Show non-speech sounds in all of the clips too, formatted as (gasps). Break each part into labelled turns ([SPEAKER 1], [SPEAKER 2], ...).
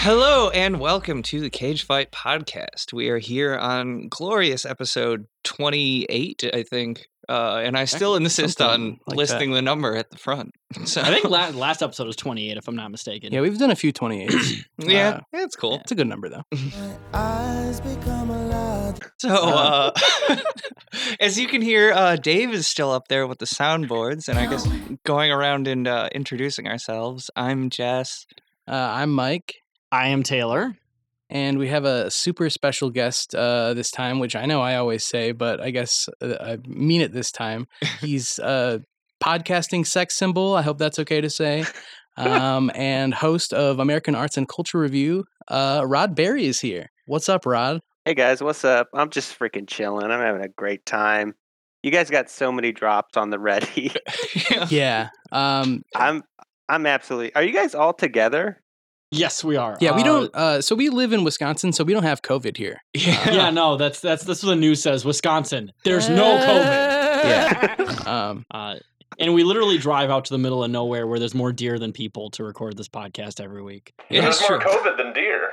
[SPEAKER 1] Hello and welcome to the Cage Fight Podcast. We are here on glorious episode 28, I think. Uh, and I still insist on
[SPEAKER 2] something like
[SPEAKER 1] listing the number at the front. (laughs) So
[SPEAKER 3] I think
[SPEAKER 2] (laughs)
[SPEAKER 3] la- last episode was 28, if I'm not mistaken.
[SPEAKER 2] Yeah, we've done a few
[SPEAKER 3] (clears throat)
[SPEAKER 2] 28s.
[SPEAKER 1] yeah,
[SPEAKER 2] uh,
[SPEAKER 1] that's cool.
[SPEAKER 2] It's a good number, though.
[SPEAKER 4] Eyes become alive.
[SPEAKER 1] So
[SPEAKER 3] Um,
[SPEAKER 1] uh, (laughs) as you can hear, uh, Dave is still up there with the soundboards, and I
[SPEAKER 3] (gasps)
[SPEAKER 1] guess going around and uh, introducing ourselves. I'm Jess. (laughs)
[SPEAKER 2] Uh, I'm Mike,
[SPEAKER 3] I am Taylor.
[SPEAKER 2] and we have a super special guest uh, this time, which I know I always say, but I guess uh, I mean it
[SPEAKER 3] (laughs)
[SPEAKER 2] this time. He's uh, podcasting sex symbol. I hope that's okay
[SPEAKER 3] (laughs)
[SPEAKER 2] to say. Um, and host of American Arts and Culture Review, uh, Rod Berry is here. What's up, Rod?
[SPEAKER 5] Hey guys, what's up? I'm just freaking chilling. I'm having a great time. You guys got so many drops on the ready.
[SPEAKER 3] (laughs)
[SPEAKER 2] Yeah. Um,
[SPEAKER 5] (laughs) I'm I'm absolutely. Are you guys all together?
[SPEAKER 3] Yes, we are.
[SPEAKER 2] yeah, we
[SPEAKER 3] Uh,
[SPEAKER 2] don't. Uh, so we live in Wisconsin, so we don't have COVID here.
[SPEAKER 3] (laughs)
[SPEAKER 2] (laughs)
[SPEAKER 3] yeah, no, that's that's this is what the news says. Wisconsin, there's no
[SPEAKER 2] Uh.
[SPEAKER 3] COVID. (laughs)
[SPEAKER 2] Yeah. Um, (laughs)
[SPEAKER 3] Uh, and we literally drive out to the middle of nowhere where there's more deer than people to record this podcast every week.
[SPEAKER 1] It is
[SPEAKER 6] There's more
[SPEAKER 1] true.
[SPEAKER 6] COVID than deer.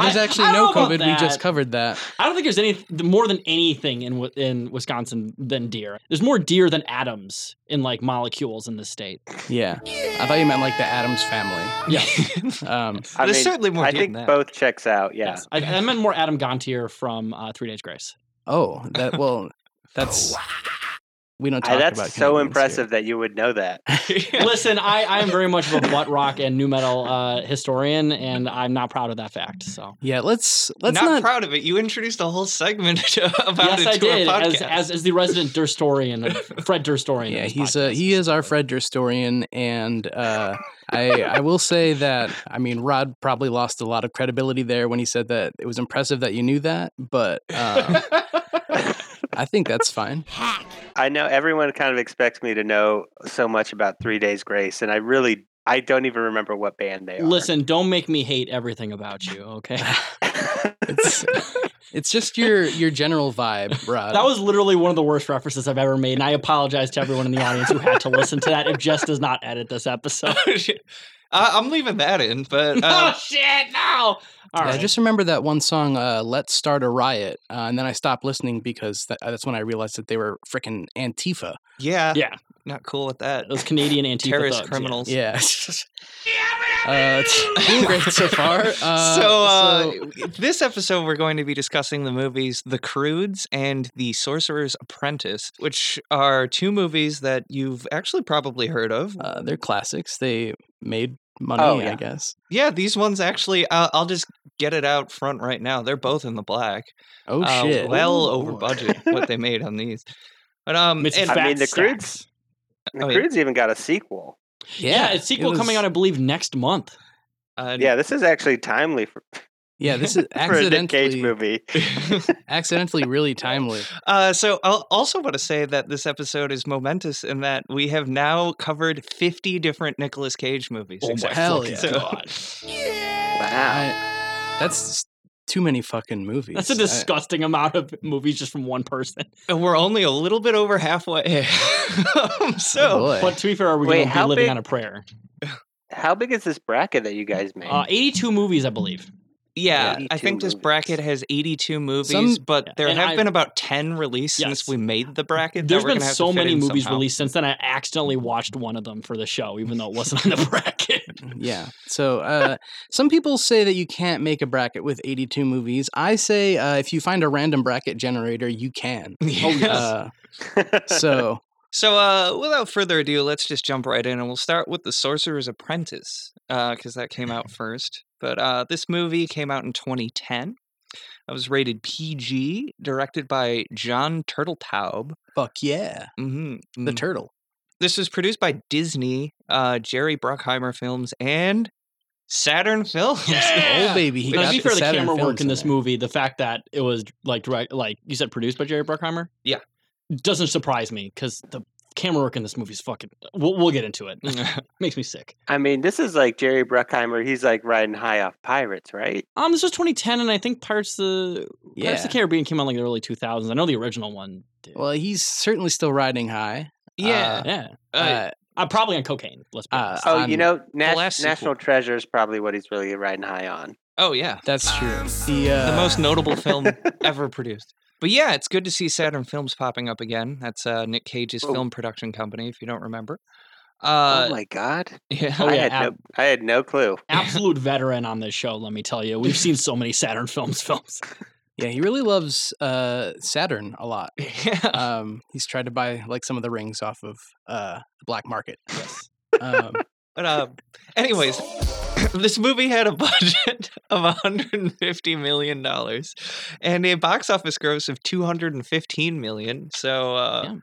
[SPEAKER 1] (laughs)
[SPEAKER 3] I-
[SPEAKER 2] there's actually
[SPEAKER 3] I
[SPEAKER 2] no
[SPEAKER 3] don't know about
[SPEAKER 2] COVID. We just
[SPEAKER 3] that.
[SPEAKER 2] covered that.
[SPEAKER 3] I don't think there's any more than anything in Wi- in Wisconsin than deer. There's more deer than atoms in like molecules in this state.
[SPEAKER 2] Yeah. I thought you meant like the Adams family.
[SPEAKER 3] Yeah.
[SPEAKER 2] Um,
[SPEAKER 5] I
[SPEAKER 1] There's
[SPEAKER 5] mean,
[SPEAKER 1] certainly more
[SPEAKER 5] I
[SPEAKER 1] deer than that.
[SPEAKER 5] think both checks out. Yeah.
[SPEAKER 3] (laughs) Yes. I, I meant more Adam Gontier from uh, Three Days Grace.
[SPEAKER 2] oh,
[SPEAKER 5] (laughs)
[SPEAKER 2] that well, that's we don't talk
[SPEAKER 5] I, Oh, that's
[SPEAKER 2] about
[SPEAKER 5] so
[SPEAKER 2] Canadians
[SPEAKER 5] impressive that you would know that.
[SPEAKER 1] (laughs)
[SPEAKER 3] Listen, I, I am very much of a butt rock and new metal uh, historian, and I'm not proud of that fact. So,
[SPEAKER 2] here. Yeah, let's let's
[SPEAKER 1] not,
[SPEAKER 2] not.
[SPEAKER 1] proud of it. You introduced a whole segment (laughs) about
[SPEAKER 3] yes,
[SPEAKER 1] it
[SPEAKER 3] I
[SPEAKER 1] to
[SPEAKER 3] did
[SPEAKER 1] our
[SPEAKER 3] as,
[SPEAKER 1] podcast.
[SPEAKER 3] as as the resident Durstorian, of- Fred Durstorian. of
[SPEAKER 2] yeah,
[SPEAKER 3] this
[SPEAKER 2] he's a
[SPEAKER 3] podcast.
[SPEAKER 2] he is our Fred Durstorian, and
[SPEAKER 5] (laughs)
[SPEAKER 2] uh, I I will say that I mean Rod probably lost a lot of credibility there when he said that it was impressive that you knew that, but
[SPEAKER 5] (laughs)
[SPEAKER 2] um, I think that's fine.
[SPEAKER 5] I know everyone kind of expects me to know so much about Three Days Grace, and I really I don't even remember what band they are.
[SPEAKER 3] Listen, don't make me hate everything about you.
[SPEAKER 2] (laughs)
[SPEAKER 3] Okay,
[SPEAKER 2] It's (laughs) it's just your your general vibe, Rod.
[SPEAKER 3] that was literally one of the worst references I've ever made, and I apologize to everyone in the audience who had to listen to that. If Jess does not edit this episode, (laughs)
[SPEAKER 1] (laughs) I, I'm leaving that in, but uh,
[SPEAKER 3] oh shit, no! All
[SPEAKER 2] Yeah,
[SPEAKER 3] right,
[SPEAKER 2] I just remember that one song, uh, "Let's Start a Riot," uh, and then I stopped listening because tha- that's when I realized that they were freaking Antifa.
[SPEAKER 1] yeah,
[SPEAKER 3] yeah,
[SPEAKER 1] not cool with that.
[SPEAKER 3] those Canadian anti
[SPEAKER 1] Terrorist criminals.
[SPEAKER 2] Yeah, (laughs)
[SPEAKER 7] (laughs)
[SPEAKER 2] uh, it's been great so far. Uh,
[SPEAKER 1] so, uh,
[SPEAKER 2] so-
[SPEAKER 1] this episode, we're going to be discussing the movies The Crudes and The Sorcerer's Apprentice, which are two movies that you've actually probably heard of.
[SPEAKER 2] uh, they're classics. They made money,
[SPEAKER 5] Oh, yeah.
[SPEAKER 2] I guess.
[SPEAKER 1] Yeah, these ones actually, I'll, I'll just get it out front right now. They're both in the black.
[SPEAKER 2] Oh
[SPEAKER 1] Uh,
[SPEAKER 2] shit!
[SPEAKER 1] Well
[SPEAKER 3] Ooh.
[SPEAKER 1] over budget, what they made on these. But,
[SPEAKER 3] (laughs)
[SPEAKER 1] um,
[SPEAKER 3] It's
[SPEAKER 1] and-
[SPEAKER 5] I mean,
[SPEAKER 3] Fat
[SPEAKER 5] the
[SPEAKER 3] Stacks.
[SPEAKER 5] Crudes. The
[SPEAKER 1] Oh, yeah.
[SPEAKER 5] Crudes even got a sequel.
[SPEAKER 3] Yeah, it's sequel
[SPEAKER 2] was-
[SPEAKER 3] coming out, I believe, next month.
[SPEAKER 2] (laughs)
[SPEAKER 1] uh,
[SPEAKER 5] Yeah, this is actually timely for,
[SPEAKER 2] Yeah, this is
[SPEAKER 5] for a Nick Cage
[SPEAKER 2] accidentally
[SPEAKER 5] movie.
[SPEAKER 2] accidentally really timely.
[SPEAKER 1] (laughs) Uh, so I also want to say that this episode is momentous in that we have now covered 50 different Nicolas Cage movies.
[SPEAKER 3] Oh my
[SPEAKER 1] exactly.
[SPEAKER 2] hell
[SPEAKER 3] fucking
[SPEAKER 2] yeah.
[SPEAKER 3] god.
[SPEAKER 5] Wow.
[SPEAKER 2] I, that's too many fucking movies.
[SPEAKER 3] That's a
[SPEAKER 2] I-
[SPEAKER 3] disgusting amount of movies just from one person.
[SPEAKER 1] And we're only a little bit over halfway. (laughs) Um,
[SPEAKER 2] oh,
[SPEAKER 1] so
[SPEAKER 2] boy.
[SPEAKER 3] But to be fair, we're
[SPEAKER 5] Wait,
[SPEAKER 3] going to be
[SPEAKER 5] how
[SPEAKER 3] living
[SPEAKER 5] big-
[SPEAKER 3] on a prayer.
[SPEAKER 5] How big is this bracket that you guys made?
[SPEAKER 3] Uh, 82 movies, I believe.
[SPEAKER 1] yeah, I
[SPEAKER 5] 82
[SPEAKER 1] think this
[SPEAKER 5] movies.
[SPEAKER 1] bracket has 82 movies,
[SPEAKER 2] Some-
[SPEAKER 1] but there
[SPEAKER 3] And
[SPEAKER 1] have
[SPEAKER 3] I-
[SPEAKER 1] been about 10 released since
[SPEAKER 3] Yes.
[SPEAKER 1] we made the bracket.
[SPEAKER 3] There's
[SPEAKER 1] that we're
[SPEAKER 3] been
[SPEAKER 1] gonna have to
[SPEAKER 3] so
[SPEAKER 1] fit
[SPEAKER 3] many
[SPEAKER 1] in (laughs)
[SPEAKER 3] movies
[SPEAKER 1] somehow.
[SPEAKER 3] released since then. I accidentally watched one of them for the show, even though it wasn't on the bracket.
[SPEAKER 2] Yeah. So uh, some people say that you can't make a bracket with 82 movies. I say uh, if you find a random bracket generator, you
[SPEAKER 3] (laughs)
[SPEAKER 2] can.
[SPEAKER 3] Oh,
[SPEAKER 1] Yeah.
[SPEAKER 2] Uh, so
[SPEAKER 1] So, uh, without further ado, let's just jump right in, and we'll start with The Sorcerer's Apprentice, because that came out first. But uh, this movie came out in 2010. It was rated PG, directed by John Turteltaub.
[SPEAKER 2] fuck
[SPEAKER 3] (laughs)
[SPEAKER 2] yeah,
[SPEAKER 1] hmm
[SPEAKER 2] the
[SPEAKER 3] Mm.
[SPEAKER 2] turtle.
[SPEAKER 1] this was produced by Disney, uh, Jerry Bruckheimer Films, and Saturn Films. (laughs)
[SPEAKER 2] Oh baby, he
[SPEAKER 3] Now, to
[SPEAKER 2] got
[SPEAKER 3] be
[SPEAKER 2] the
[SPEAKER 3] fair, the
[SPEAKER 2] Saturn
[SPEAKER 3] camera
[SPEAKER 2] films
[SPEAKER 3] work in this
[SPEAKER 2] there.
[SPEAKER 3] movie, the fact that it was like direct, like you said, produced by Jerry Bruckheimer,
[SPEAKER 1] Yeah.
[SPEAKER 3] doesn't surprise me because the camera work in this movie is fucking. We'll, we'll get into it. (laughs) Makes me sick.
[SPEAKER 5] (laughs) I mean, this is like Jerry Bruckheimer. He's like riding high off pirates, right?
[SPEAKER 3] Um, this was 2010, and I think Pirates of the Pirates
[SPEAKER 2] Yeah.
[SPEAKER 3] of the Caribbean came out like the early 2000s. I know the original one. Did.
[SPEAKER 2] Well, he's certainly still riding high.
[SPEAKER 1] yeah.
[SPEAKER 3] yeah,
[SPEAKER 2] Uh,
[SPEAKER 3] I'm probably on cocaine. Let's be
[SPEAKER 2] Uh, (laughs)
[SPEAKER 3] honest.
[SPEAKER 5] Oh, you
[SPEAKER 2] I'm-
[SPEAKER 5] know, Nas-
[SPEAKER 1] last
[SPEAKER 5] National Treasure is probably what he's really riding high on.
[SPEAKER 1] Oh yeah,
[SPEAKER 2] That's true. The, uh,
[SPEAKER 1] the most notable film ever produced. But yeah, it's good to see Saturn Films popping up again. That's uh, Nick Cage's
[SPEAKER 5] Oh.
[SPEAKER 1] film production company, if you don't remember. Uh,
[SPEAKER 5] oh my god!
[SPEAKER 1] (laughs) yeah,
[SPEAKER 3] Oh,
[SPEAKER 5] I
[SPEAKER 3] yeah,
[SPEAKER 5] had no,
[SPEAKER 3] ab-
[SPEAKER 5] I had no clue.
[SPEAKER 3] Absolute veteran on this show. Let me tell you, we've seen so many Saturn films. (laughs) Films.
[SPEAKER 2] yeah, he really loves uh, Saturn
[SPEAKER 3] (laughs)
[SPEAKER 2] a lot.
[SPEAKER 1] (laughs) yeah.
[SPEAKER 2] Um, he's tried to buy like some of the rings off of uh, the black market.
[SPEAKER 3] Yes. (laughs)
[SPEAKER 2] Um,
[SPEAKER 1] But uh, anyways, (coughs) this movie had a budget (laughs) of 150 million dollars and a box office gross of 215 million. So uh,
[SPEAKER 3] Yeah.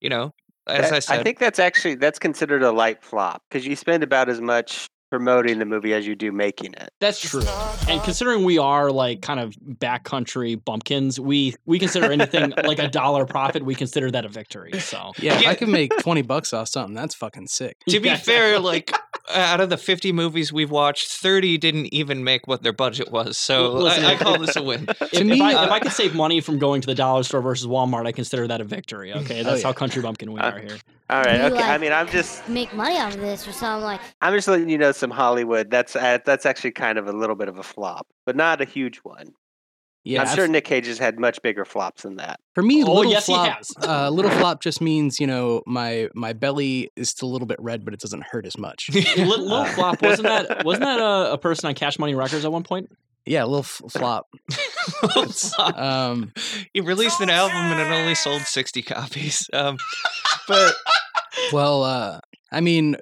[SPEAKER 1] you know, as
[SPEAKER 5] That-
[SPEAKER 1] I said,
[SPEAKER 5] think that's actually that's considered a light flop because you spend about as much promoting the movie as you do making it.
[SPEAKER 3] That's true. (laughs) And considering we are like kind of backcountry bumpkins, we we consider anything
[SPEAKER 2] (laughs)
[SPEAKER 3] like a dollar profit, we consider that a victory. So
[SPEAKER 2] yeah, if
[SPEAKER 1] Yeah.
[SPEAKER 2] I
[SPEAKER 3] (laughs)
[SPEAKER 2] could make twenty bucks off something, that's fucking sick.
[SPEAKER 1] to be
[SPEAKER 3] Yeah,
[SPEAKER 1] fair,
[SPEAKER 3] exactly.
[SPEAKER 1] like out of the 50 movies we've watched, 30 didn't even make what their budget was. So
[SPEAKER 3] L- listen,
[SPEAKER 1] I, I call this a win.
[SPEAKER 3] if, if
[SPEAKER 2] me,
[SPEAKER 3] I, if
[SPEAKER 1] uh,
[SPEAKER 3] I could save money from going to the dollar store versus Walmart, I consider that a victory. Okay,
[SPEAKER 2] Oh,
[SPEAKER 3] that's how
[SPEAKER 2] yeah.
[SPEAKER 3] country bumpkin we
[SPEAKER 5] Uh,
[SPEAKER 3] are here.
[SPEAKER 5] All right,
[SPEAKER 6] You
[SPEAKER 5] okay. I
[SPEAKER 6] like-
[SPEAKER 5] mean, I'm just
[SPEAKER 6] Make money off of this or something like
[SPEAKER 5] I'm just letting you know some Hollywood. That's uh, that's actually kind of a little bit of a flop, but not a huge one.
[SPEAKER 2] Yeah,
[SPEAKER 5] I'm
[SPEAKER 2] I've-
[SPEAKER 5] sure Nick Cage has had much bigger flops than that.
[SPEAKER 2] For me,
[SPEAKER 3] Oh,
[SPEAKER 2] little
[SPEAKER 3] yes, he
[SPEAKER 2] flop,
[SPEAKER 3] has. (laughs)
[SPEAKER 2] uh, little flop just means you know my my belly is still a little bit red, but it doesn't hurt as
[SPEAKER 3] (laughs)
[SPEAKER 2] much.
[SPEAKER 3] Li- Little
[SPEAKER 2] (laughs) Uh,
[SPEAKER 3] flop wasn't that wasn't that a, a person on Cash Money Records at one point?
[SPEAKER 2] yeah, little f- flop. Um,
[SPEAKER 1] he released an album and it only sold 60 copies. (laughs) Um, but
[SPEAKER 2] well, uh, I mean,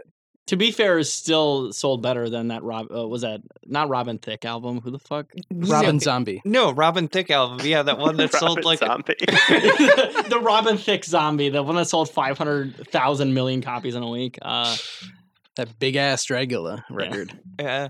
[SPEAKER 3] To be fair, is still sold better than that Rob uh, was that not Robin Thicke album? Who the fuck?
[SPEAKER 2] Robin Zombie.
[SPEAKER 1] No, Robin Thicke album. Yeah, that
[SPEAKER 2] (laughs)
[SPEAKER 1] one that sold
[SPEAKER 5] (laughs) Robert
[SPEAKER 1] like
[SPEAKER 5] Zombie. (laughs)
[SPEAKER 3] the Robin Thicke zombie, the one that sold five hundred thousand million copies in a week. Uh,
[SPEAKER 2] That big ass Dragula record.
[SPEAKER 1] Yeah.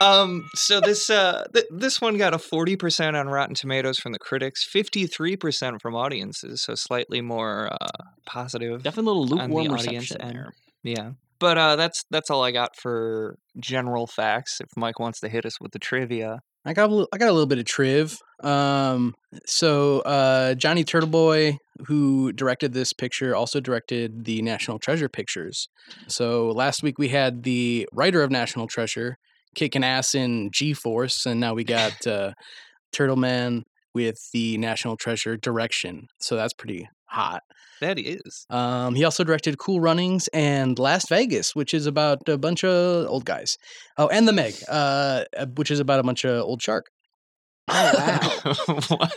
[SPEAKER 1] Um. So this uh th- this one got a forty percent on Rotten Tomatoes from the critics, fifty three percent from audiences. So slightly more uh, positive.
[SPEAKER 3] definitely a little
[SPEAKER 1] On the
[SPEAKER 3] lukewarm
[SPEAKER 1] audience
[SPEAKER 3] reception
[SPEAKER 1] end.
[SPEAKER 3] there.
[SPEAKER 1] Yeah. But uh, that's that's all I got for general facts. If Mike wants to hit us with the trivia,
[SPEAKER 2] I got a li- I got a little bit of triv. Um, so uh, Johnny Turtleboy, who directed this picture, also directed the National Treasure pictures. So last week we had the writer of National Treasure kicking ass in G Force, and now we got uh, Turtle Man with the National Treasure direction. So that's pretty hot.
[SPEAKER 1] that is
[SPEAKER 2] Um, he also directed Cool Runnings and Las Vegas, which is about a bunch of old guys. Oh, and The Meg, uh, uh, which is about a bunch of old shark.
[SPEAKER 1] Oh,
[SPEAKER 2] (laughs)
[SPEAKER 1] (laughs) what?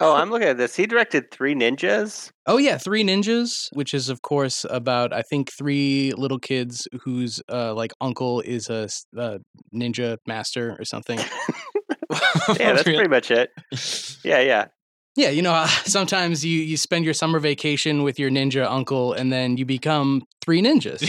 [SPEAKER 5] oh, I'm looking at this. He directed Three (laughs) Ninjas.
[SPEAKER 2] Oh yeah, Three Ninjas, which is of course about I think three little kids whose uh, like uncle is a s- uh, ninja master or something.
[SPEAKER 5] Yeah, that's
[SPEAKER 1] Really?
[SPEAKER 5] pretty much (laughs) it. Yeah, yeah.
[SPEAKER 2] Yeah, you know, how (laughs) sometimes you you spend your summer vacation with your ninja uncle, and then you become three ninjas.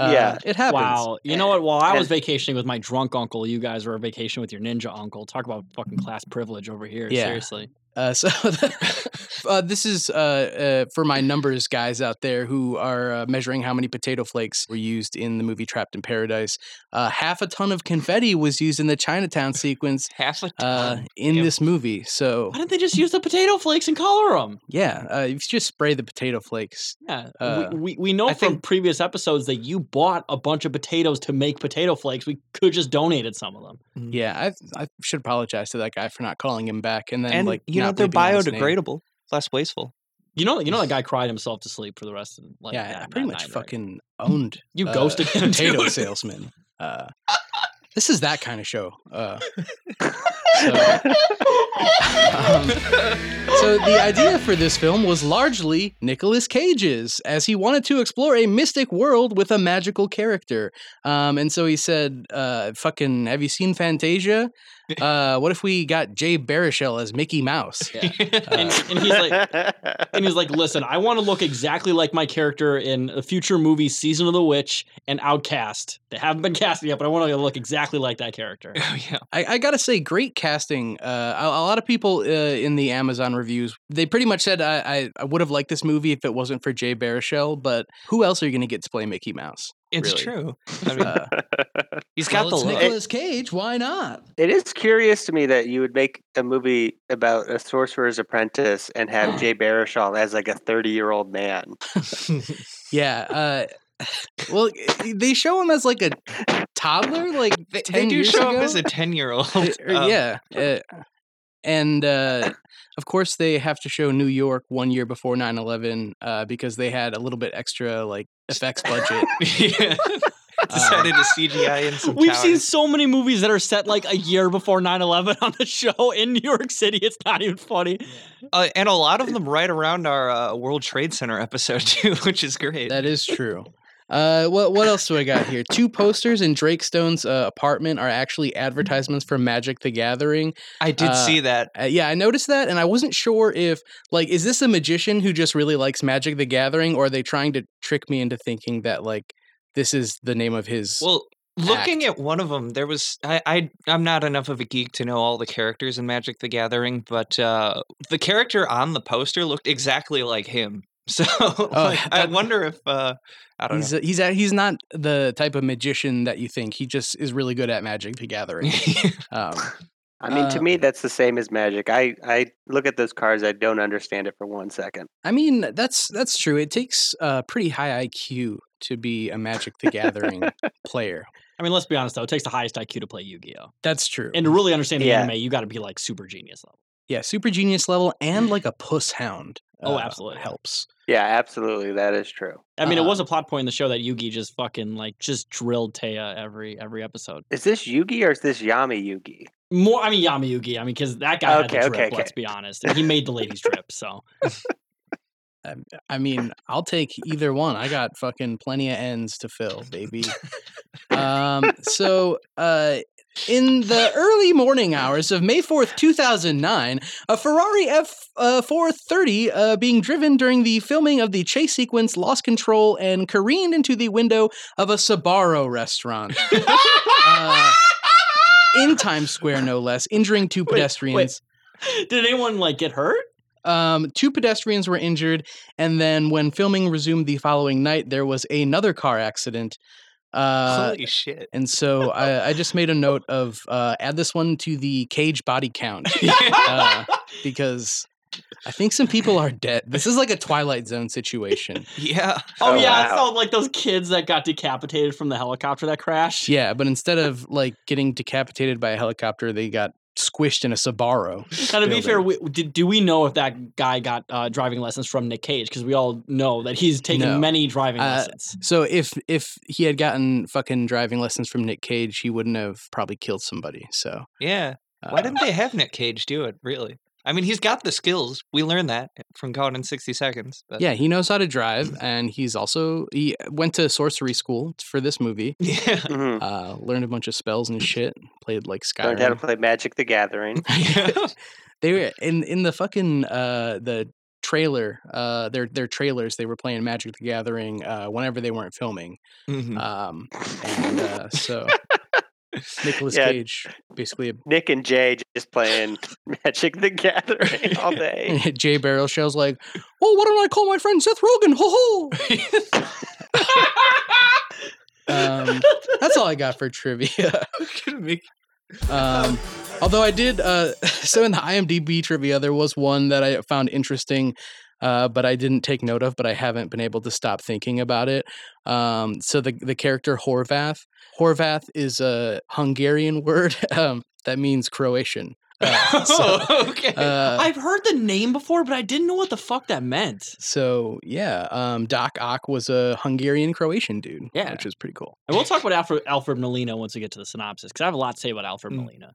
[SPEAKER 2] Uh,
[SPEAKER 5] Yeah.
[SPEAKER 2] it happens.
[SPEAKER 3] Wow, you know what? While I
[SPEAKER 5] And-
[SPEAKER 3] was vacationing with my drunk uncle, you guys were on vacation with your ninja uncle. Talk about fucking class privilege over here.
[SPEAKER 2] Yeah.
[SPEAKER 3] Seriously,
[SPEAKER 2] Uh, so (laughs) uh, this is uh, uh, for my numbers guys out there who are uh, measuring how many potato flakes were used in the movie Trapped in Paradise. Uh, half a ton of confetti was used in the Chinatown sequence
[SPEAKER 1] Half a
[SPEAKER 2] uh,
[SPEAKER 1] ton.
[SPEAKER 2] in
[SPEAKER 1] Ew.
[SPEAKER 2] this movie. So
[SPEAKER 3] why didn't they just use the potato flakes and color them?
[SPEAKER 2] yeah, uh, if you just spray the potato flakes.
[SPEAKER 3] Yeah,
[SPEAKER 2] Uh,
[SPEAKER 3] we, we we know
[SPEAKER 1] I
[SPEAKER 3] from
[SPEAKER 1] think-
[SPEAKER 3] previous episodes that you bought a bunch of potatoes to make potato flakes. We could just donated some of them.
[SPEAKER 1] Mm.
[SPEAKER 2] Yeah, I, I should apologize to that guy for not calling him back. And then
[SPEAKER 1] and
[SPEAKER 2] like
[SPEAKER 1] you know
[SPEAKER 2] not
[SPEAKER 1] they're
[SPEAKER 2] leaving his name.
[SPEAKER 1] biodegradable, less wasteful.
[SPEAKER 3] You know, you know that guy cried himself to sleep for the rest of like
[SPEAKER 2] yeah,
[SPEAKER 3] that-
[SPEAKER 2] I pretty
[SPEAKER 3] that
[SPEAKER 2] much
[SPEAKER 3] night, right?
[SPEAKER 2] fucking
[SPEAKER 1] Mm.
[SPEAKER 2] owned
[SPEAKER 3] you
[SPEAKER 2] uh, (laughs)
[SPEAKER 3] ghosted (laughs) him,
[SPEAKER 2] potato
[SPEAKER 3] dude.
[SPEAKER 2] salesman. Uh, this is that kind of show. Uh, so, um, so the idea for this film was largely Nicolas Cage's, as he wanted to explore a mystic world with a magical character. Um, and so he said, uh, "Fucking, have you seen Fantasia? Uh, what if we got Jay Baruchel as Mickey Mouse?"
[SPEAKER 3] Yeah. (laughs) and,
[SPEAKER 2] Uh.
[SPEAKER 3] and he's like,
[SPEAKER 5] (laughs)
[SPEAKER 3] and he's like, listen, I want to look exactly like my character in a future movie, Season of the Witch and Outcast. They haven't been cast yet, but I want to look exactly like that
[SPEAKER 2] (laughs)
[SPEAKER 3] character.
[SPEAKER 1] Oh yeah.
[SPEAKER 2] I, I gotta say, great casting. Uh, a, a lot of people uh, in the Amazon reviews, they pretty much
[SPEAKER 1] (laughs)
[SPEAKER 2] said, I, I, I would have liked this movie if it wasn't for Jay Baruchel, but who else are you gonna get to play Mickey Mouse?
[SPEAKER 1] It's
[SPEAKER 5] really.
[SPEAKER 1] true. I mean,
[SPEAKER 2] Uh,
[SPEAKER 1] he's got
[SPEAKER 7] Well,
[SPEAKER 1] the
[SPEAKER 7] it's
[SPEAKER 1] look.
[SPEAKER 7] Nicolas Cage. Why not?
[SPEAKER 5] It is curious to me that you would make a movie about a sorcerer's apprentice and have Jay Baruchel as like a 30 year old man.
[SPEAKER 2] (laughs) yeah. Uh, (laughs) well, they show him as like a toddler. Like
[SPEAKER 1] They,
[SPEAKER 2] 10
[SPEAKER 1] they do
[SPEAKER 2] years
[SPEAKER 1] show
[SPEAKER 2] ago?
[SPEAKER 1] him as a
[SPEAKER 2] (laughs)
[SPEAKER 1] ten-year-old.
[SPEAKER 2] Uh,
[SPEAKER 1] um,
[SPEAKER 2] yeah. uh, and uh, of course, they have to show New York one year before 9 11 uh, because they had a little bit
[SPEAKER 1] (laughs)
[SPEAKER 2] extra like effects budget.
[SPEAKER 1] (laughs) yeah. (laughs) Decided to CGI in some
[SPEAKER 3] We've seen
[SPEAKER 1] towers.
[SPEAKER 3] so many movies that are set like a year before 9/11 on the show in New York City. It's not even funny.
[SPEAKER 1] uh, and a lot of them right around our uh, World Trade Center episode (laughs) too, which is great. (laughs)
[SPEAKER 2] That is true. Uh, what what else do I got here? Two posters in Drake Stone's uh, apartment are actually advertisements for Magic: The Gathering.
[SPEAKER 1] I did
[SPEAKER 2] uh,
[SPEAKER 1] see that.
[SPEAKER 2] Uh, yeah, I noticed that, and I wasn't sure if like is this a magician who just really likes Magic: The Gathering, or are they trying to trick me into thinking that like this is the name of his?
[SPEAKER 1] Well, looking at one of them, there was I, I I'm not enough of a geek to know all the characters in Magic: The Gathering, but uh, the character on the poster looked exactly like him. (laughs) So like,
[SPEAKER 2] (laughs)
[SPEAKER 1] I
[SPEAKER 2] Oh, that-
[SPEAKER 1] wonder if uh, I don't
[SPEAKER 2] he's a, he's a, he's not the type of magician that you think. He just is really good at Magic:
[SPEAKER 1] (laughs)
[SPEAKER 2] The Gathering.
[SPEAKER 1] know.
[SPEAKER 2] Um,
[SPEAKER 5] I mean, to
[SPEAKER 2] Uh,
[SPEAKER 5] me, that's the same as magic. I, I look at those cards, I don't understand it for one second.
[SPEAKER 2] I mean, that's that's true. It takes a uh, pretty high IQ to be a Magic:
[SPEAKER 1] (laughs)
[SPEAKER 2] The Gathering player.
[SPEAKER 3] I mean, let's be honest though. It takes the highest IQ to play Yu-Gi-Oh.
[SPEAKER 2] That's true.
[SPEAKER 3] And to really understand the
[SPEAKER 5] Yeah.
[SPEAKER 3] anime, you got to be like super genius level.
[SPEAKER 2] yeah, super genius level and like a puss hound.
[SPEAKER 3] Oh,
[SPEAKER 2] uh,
[SPEAKER 3] absolutely.
[SPEAKER 2] helps.
[SPEAKER 5] Yeah, absolutely. That is true.
[SPEAKER 3] I mean, it was a plot point in the show that Yugi just fucking like just drilled Taya every every episode.
[SPEAKER 5] Is this Yugi or is this Yami Yugi?
[SPEAKER 3] More, I mean, Yami Yugi. I mean, because that guy
[SPEAKER 5] Okay,
[SPEAKER 3] had
[SPEAKER 5] okay,
[SPEAKER 3] the drip.
[SPEAKER 5] okay.
[SPEAKER 3] Let's be honest, and he made the ladies drip. So
[SPEAKER 2] I mean, I'll take either one. I got fucking plenty of ends to fill, baby. um, so, uh, in the early morning hours of May 4th, 2009, a Ferrari F430 uh, being driven during the filming of the chase sequence lost control and careened into the window of a Sabaro restaurant. uh, in Times Square, no less, injuring two pedestrians.
[SPEAKER 3] did anyone like get (laughs) hurt?
[SPEAKER 2] Um, two pedestrians were injured, and then when filming resumed the following night, there was another car accident.
[SPEAKER 1] (laughs)
[SPEAKER 2] Uh,
[SPEAKER 1] Holy shit! (laughs)
[SPEAKER 2] and so I, I just made a note of uh, add this one to the cage body
[SPEAKER 1] (laughs)
[SPEAKER 2] count (laughs) uh, because I think some people are dead. This is like a Twilight Zone situation.
[SPEAKER 1] yeah,
[SPEAKER 3] Oh,
[SPEAKER 5] Oh,
[SPEAKER 3] yeah,
[SPEAKER 5] wow.
[SPEAKER 3] so like those kids that got decapitated from the helicopter that crashed.
[SPEAKER 2] Yeah, but instead of like getting decapitated by a helicopter, they got squished in a Sabaro.
[SPEAKER 3] Now, to be fair, we, did, do we know if that guy got uh, driving lessons from Nick Cage? Because we all know that he's taken
[SPEAKER 2] No.
[SPEAKER 3] many driving
[SPEAKER 2] Uh,
[SPEAKER 3] lessons.
[SPEAKER 2] So if if he had gotten fucking driving lessons from Nick Cage, he wouldn't have probably killed somebody. So
[SPEAKER 1] yeah. Why
[SPEAKER 2] uh,
[SPEAKER 1] didn't they have Nick Cage do it? Really? I mean, he's got the skills. We learned that from Caught in 60 Seconds. But
[SPEAKER 2] Yeah, he knows how to drive, and he's also he went to sorcery school for this movie.
[SPEAKER 1] (laughs) yeah,
[SPEAKER 2] (laughs)
[SPEAKER 5] Mhm.
[SPEAKER 2] Uh, learned a bunch of spells and shit. Played like
[SPEAKER 5] Learned how to
[SPEAKER 2] Skyrim.
[SPEAKER 5] play Magic the Gathering.
[SPEAKER 2] They were in in the fucking uh, the trailer. Uh, their their trailers. They were playing Magic the Gathering uh, whenever they weren't filming.
[SPEAKER 5] Hmm.
[SPEAKER 1] Mhm.
[SPEAKER 2] Um, and
[SPEAKER 5] (laughs)
[SPEAKER 2] uh, so Nicolas
[SPEAKER 5] Yeah.
[SPEAKER 2] Cage basically
[SPEAKER 5] Nick and Jay just playing (laughs) Magic the Gathering all day. (laughs)
[SPEAKER 1] (laughs)
[SPEAKER 2] Jay Barrel Shell's like, oh, why don't I call my friend Seth Rogen? Ho ho. um, that's all I got for
[SPEAKER 1] (laughs)
[SPEAKER 2] trivia.
[SPEAKER 1] Gonna make-
[SPEAKER 2] (laughs) Um, although I did, uh, (laughs) so in the IMDb trivia, there was one that I found interesting, uh, but I didn't take note of, but I haven't been able to stop thinking about it. Um, so the, the character Horvath, Horvath is a Hungarian (laughs) word um, that means Croatian.
[SPEAKER 1] (laughs)
[SPEAKER 2] Uh, so,
[SPEAKER 1] oh, okay.
[SPEAKER 2] uh,
[SPEAKER 3] I've heard the name before, but I didn't know what the fuck that meant.
[SPEAKER 2] So yeah, um, Doc Ock was a Hungarian Croatian dude.
[SPEAKER 3] Yeah.
[SPEAKER 2] which was pretty cool.
[SPEAKER 3] And
[SPEAKER 1] (laughs)
[SPEAKER 3] we'll talk about Alfred, Alfred Molina once we get to the synopsis, because I have a lot to say about Alfred
[SPEAKER 1] Mm.
[SPEAKER 3] Molina.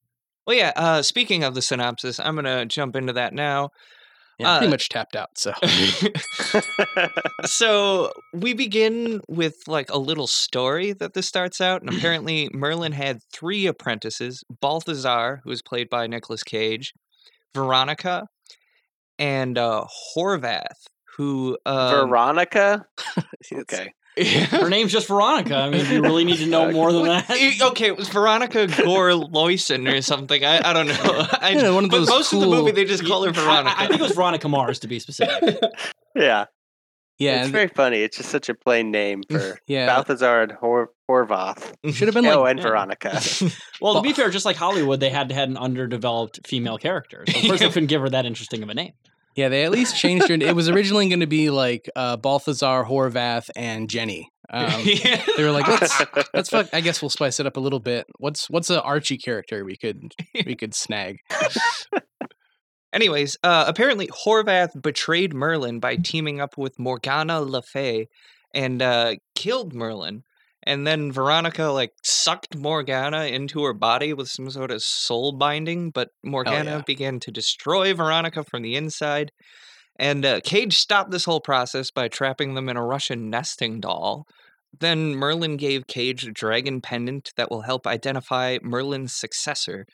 [SPEAKER 1] Well, yeah. Uh, speaking of the synopsis, I'm gonna jump into that now.
[SPEAKER 2] Yeah,
[SPEAKER 1] Uh,
[SPEAKER 2] pretty much tapped out.
[SPEAKER 1] (laughs)
[SPEAKER 2] So (laughs)
[SPEAKER 1] so we begin with like a little story that this starts out, and apparently Merlin had three apprentices: Balthazar, who was played by Nicolas Cage, Veronica, and uh, Horvath, who (laughs) um,
[SPEAKER 5] Veronica?
[SPEAKER 2] (laughs) it's-
[SPEAKER 5] Okay.
[SPEAKER 3] Her name's just Veronica. I mean, do you really need to know more than that?
[SPEAKER 1] Eh, okay, it was Veronica Gore Loyson or something. I, I don't know. (laughs) I,
[SPEAKER 2] You know, one of
[SPEAKER 1] but
[SPEAKER 2] those
[SPEAKER 1] most of the
[SPEAKER 2] cool-
[SPEAKER 1] movie they just call her
[SPEAKER 3] I-
[SPEAKER 1] Veronica. (laughs)
[SPEAKER 3] I, I think it was Veronica Mars, to be specific.
[SPEAKER 5] Yeah.
[SPEAKER 2] Yeah,
[SPEAKER 5] it's
[SPEAKER 2] and-
[SPEAKER 5] very funny. It's just such a
[SPEAKER 2] (laughs)
[SPEAKER 5] plain name for
[SPEAKER 2] yeah.
[SPEAKER 1] (laughs)
[SPEAKER 5] Balthazar and Hor- Horvath.
[SPEAKER 2] Should have been like
[SPEAKER 5] Oh, and
[SPEAKER 3] yeah.
[SPEAKER 2] (laughs)
[SPEAKER 5] Veronica.
[SPEAKER 3] Well, to be fair, just like Hollywood, they had had an underdeveloped female character. So
[SPEAKER 1] (laughs)
[SPEAKER 3] of course, they couldn't give her that interesting of a name.
[SPEAKER 2] Yeah, they at least changed her. It was originally going to be like uh, Balthazar, Horvath, and Jenny. Um,
[SPEAKER 1] (laughs) yeah.
[SPEAKER 2] they were like,
[SPEAKER 1] (laughs)
[SPEAKER 2] let's let's fuck. I guess we'll spice it up a little bit. What's what's an Archie character we could we
[SPEAKER 1] (laughs)
[SPEAKER 2] could snag?
[SPEAKER 1] Anyways, uh, apparently Horvath betrayed Merlin by teaming up with Morgana Le Fay and uh, killed Merlin. And then Veronica like sucked Morgana into her body with some sort of soul binding, but Morgana
[SPEAKER 2] yeah.
[SPEAKER 1] began to destroy Veronica from the inside. And uh, Cage stopped this whole process by trapping them in a Russian nesting doll. Then Merlin gave Cage a dragon pendant that will help identify Merlin's successor,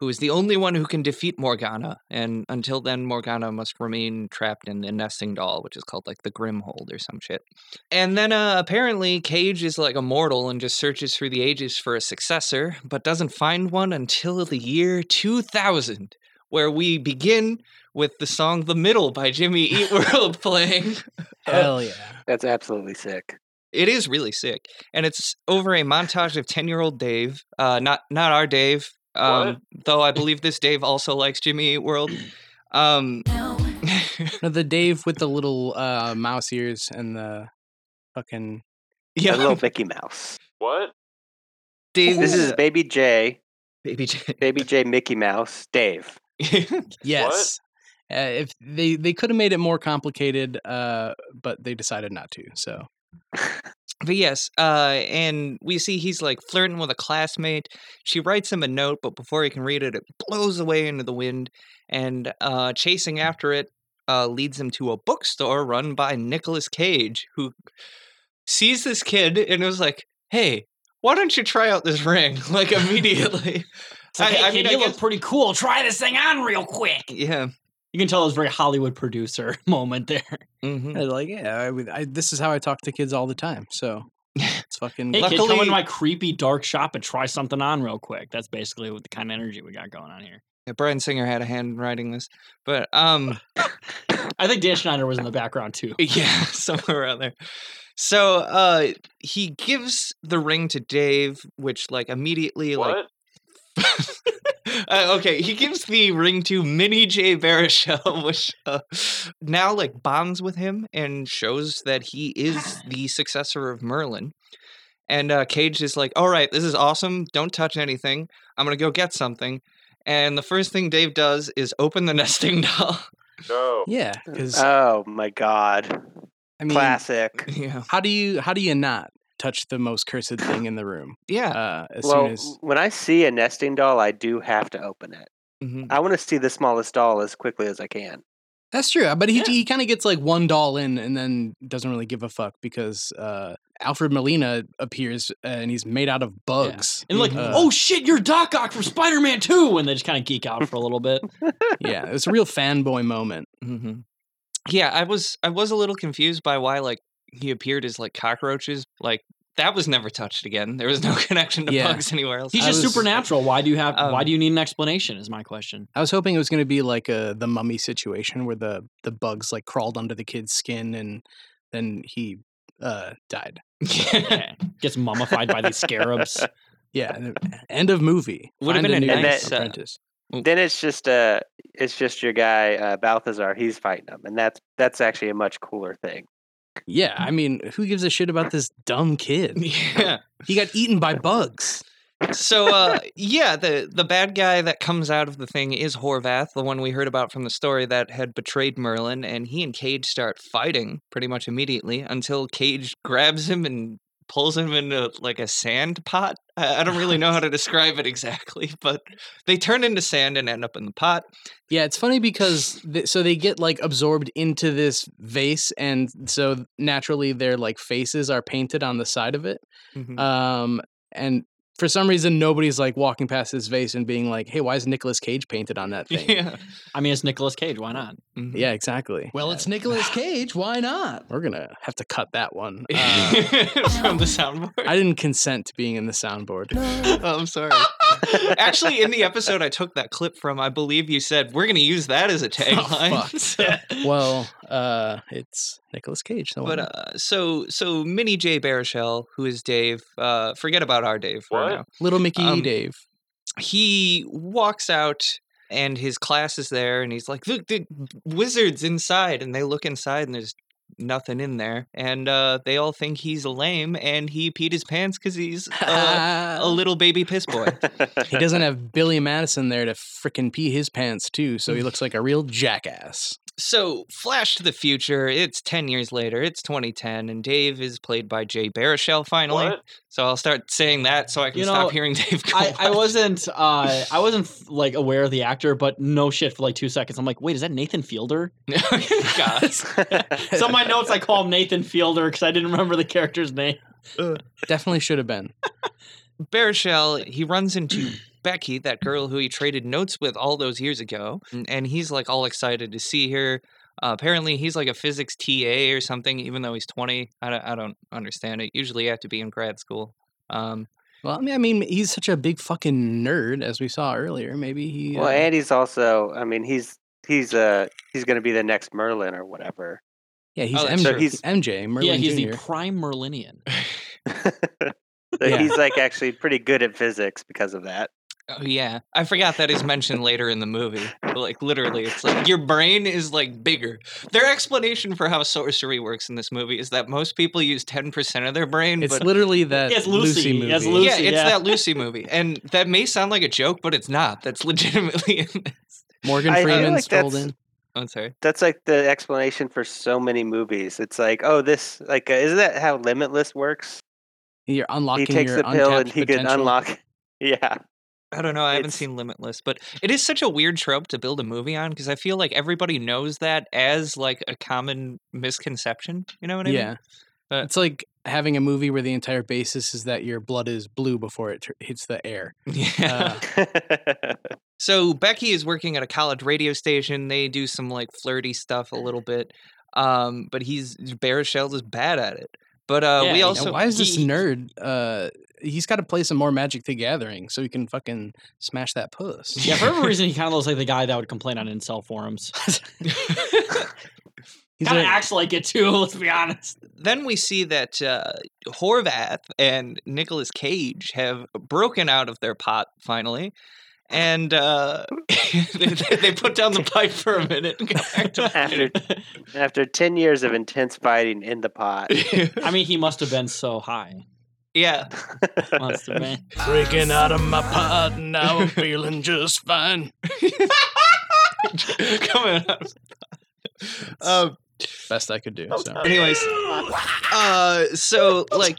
[SPEAKER 1] who is the only one who can defeat Morgana. And until then, Morgana must remain trapped in the nesting doll, which is called like the Grimhold or some shit. And then uh, apparently, Cage is like immortal and just searches through the ages for a successor, but doesn't find one until the year 2000, where we begin with the song The Middle by Jimmy Eat World playing.
[SPEAKER 2] Hell yeah!
[SPEAKER 5] (laughs) That's
[SPEAKER 2] (laughs)
[SPEAKER 5] absolutely sick.
[SPEAKER 1] It is really sick, and it's over a montage of ten-year-old Dave, uh, not not our Dave, um, though I believe this Dave also likes Jimmy Eat World. Um, (laughs)
[SPEAKER 2] No, the Dave with the little uh, mouse ears and the fucking
[SPEAKER 5] A
[SPEAKER 1] yeah,
[SPEAKER 5] little Mickey Mouse.
[SPEAKER 7] What?
[SPEAKER 1] Dave.
[SPEAKER 5] This is
[SPEAKER 1] uh,
[SPEAKER 5] Baby J,
[SPEAKER 1] baby. J-
[SPEAKER 5] Baby J Mickey Mouse, Dave.
[SPEAKER 1] (laughs)
[SPEAKER 2] yes. Uh, if they they could have made it more complicated, uh, but they decided not to. So
[SPEAKER 1] But yes, uh, and we see he's like flirting with a classmate. She writes him a note, but before he can read it, it blows away into the wind. And uh, chasing after it uh, leads him to a bookstore run by Nicolas Cage, who sees this kid and was like, "Hey, why don't you try out this ring?" (laughs) Like immediately.
[SPEAKER 3] It's like,
[SPEAKER 1] I-
[SPEAKER 3] hey,
[SPEAKER 1] I
[SPEAKER 3] kid,
[SPEAKER 1] mean, I
[SPEAKER 3] you
[SPEAKER 1] guess-
[SPEAKER 3] look pretty cool. Try this thing on real quick.
[SPEAKER 1] yeah.
[SPEAKER 3] You can tell it was a very Hollywood producer (laughs) moment there.
[SPEAKER 1] hmm
[SPEAKER 2] they're like, yeah, I, would- I, this is how I talk to kids all the time. (laughs) So it's fucking
[SPEAKER 3] Hey, kid, come
[SPEAKER 1] Luckily-
[SPEAKER 3] into my creepy dark shop and try something on real quick. That's basically what the kind of energy we got going on here.
[SPEAKER 1] Yeah, Brian Singer had a hand in writing this, but um.
[SPEAKER 3] I think Dan Schneider was in the background too.
[SPEAKER 1] Yeah, (laughs) somewhere around there. So uh he gives the ring to Dave, which like immediately like
[SPEAKER 7] What?
[SPEAKER 1] (laughs) uh, okay, he gives the ring to Mini J Baruchel, (laughs) which uh, now like bonds with him and shows that he is the successor of Merlin. And uh, Cage is like, "All right, this is awesome. Don't touch anything. I'm gonna go get something." And the first thing Dave does is open the (laughs) nesting doll.
[SPEAKER 7] No.
[SPEAKER 2] (laughs) yeah, because
[SPEAKER 5] Oh my God.
[SPEAKER 2] I mean,
[SPEAKER 5] Classic.
[SPEAKER 1] yeah,
[SPEAKER 2] how do you how do you not touch the most cursed thing in the (laughs) room
[SPEAKER 1] yeah.
[SPEAKER 2] uh, as
[SPEAKER 5] well,
[SPEAKER 2] soon as
[SPEAKER 5] when I see a nesting doll, I do have to open it.
[SPEAKER 1] Mhm.
[SPEAKER 5] I want to see the smallest doll as quickly as I can.
[SPEAKER 2] that's true but he, he kind of gets like one doll in and then doesn't really give a fuck because uh, alfred molina appears uh, and he's made out of bugs
[SPEAKER 3] And like,
[SPEAKER 2] Uh,
[SPEAKER 3] oh shit, you're Doc Ock from Spider Man 2. And they just kind of geek out for a little
[SPEAKER 8] (laughs)
[SPEAKER 3] bit.
[SPEAKER 2] yeah it's a real fanboy moment
[SPEAKER 1] hmm Yeah, I was I was a little confused by why like he appeared as like cockroaches. Like that was never touched again. There was no (laughs) connection to
[SPEAKER 2] Yeah.
[SPEAKER 1] bugs anywhere else.
[SPEAKER 3] He's
[SPEAKER 2] I
[SPEAKER 3] just
[SPEAKER 1] (laughs)
[SPEAKER 2] was-
[SPEAKER 3] supernatural. Why do you have? why
[SPEAKER 1] Um,
[SPEAKER 3] do you need an explanation? Is my question.
[SPEAKER 2] i was hoping it was going to be like a the mummy situation where the the bugs like crawled under the kid's skin and then he uh died
[SPEAKER 3] (laughs) Okay. Gets mummified
[SPEAKER 8] (laughs)
[SPEAKER 3] by these scarabs.
[SPEAKER 1] (laughs)
[SPEAKER 2] yeah and- end of movie
[SPEAKER 1] Would've
[SPEAKER 2] Find
[SPEAKER 1] been a
[SPEAKER 2] new
[SPEAKER 1] nice, uh,
[SPEAKER 2] apprentice
[SPEAKER 5] Then it's just uh it's just your guy uh, Balthazar. He's fighting them, and that's that's actually a much cooler thing. (laughs)
[SPEAKER 2] Yeah, I mean, who gives a shit about this dumb
[SPEAKER 1] (laughs)
[SPEAKER 2] kid?
[SPEAKER 1] yeah.
[SPEAKER 2] He got eaten by bugs.
[SPEAKER 1] So uh yeah, the the bad guy that comes out of the thing is Horvath, the one we heard about from the story that had betrayed Merlin, and he and Cage start fighting pretty much immediately until Cage (laughs) grabs him and pulls him into like a sand pot. I, I don't really know how to describe it exactly, (laughs) but they turn into sand and end up in the pot.
[SPEAKER 2] Yeah, it's funny because th- so they get like absorbed into this vase, and so naturally their like faces are painted on the side of it.
[SPEAKER 1] Mhm.
[SPEAKER 2] (laughs) Um, and for some reason, nobody's like walking past this vase and being like, "Hey, why is Nicolas Cage painted on that
[SPEAKER 1] (laughs)
[SPEAKER 2] thing?"
[SPEAKER 1] Yeah.
[SPEAKER 3] I mean, it's Nicolas Cage. Why not?
[SPEAKER 1] Mhm.
[SPEAKER 2] yeah, exactly.
[SPEAKER 8] Well, it's Nicolas Cage. Why not?
[SPEAKER 2] We're gonna have to cut that one. Uh,
[SPEAKER 1] (laughs) From the soundboard.
[SPEAKER 2] I didn't consent to being in the soundboard.
[SPEAKER 1] Oh, I'm sorry. Actually, in the episode
[SPEAKER 2] (laughs)
[SPEAKER 1] I took that clip from, I believe you said we're going to use that
[SPEAKER 2] Oh,
[SPEAKER 1] as a tagline. So- (laughs)
[SPEAKER 2] well, uh, it's Nicolas Cage. So
[SPEAKER 1] but
[SPEAKER 2] why not?
[SPEAKER 1] uh, so so Mini J Baruchel, who is Dave, uh, forget about our Dave for
[SPEAKER 7] What?
[SPEAKER 1] now.
[SPEAKER 2] Little Mickey E,
[SPEAKER 1] um,
[SPEAKER 2] Dave.
[SPEAKER 1] He walks out and his class is there, and he's like, "Look, the wizard's inside," and they look inside, and there's nothing in there, and uh, they all think he's lame, and he peed his pants because he's
[SPEAKER 3] (laughs)
[SPEAKER 1] uh,
[SPEAKER 2] (laughs)
[SPEAKER 1] a little baby piss boy.
[SPEAKER 2] he
[SPEAKER 1] (laughs)
[SPEAKER 2] doesn't have Billy Madison there to frickin' pee his pants too, so he looks like a real jackass.
[SPEAKER 1] So, flash to the future. It's 10 years later. It's 2010, and Dave is played by Jay Baruchel finally.
[SPEAKER 7] What?
[SPEAKER 1] So, I'll start saying that so I can
[SPEAKER 3] You know,
[SPEAKER 1] stop hearing (laughs) Dave go
[SPEAKER 3] (laughs) I, I
[SPEAKER 1] on.
[SPEAKER 3] wasn't uh I wasn't like aware of the actor, but no shit for like two seconds. I'm like, wait, is that Nathan
[SPEAKER 8] (laughs)
[SPEAKER 3] Fielder?
[SPEAKER 1] (laughs) God.
[SPEAKER 3] So in my notes I call him Nathan Fielder because I didn't remember the character's name.
[SPEAKER 2] Definitely should have been.
[SPEAKER 1] Baruchel, he runs into (clears throat) Becky, that girl who he traded notes with all those years ago, and- and he's like all excited to see her. Uh, apparently, he's like a physics TA or something, even though he's 20. I don't, I don't understand it. Usually, you have to be in grad school. Um,
[SPEAKER 2] Well, I mean, I mean, he's such a big fucking nerd, as we saw earlier. Maybe he.
[SPEAKER 5] Well,
[SPEAKER 2] uh,
[SPEAKER 5] and he's also, I mean, he's he's uh he's going to be the next Merlin or whatever. (laughs)
[SPEAKER 2] yeah, he's,
[SPEAKER 1] Oh, that's
[SPEAKER 2] MJ,
[SPEAKER 5] true. He's-
[SPEAKER 2] MJ. Merlin
[SPEAKER 3] yeah, he's
[SPEAKER 2] Jr.
[SPEAKER 3] the prime Merlinian.
[SPEAKER 5] so
[SPEAKER 2] Yeah.
[SPEAKER 5] he's like actually pretty good at physics because of that.
[SPEAKER 1] Oh yeah, I forgot that is mentioned later in the movie. But, Like literally, it's like your brain is like bigger. Their explanation for how sorcery works in this movie is that most people use ten percent of their brain.
[SPEAKER 2] it's
[SPEAKER 1] but
[SPEAKER 2] literally that
[SPEAKER 3] Yes, Lucy.
[SPEAKER 2] Lucy, movie.
[SPEAKER 3] Yes,
[SPEAKER 1] yeah,
[SPEAKER 3] Lucy,
[SPEAKER 1] it's
[SPEAKER 3] yeah.
[SPEAKER 1] that Lucy movie, and that may sound like a joke, but it's not. That's legitimately. (laughs) In this.
[SPEAKER 2] Morgan
[SPEAKER 5] I feel
[SPEAKER 2] Freeman
[SPEAKER 5] like
[SPEAKER 2] strolled
[SPEAKER 5] that's-
[SPEAKER 2] in.
[SPEAKER 1] Oh, I'm sorry.
[SPEAKER 5] That's like the explanation for so many movies. It's like, oh, this like uh, isn't that how Limitless works?
[SPEAKER 2] You're unlocking
[SPEAKER 5] he takes
[SPEAKER 2] your
[SPEAKER 5] the pill and
[SPEAKER 2] untapped
[SPEAKER 5] he
[SPEAKER 2] potential.
[SPEAKER 5] can unlock. (laughs) Yeah,
[SPEAKER 1] I don't know. I haven't
[SPEAKER 5] It's-
[SPEAKER 1] seen Limitless, but it is such a weird trope to build a movie on because I feel like everybody knows that as like a common misconception. You know what I mean?
[SPEAKER 2] Yeah,
[SPEAKER 1] But-
[SPEAKER 2] it's like having a movie where the entire basis is that your blood is blue before it tr- hits the air.
[SPEAKER 1] (laughs) Yeah.
[SPEAKER 2] Uh,
[SPEAKER 5] (laughs)
[SPEAKER 1] So Becky is working at a college radio station. They do some like flirty stuff a little bit, um, but he's Baruchel is bad at it. But uh,
[SPEAKER 3] Yeah,
[SPEAKER 1] we
[SPEAKER 3] you know,
[SPEAKER 2] Now,
[SPEAKER 1] also
[SPEAKER 2] why is this
[SPEAKER 3] he-
[SPEAKER 2] nerd? Uh, he's got to play some more Magic the Gathering so he can fucking smash that puss.
[SPEAKER 3] Yeah, for whatever reason he kind of looks like the guy that would complain on incel forums. (laughs)
[SPEAKER 2] He's
[SPEAKER 3] Kind of
[SPEAKER 2] a-
[SPEAKER 3] acts like it too. (laughs) Let's be honest.
[SPEAKER 1] then we see that uh, Horvath and Nicolas Cage have broken out of their pot finally. And uh, (laughs) they, they- (laughs) they put down the pipe for a minute. And got back
[SPEAKER 3] (laughs)
[SPEAKER 1] to
[SPEAKER 5] after after ten years of intense fighting in the pot.
[SPEAKER 2] (laughs)
[SPEAKER 3] I mean, he must have been so high.
[SPEAKER 1] yeah, (laughs)
[SPEAKER 3] Must have been.
[SPEAKER 2] Breaking out of my pod now, I'm feeling just fine.
[SPEAKER 1] coming out. of- Um,
[SPEAKER 2] Best I could do. So.
[SPEAKER 1] Anyways, uh, so like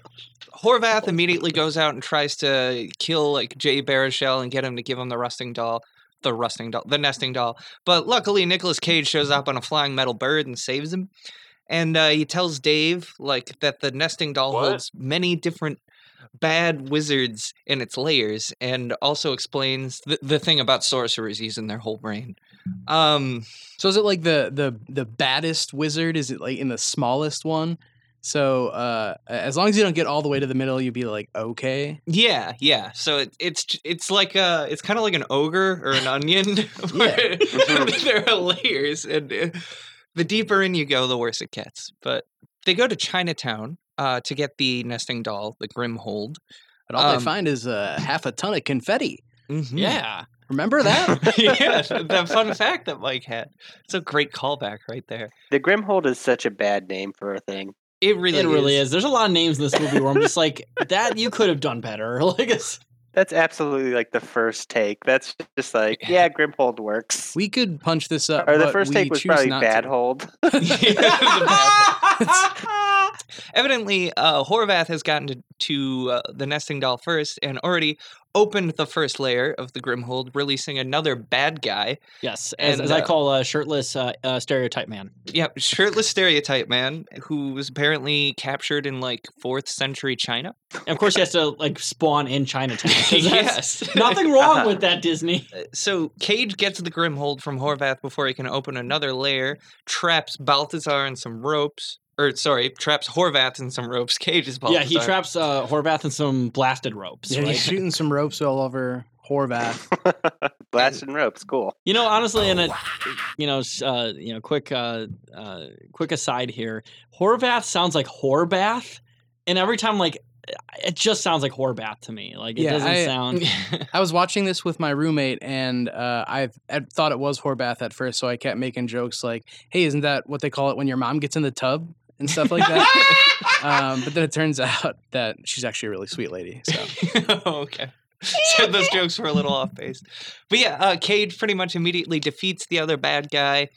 [SPEAKER 1] Horvath immediately goes out and tries to kill like Jay Baruchel and get him to give him the rusting doll, the rusting doll, the nesting doll. But luckily, Nicolas Cage shows up on a flying metal bird and saves him. And uh, he tells Dave like that the nesting doll
[SPEAKER 7] What?
[SPEAKER 1] holds many different bad wizards in its layers, and also explains the, the thing about sorcerers using their whole brain. Um,
[SPEAKER 2] So is it like the the the baddest wizard? Is it like in the smallest one? So uh, as long as you don't get all the way to the middle, you'd be like okay.
[SPEAKER 1] Yeah, yeah. So it, it's j- it's like uh it's kind of like an ogre or an
[SPEAKER 3] (laughs)
[SPEAKER 1] onion. (laughs) where (laughs) there are layers, and uh, the deeper in you go, the worse it gets. But they go to Chinatown uh, to get the nesting doll, the Grimhold.
[SPEAKER 2] But all
[SPEAKER 1] Um,
[SPEAKER 2] they find is uh, half a ton of confetti.
[SPEAKER 1] Mm-hmm.
[SPEAKER 3] Yeah.
[SPEAKER 2] Remember
[SPEAKER 1] (laughs)
[SPEAKER 2] that?
[SPEAKER 5] (laughs)
[SPEAKER 1] yeah,
[SPEAKER 3] Mm-hmm.
[SPEAKER 1] that
[SPEAKER 3] (laughs)
[SPEAKER 1] fun fact that Mike had. It's a great callback right there.
[SPEAKER 5] The Grimhold is such a bad name for a thing.
[SPEAKER 1] It really,
[SPEAKER 3] it really is. There's a lot of names in this movie where I'm just like, that you could have done better. (laughs) Like, it's,
[SPEAKER 5] That's absolutely like the first take. That's just like, yeah, Grimhold works.
[SPEAKER 2] we could punch this up.
[SPEAKER 5] or the
[SPEAKER 2] Uh, but
[SPEAKER 5] first
[SPEAKER 2] we
[SPEAKER 5] take was
[SPEAKER 2] choose
[SPEAKER 5] probably
[SPEAKER 2] not to.
[SPEAKER 5] Bad Hold. (laughs)
[SPEAKER 1] (laughs) Yeah, the bad one. (laughs) Evidently, uh, Horvath has gotten to, to uh, the nesting doll first and already opened the first layer of the Grimhold, releasing another bad guy.
[SPEAKER 3] yes, as,
[SPEAKER 1] And,
[SPEAKER 3] as I
[SPEAKER 1] uh,
[SPEAKER 3] call a shirtless uh, uh, stereotype man.
[SPEAKER 1] Yep, shirtless stereotype man who was apparently captured in like fourth century China.
[SPEAKER 3] And of course, he has to like spawn in Chinatown.
[SPEAKER 1] (laughs)
[SPEAKER 3] 'cause that's-
[SPEAKER 1] yes.
[SPEAKER 3] Nothing wrong
[SPEAKER 1] (laughs)
[SPEAKER 3] with that, Disney.
[SPEAKER 1] so Cage gets the Grimhold from Horvath before he can open another layer, traps Balthazar in some ropes. Or sorry, traps Horvath in some ropes. Cage is Balthazar.
[SPEAKER 3] Yeah, he traps uh, Horvath in some blasted ropes.
[SPEAKER 2] Yeah,
[SPEAKER 5] (laughs)
[SPEAKER 3] right?
[SPEAKER 2] he's shooting some ropes all over Horvath.
[SPEAKER 5] Blasting ropes, cool.
[SPEAKER 3] You know, honestly,
[SPEAKER 1] Oh,
[SPEAKER 3] and it, you know, s- uh, you know, quick, uh, uh, quick aside here. Horvath sounds like Horbath, and every time, like, eh, it just sounds like Horbath to me. Like, it
[SPEAKER 2] Yeah,
[SPEAKER 3] doesn't
[SPEAKER 1] (laughs)
[SPEAKER 2] I-
[SPEAKER 3] sound.
[SPEAKER 2] I was watching this with my roommate, and uh, I I thought it was Horbath at first, so I kept making jokes like, "Hey, isn't that what they call it when your mom gets in the tub and stuff like
[SPEAKER 3] (laughs)
[SPEAKER 2] that?" um, but then it turns out that she's actually a really sweet lady. So
[SPEAKER 1] (laughs) okay. So those jokes were a little off base. But yeah, uh, Cage pretty much immediately defeats the other bad guy.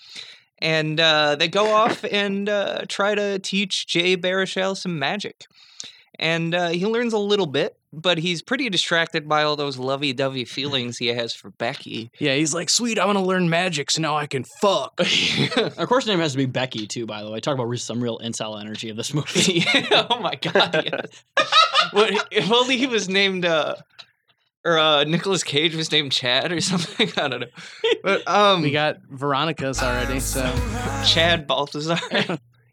[SPEAKER 1] And uh, they go off and uh, try to teach Jay Baruchel some magic. And uh, he learns a little bit, but he's pretty distracted by all those lovey dovey feelings he has for Becky.
[SPEAKER 2] yeah, he's like, "Sweet, I want to learn magic, so now I can
[SPEAKER 3] (laughs)
[SPEAKER 2] fuck."
[SPEAKER 3] Of course, her name has to be Becky too. By the way, talk about re- some real incel
[SPEAKER 1] (laughs)
[SPEAKER 3] energy of this movie.
[SPEAKER 1] oh my
[SPEAKER 3] (laughs)
[SPEAKER 1] god! yes. what, if only he (laughs) was named, uh, or uh, Nicholas Cage was named Chad or (laughs) something. I don't know. But um,
[SPEAKER 2] We got Veronica's already, so
[SPEAKER 1] Chad
[SPEAKER 3] (laughs)
[SPEAKER 1] Balthazar.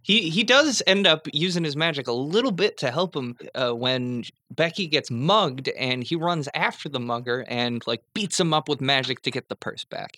[SPEAKER 1] he he does end up using his magic a little bit to help him uh, when Becky gets mugged, and he runs after the mugger and like beats him up with magic to get the purse back.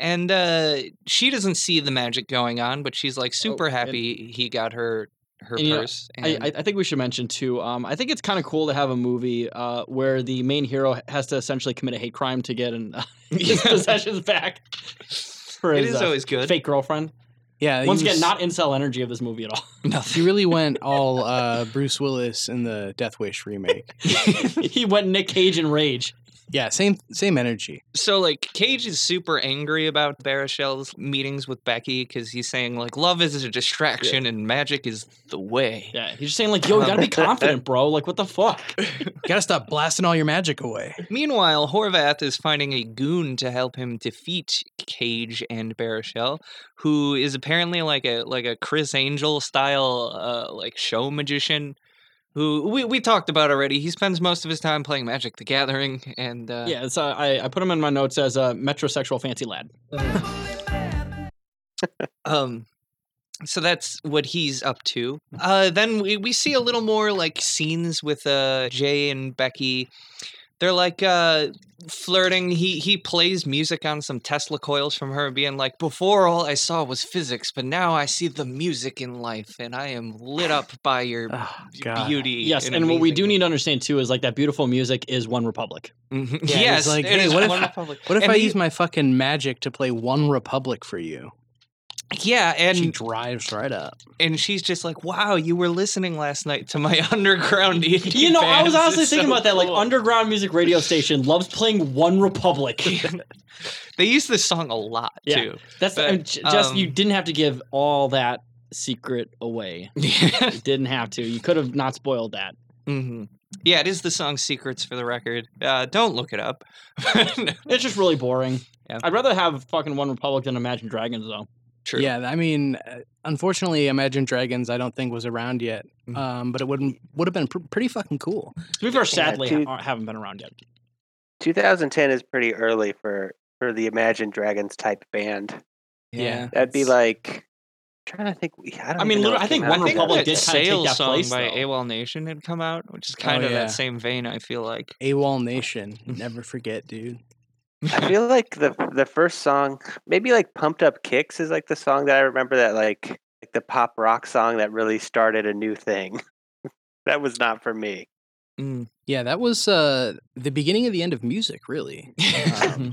[SPEAKER 1] And uh, she doesn't see the magic going on, but she's like super
[SPEAKER 3] Oh, and-
[SPEAKER 1] happy he got her her
[SPEAKER 3] and, you know,
[SPEAKER 1] purse.
[SPEAKER 3] I,
[SPEAKER 1] and
[SPEAKER 3] I I think we should mention too. Um, I think it's kind of cool to have a movie uh, where the main hero has to essentially commit a hate crime to get an, uh, (laughs) his possessions back. For
[SPEAKER 1] it
[SPEAKER 3] his,
[SPEAKER 1] is
[SPEAKER 3] uh,
[SPEAKER 1] always good.
[SPEAKER 3] fake girlfriend.
[SPEAKER 2] yeah. he
[SPEAKER 3] Once again,
[SPEAKER 2] was-
[SPEAKER 3] not (laughs) incel energy of this movie at all. (laughs)
[SPEAKER 2] He really went all uh, Bruce Willis in the Death Wish remake.
[SPEAKER 3] he went Nick Cage in rage.
[SPEAKER 2] Yeah, same same energy.
[SPEAKER 1] So like Cage is super angry about Baruchel's meetings with Becky because he's saying like love is a distraction and magic is the way.
[SPEAKER 3] Yeah, he's just saying like, yo,
[SPEAKER 1] (laughs)
[SPEAKER 3] you gotta be confident, bro. Like, what the fuck?
[SPEAKER 2] Gotta stop blasting all your magic away.
[SPEAKER 1] Meanwhile, Horvath is finding a goon to help him defeat Cage and Baruchel, who is apparently like a like a Chris Angel style uh, like show magician. Who we, we talked about already. He spends most of his time playing Magic the Gathering, and uh,
[SPEAKER 3] Yeah, so I, I put him in my notes as a metrosexual fancy lad.
[SPEAKER 1] Um, so that's what he's up to.
[SPEAKER 2] Mm.
[SPEAKER 1] Uh, then we, we
[SPEAKER 2] Mm-hmm.
[SPEAKER 1] see a little more like scenes with uh, Jay and Becky. They're like uh, flirting. He he plays music on some Tesla coils from her, being like, "Before all I saw was physics, but now I see the music in life, and I am lit
[SPEAKER 2] (laughs)
[SPEAKER 1] up by your
[SPEAKER 2] Oh,
[SPEAKER 1] b-
[SPEAKER 2] God.
[SPEAKER 1] beauty."
[SPEAKER 3] Yes, and what we do need to understand too is like that beautiful music is One Republic.
[SPEAKER 1] hmm
[SPEAKER 2] he's
[SPEAKER 1] yes,
[SPEAKER 2] like,
[SPEAKER 1] it
[SPEAKER 2] "Hey,
[SPEAKER 1] is
[SPEAKER 2] what if-
[SPEAKER 1] One Republic."
[SPEAKER 2] What if
[SPEAKER 1] And
[SPEAKER 2] I
[SPEAKER 1] he-
[SPEAKER 2] use my fucking magic to play One Republic for you?
[SPEAKER 1] Yeah, and
[SPEAKER 2] she drives right up.
[SPEAKER 1] and she's just like, "Wow, you were listening last night to my (laughs) underground indie."
[SPEAKER 3] You know, I was
[SPEAKER 1] bands.
[SPEAKER 3] honestly
[SPEAKER 1] It's
[SPEAKER 3] thinking
[SPEAKER 1] so
[SPEAKER 3] about that. Like
[SPEAKER 1] cool." (laughs)
[SPEAKER 3] underground music radio station loves playing One Republic.
[SPEAKER 1] they use this song a lot
[SPEAKER 3] Yeah.
[SPEAKER 1] too.
[SPEAKER 3] (laughs) That's
[SPEAKER 1] But,
[SPEAKER 3] I mean, J- Jess. you
[SPEAKER 1] um,
[SPEAKER 3] didn't have to give all that secret away. You didn't have to. You could have not spoiled that. Mm-hmm.
[SPEAKER 1] hmm Yeah, it is the song "Secrets" for the record. Uh, don't look it up. (laughs)
[SPEAKER 3] It's just really boring.
[SPEAKER 1] Yeah.
[SPEAKER 3] I'd rather have fucking One Republic than Imagine Dragons though.
[SPEAKER 1] True.
[SPEAKER 2] Yeah, I mean, uh, unfortunately, Imagine Dragons I don't think was around yet,
[SPEAKER 1] Mhm.
[SPEAKER 2] um, but it wouldn't would have been pr- pretty fucking cool.
[SPEAKER 3] To be fair, sadly,
[SPEAKER 5] dude.
[SPEAKER 3] ha- haven't been around (laughs) yet.
[SPEAKER 5] 2010 is pretty early for for the Imagine Dragons type band.
[SPEAKER 2] Yeah.
[SPEAKER 5] That'd be
[SPEAKER 1] it's-
[SPEAKER 5] like trying to think. we- I, don't
[SPEAKER 3] I mean,
[SPEAKER 5] even know
[SPEAKER 3] literally,
[SPEAKER 5] what
[SPEAKER 3] I think
[SPEAKER 5] came
[SPEAKER 3] One
[SPEAKER 5] out in
[SPEAKER 1] I think
[SPEAKER 3] Republic
[SPEAKER 1] that
[SPEAKER 3] did kinda take
[SPEAKER 1] sales
[SPEAKER 3] that
[SPEAKER 1] song
[SPEAKER 3] place,
[SPEAKER 1] by
[SPEAKER 3] though.
[SPEAKER 1] AWOL Nation had come out, which is
[SPEAKER 3] Oh,
[SPEAKER 1] kind of
[SPEAKER 2] yeah.
[SPEAKER 1] that same vein. I feel like.
[SPEAKER 2] AWOL Nation, never forget, dude.
[SPEAKER 5] I feel like the the first song, maybe like "Pumped Up Kicks," is like the song that I remember that like like the pop rock song that really started a new thing. (laughs) that was not for me. (laughs)
[SPEAKER 1] Mm.
[SPEAKER 2] Yeah, that was uh, the beginning of the end of music, really. Um,
[SPEAKER 5] oh,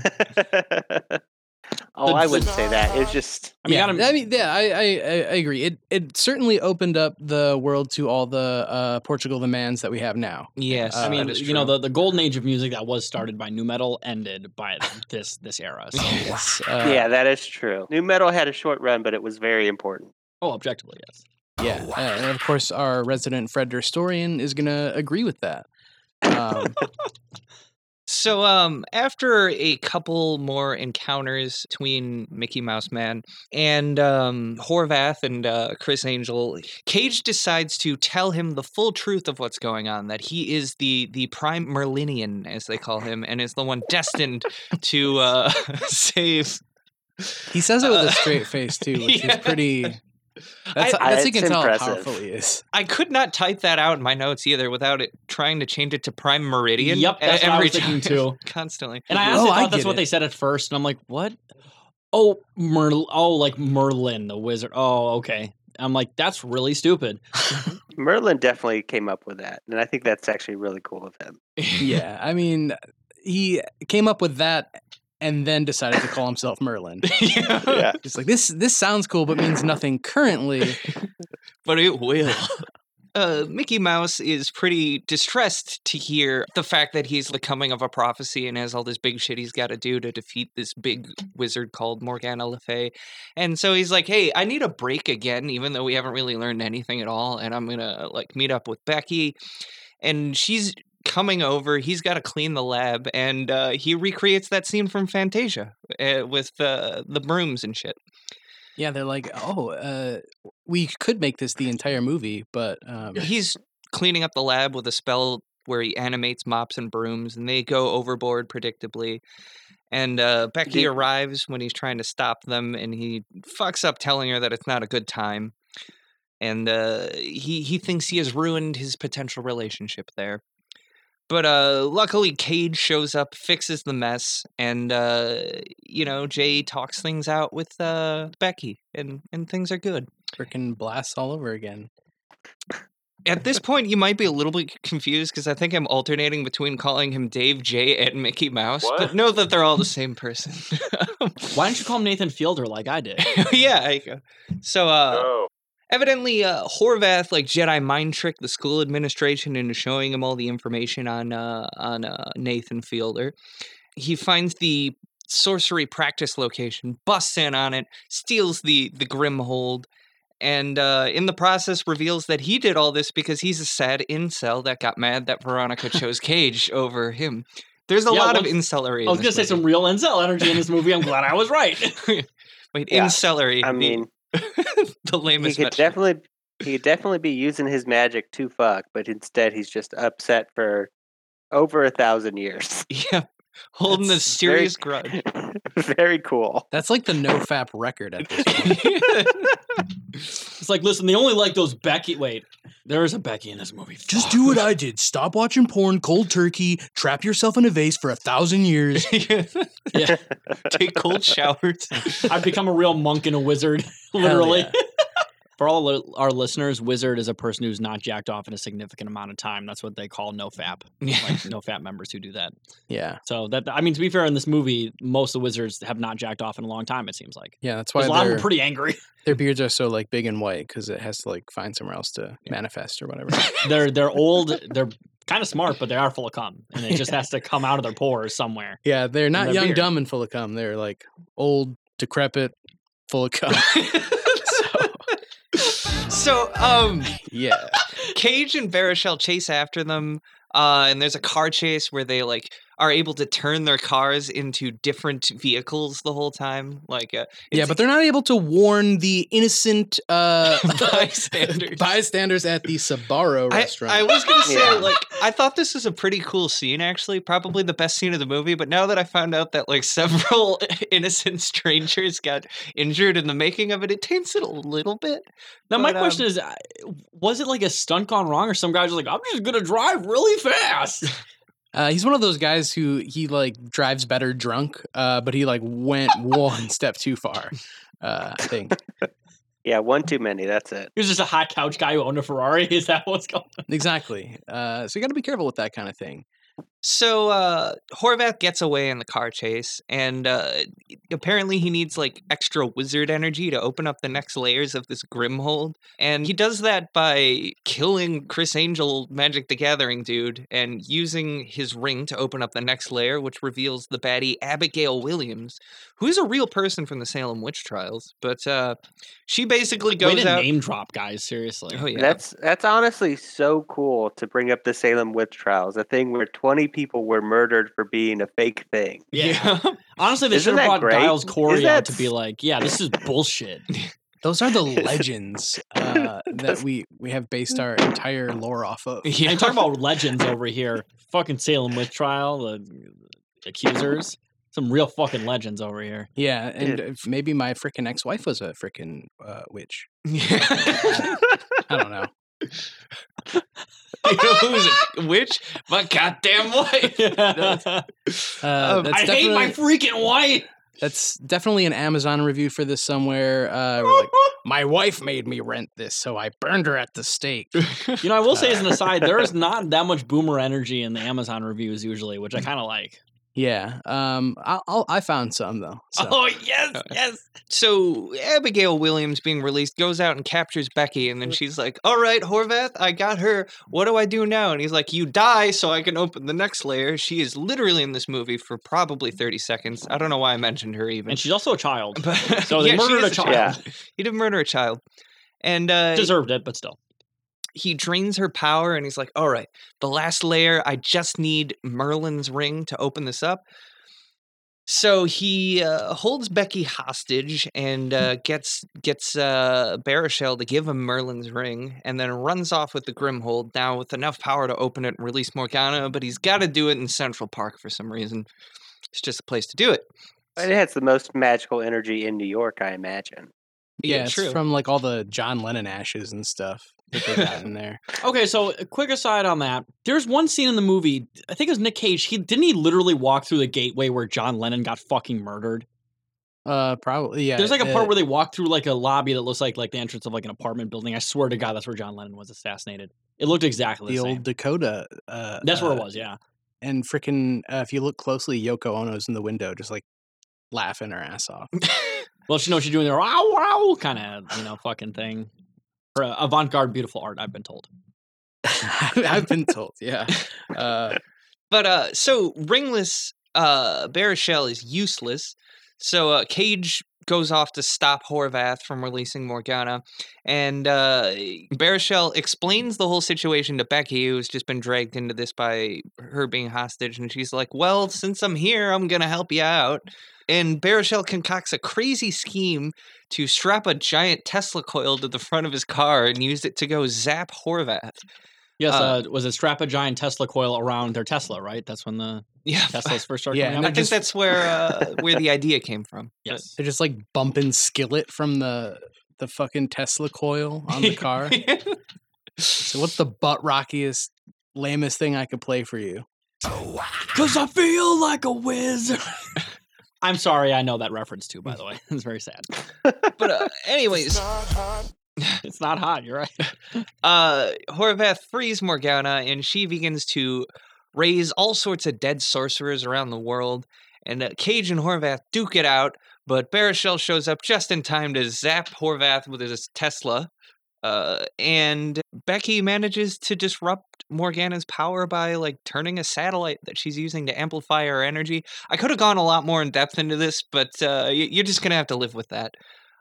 [SPEAKER 3] The-
[SPEAKER 5] I
[SPEAKER 3] the-
[SPEAKER 5] wouldn't say that. It was just
[SPEAKER 3] I mean,
[SPEAKER 2] yeah,
[SPEAKER 3] I don't-
[SPEAKER 2] I mean, yeah, I, I, I- I agree. It it certainly opened up the world to all the uh, Portugal the Mans that we have now.
[SPEAKER 1] Yes,
[SPEAKER 2] Uh,
[SPEAKER 3] I mean,
[SPEAKER 1] that is
[SPEAKER 3] you know,
[SPEAKER 1] true.
[SPEAKER 3] the, the golden age of music that was started by new metal ended by this this era.
[SPEAKER 2] (laughs)
[SPEAKER 3] So,
[SPEAKER 2] It's, uh,
[SPEAKER 5] yeah, that is true. New metal had a short run, but it was very important.
[SPEAKER 3] oh, objectively, yes.
[SPEAKER 2] Yeah, uh, and of course, our resident Fred Derstorian is going to agree with that. Um,
[SPEAKER 1] So, um, after a couple more encounters between Mickey Mouse Man and um, Horvath and uh, Chris Angel, Cage decides to tell him the full truth of what's going on. That he is the the Prime Merlinian, as they call him, and is the one destined to uh, (laughs) save.
[SPEAKER 2] he says it with
[SPEAKER 1] Uh,
[SPEAKER 5] (laughs)
[SPEAKER 2] a straight face too, which
[SPEAKER 1] yeah.
[SPEAKER 2] is pretty That's,
[SPEAKER 5] I-
[SPEAKER 2] that's how you
[SPEAKER 5] it's
[SPEAKER 2] can tell how
[SPEAKER 5] impressive.
[SPEAKER 2] powerful he is.
[SPEAKER 1] I could not type that out in my notes either without it trying to change it to Prime Meridian.
[SPEAKER 3] Yep,
[SPEAKER 1] e-
[SPEAKER 3] that's what I
[SPEAKER 1] every
[SPEAKER 3] was thinking
[SPEAKER 1] time.
[SPEAKER 3] too.
[SPEAKER 1] (laughs)
[SPEAKER 3] (laughs)
[SPEAKER 1] Constantly.
[SPEAKER 3] And I honestly
[SPEAKER 2] Oh, I
[SPEAKER 3] thought that's
[SPEAKER 2] get
[SPEAKER 3] what
[SPEAKER 2] it.
[SPEAKER 3] they said at first, and I'm like, what? Oh, Merl. Oh, like Merlin, the wizard. Oh, okay. I'm like, that's really stupid.
[SPEAKER 5] Merlin definitely came up with that, and I think that's actually really cool of him.
[SPEAKER 2] Yeah, I mean, he came up with that and then decided to call himself Merlin.
[SPEAKER 5] (laughs) Yeah.
[SPEAKER 2] Just like this, this sounds cool, but means nothing currently.
[SPEAKER 1] but it will. (laughs) Uh, Mickey Mouse is pretty distressed to hear the fact that he's the coming of a prophecy and has all this big shit he's got to do to defeat this big wizard called Morgana Le Fay. And so he's like, "Hey, I need a break again, even though we haven't really learned anything at all. And I'm gonna like meet up with Becky, and she's coming over. He's got to clean the lab, and uh, he recreates that scene from Fantasia uh, with uh, the brooms and shit.
[SPEAKER 2] Yeah, they're like, oh, uh, we could make this the entire movie, but um,
[SPEAKER 5] (laughs)
[SPEAKER 1] Uh, he's cleaning up the lab with a spell where he animates mops and brooms and they go overboard predictably and uh, becky
[SPEAKER 5] Did-
[SPEAKER 1] arrives when he's trying to stop them and he fucks up telling her that it's not a good time and uh, he, he thinks he has ruined his potential relationship there but uh, luckily cage shows up fixes the mess and uh, you know jay talks things out with uh, becky and, and things are good
[SPEAKER 2] freaking blasts all over again.
[SPEAKER 1] at this point, you might be a little bit confused because I think I'm alternating between calling him Dave J and Mickey Mouse, but
[SPEAKER 7] What?
[SPEAKER 1] know that they're all the same person. (laughs)
[SPEAKER 3] Why don't you call him Nathan Fielder like I did?
[SPEAKER 1] yeah, there you go. So, uh,
[SPEAKER 7] oh,
[SPEAKER 1] evidently, uh, Horvath like Jedi mind tricked the school administration into showing him all the information on uh, on uh, Nathan Fielder. He finds the sorcery practice location, busts in on it, steals the the Grimhold, and uh, in the process reveals that he did all this because he's a sad incel that got mad that
[SPEAKER 3] (laughs)
[SPEAKER 1] Veronica chose Cage over him. There's a
[SPEAKER 3] Yeah,
[SPEAKER 1] lot of
[SPEAKER 3] once-
[SPEAKER 1] incellery.
[SPEAKER 3] I
[SPEAKER 1] in
[SPEAKER 3] was gonna
[SPEAKER 1] this
[SPEAKER 3] say some real Enzel energy in this movie. I'm glad I was right.
[SPEAKER 1] movie. (laughs) Wait,
[SPEAKER 5] Yeah,
[SPEAKER 1] incellery.
[SPEAKER 5] I
[SPEAKER 1] the-
[SPEAKER 5] mean,
[SPEAKER 1] (laughs) the
[SPEAKER 5] he
[SPEAKER 1] lamest.
[SPEAKER 5] could
[SPEAKER 1] metaphor.
[SPEAKER 5] definitely he could definitely be using his magic to fuck, but instead he's just upset for over a thousand years. (laughs)
[SPEAKER 1] yeah, holding a
[SPEAKER 2] That's
[SPEAKER 1] serious
[SPEAKER 2] (laughs)
[SPEAKER 1] grudge. (laughs)
[SPEAKER 5] Very cool.
[SPEAKER 2] That's like the nofap record at this point.
[SPEAKER 3] It's like, listen, they only like those Becky. Wait, there is a Becky in this movie. Fuck.
[SPEAKER 2] I did. Stop watching porn, cold turkey, trap yourself in a vase for a thousand years.
[SPEAKER 3] Yeah.
[SPEAKER 1] Take cold
[SPEAKER 2] (laughs)
[SPEAKER 1] showers. (laughs)
[SPEAKER 3] I've become a real monk and a wizard, (laughs) literally.
[SPEAKER 2] yeah.
[SPEAKER 3] For all li- our listeners, wizard is a person who's not jacked off in a significant amount of time. That's what they call no fap,
[SPEAKER 2] (laughs)
[SPEAKER 3] like no fap members who do that.
[SPEAKER 2] (laughs) Yeah.
[SPEAKER 3] So that I mean, to be fair, in this movie, most of the wizards have not jacked off in a long time. It seems like
[SPEAKER 2] Yeah, that's
[SPEAKER 3] 'Cause
[SPEAKER 2] why
[SPEAKER 3] a lot of them
[SPEAKER 2] their,
[SPEAKER 3] are pretty angry. (laughs)
[SPEAKER 2] their beards are so like big and white because it has to like find somewhere else to manifest or
[SPEAKER 3] (laughs)
[SPEAKER 2] whatever.
[SPEAKER 3] they're they're old. They're kind of smart, but they are full of cum, and it
[SPEAKER 2] (laughs)
[SPEAKER 3] just has to come out of their pores somewhere.
[SPEAKER 2] yeah, they're not
[SPEAKER 3] their
[SPEAKER 2] young,
[SPEAKER 3] beard.
[SPEAKER 2] dumb, and full of cum. They're like old, decrepit, full of
[SPEAKER 3] (laughs)
[SPEAKER 2] cum.
[SPEAKER 1] (laughs) so, um,
[SPEAKER 2] yeah.
[SPEAKER 1] Cage and Baruchel chase after them, uh, and there's a car chase where they like are able to turn their cars into different vehicles the whole time. Like, uh,
[SPEAKER 2] (laughs) Yeah,
[SPEAKER 1] it's-
[SPEAKER 2] but they're not able to warn the innocent
[SPEAKER 3] (laughs)
[SPEAKER 2] uh,
[SPEAKER 1] (laughs)
[SPEAKER 2] (laughs)
[SPEAKER 1] Bystanders.
[SPEAKER 2] bystanders at the Sabaro
[SPEAKER 1] I,
[SPEAKER 2] restaurant.
[SPEAKER 1] I was gonna say,
[SPEAKER 5] Yeah.
[SPEAKER 1] like, I thought this was a pretty cool scene, actually, probably the best scene of the movie. But now that I found out that like (laughs) several innocent strangers got injured in the making of it, it taints it a little bit.
[SPEAKER 3] Now, my
[SPEAKER 1] But, um,
[SPEAKER 3] question is, I- was it like a stunt gone wrong, or some guy was like, "I'm just gonna drive really
[SPEAKER 2] (laughs)
[SPEAKER 3] fast"?
[SPEAKER 2] Uh, he's one of those guys who he like drives better drunk, uh, but he like went one step too far. Uh, I think
[SPEAKER 5] Yeah, one too many. That's it.
[SPEAKER 3] He was just a hot couch guy who owned a Ferrari. (laughs) Is that what's going? on?
[SPEAKER 2] exactly. Uh, so you got to be careful with that kind of thing.
[SPEAKER 1] So uh Horvath gets away in the car chase and uh apparently he needs like extra wizard energy to open up the next layers of this Grimhold and he does that by killing Chris Angel Magic the Gathering dude and using his ring to open up the next layer which reveals the baddie Abigail Williams who is a real person from the Salem witch trials but uh she basically
[SPEAKER 3] Way
[SPEAKER 1] goes
[SPEAKER 3] to
[SPEAKER 1] out
[SPEAKER 3] name drop, guys. Seriously.
[SPEAKER 1] Oh yeah.
[SPEAKER 5] That's that's honestly so cool to bring up the Salem witch trials, a thing where twenty people were murdered for being a fake thing.
[SPEAKER 1] yeah.
[SPEAKER 3] Honestly, they
[SPEAKER 5] Isn't
[SPEAKER 3] should have
[SPEAKER 5] that
[SPEAKER 3] brought
[SPEAKER 5] great?
[SPEAKER 3] Giles Corey
[SPEAKER 5] Isn't
[SPEAKER 3] out to
[SPEAKER 5] that-
[SPEAKER 3] be like, "Yeah, this
[SPEAKER 5] (laughs)
[SPEAKER 3] is bullshit."
[SPEAKER 2] Those are the legends uh, that we we have based our entire lore
[SPEAKER 3] (laughs)
[SPEAKER 2] off of.
[SPEAKER 1] Yeah.
[SPEAKER 3] And talk about legends over here. Fucking Salem witch trial, the accusers. Some real fucking legends over here.
[SPEAKER 2] Yeah, and
[SPEAKER 5] Yeah.
[SPEAKER 2] if maybe my freaking ex-wife was a freaking uh, witch.
[SPEAKER 1] (laughs) Yeah.
[SPEAKER 2] I don't know.
[SPEAKER 1] Who's a witch? My goddamn
[SPEAKER 3] (laughs)
[SPEAKER 1] wife.
[SPEAKER 3] I
[SPEAKER 2] Uh,
[SPEAKER 1] Um,
[SPEAKER 2] that's
[SPEAKER 3] hate my
[SPEAKER 2] definitely-
[SPEAKER 3] freaking wife.
[SPEAKER 2] That's definitely an Amazon review for this somewhere. Uh,
[SPEAKER 3] (laughs)
[SPEAKER 2] we're like, my wife made me rent this, so I burned her at the stake.
[SPEAKER 3] You know, I will say as an aside, there is not that much boomer energy in the Amazon reviews usually, which I kind of like.
[SPEAKER 2] Yeah. Um. I I'll, I found some though. So.
[SPEAKER 3] (laughs) Oh yes, yes.
[SPEAKER 1] So Abigail Williams being released goes out and captures Becky, and then she's like, "All right, Horvath, I got her. What do I do now?" And he's like, "You die, so I can open the next layer." She is literally in this movie for probably thirty seconds. I don't know why I mentioned her even.
[SPEAKER 3] Mm. And she's also a
[SPEAKER 1] (laughs)
[SPEAKER 3] child,
[SPEAKER 1] but
[SPEAKER 3] so they
[SPEAKER 1] Yeah, she
[SPEAKER 3] murdered
[SPEAKER 1] is
[SPEAKER 3] a child.
[SPEAKER 5] Yeah.
[SPEAKER 1] He did murder a child, and uh,
[SPEAKER 3] Deserved it, but still.
[SPEAKER 1] he drains her power and he's like, all right, the last layer, I just need Merlin's ring to open this up. So he uh, holds Becky hostage and uh, gets gets uh, Barishel to give him Merlin's ring, and then runs off with the Grimhold. Now with enough power to open it and release Morgana, but he's got to do it in Central Park for some reason. It's just a place to do it.
[SPEAKER 5] It has the most magical energy in New York, I imagine.
[SPEAKER 2] yeah. it's from like all the John Lennon ashes and stuff that they got
[SPEAKER 3] (laughs)
[SPEAKER 2] in there.
[SPEAKER 3] Okay, so a quick aside on that. There's one scene in the movie. I think it was Nick Cage. He didn't he literally walk through the gateway where John Lennon got fucking murdered.
[SPEAKER 2] Uh. Probably. Yeah.
[SPEAKER 3] There's like a
[SPEAKER 2] uh,
[SPEAKER 3] part where they walk through like a lobby that looks like like the entrance of like an apartment building. I swear to God, that's where John Lennon was assassinated. It looked exactly the,
[SPEAKER 2] the
[SPEAKER 3] same.
[SPEAKER 2] old Dakota. Uh,
[SPEAKER 3] that's where it
[SPEAKER 2] uh,
[SPEAKER 3] was. Yeah.
[SPEAKER 2] And freaking, uh, if you look closely, Yoko Ono's in the window, just like laughing her ass off. (laughs)
[SPEAKER 1] (laughs)
[SPEAKER 3] Well, she knows she's doing their wow wow kind of you know fucking thing. Her uh, avant-garde, beautiful art. I've been told.
[SPEAKER 2] I've
[SPEAKER 3] (laughs)
[SPEAKER 2] been told. Yeah. Uh,
[SPEAKER 1] But uh so ringless uh Barishel is useless. So uh Cage goes off to stop Horvath from releasing Morgana and uh Barishel explains the whole situation to Becky who's just been dragged into this by her being hostage and she's like, "Well, since I'm here, I'm going to help you out." And Barishel concocts a crazy scheme to strap a giant Tesla coil to the front of his car and use it to go zap Horvath. (laughs)
[SPEAKER 3] Yes.
[SPEAKER 1] Uh,
[SPEAKER 3] Uh, was it strap a giant Tesla coil around their Tesla? Right. That's when the
[SPEAKER 1] Yeah.
[SPEAKER 3] Teslas first started.
[SPEAKER 2] Yeah,
[SPEAKER 3] coming
[SPEAKER 2] and
[SPEAKER 1] I
[SPEAKER 3] out?
[SPEAKER 2] they're
[SPEAKER 1] think
[SPEAKER 2] just-
[SPEAKER 1] that's where uh, where the idea came from.
[SPEAKER 3] yes.
[SPEAKER 2] They're just like bumping skillet from the the fucking Tesla coil
[SPEAKER 3] (laughs)
[SPEAKER 2] on the car. (laughs) so what's the butt rockiest, lamest thing I could play for you?
[SPEAKER 3] Cause I feel like a wizard. (laughs) I'm sorry, I know that reference too. By the way, (laughs) it's very sad.
[SPEAKER 1] but uh, anyways,
[SPEAKER 3] It's not hot. You're right.
[SPEAKER 1] uh, Horvath frees Morgana, and she begins to raise all sorts of dead sorcerers around the world. And uh, Cage and Horvath duke it out, but Barishel shows up just in time to zap Horvath with his Tesla. Uh, and Becky manages to disrupt Morgana's power by like turning a satellite that she's using to amplify her energy. I could have gone a lot more in depth into this, but uh, y- you're just gonna have to live with that.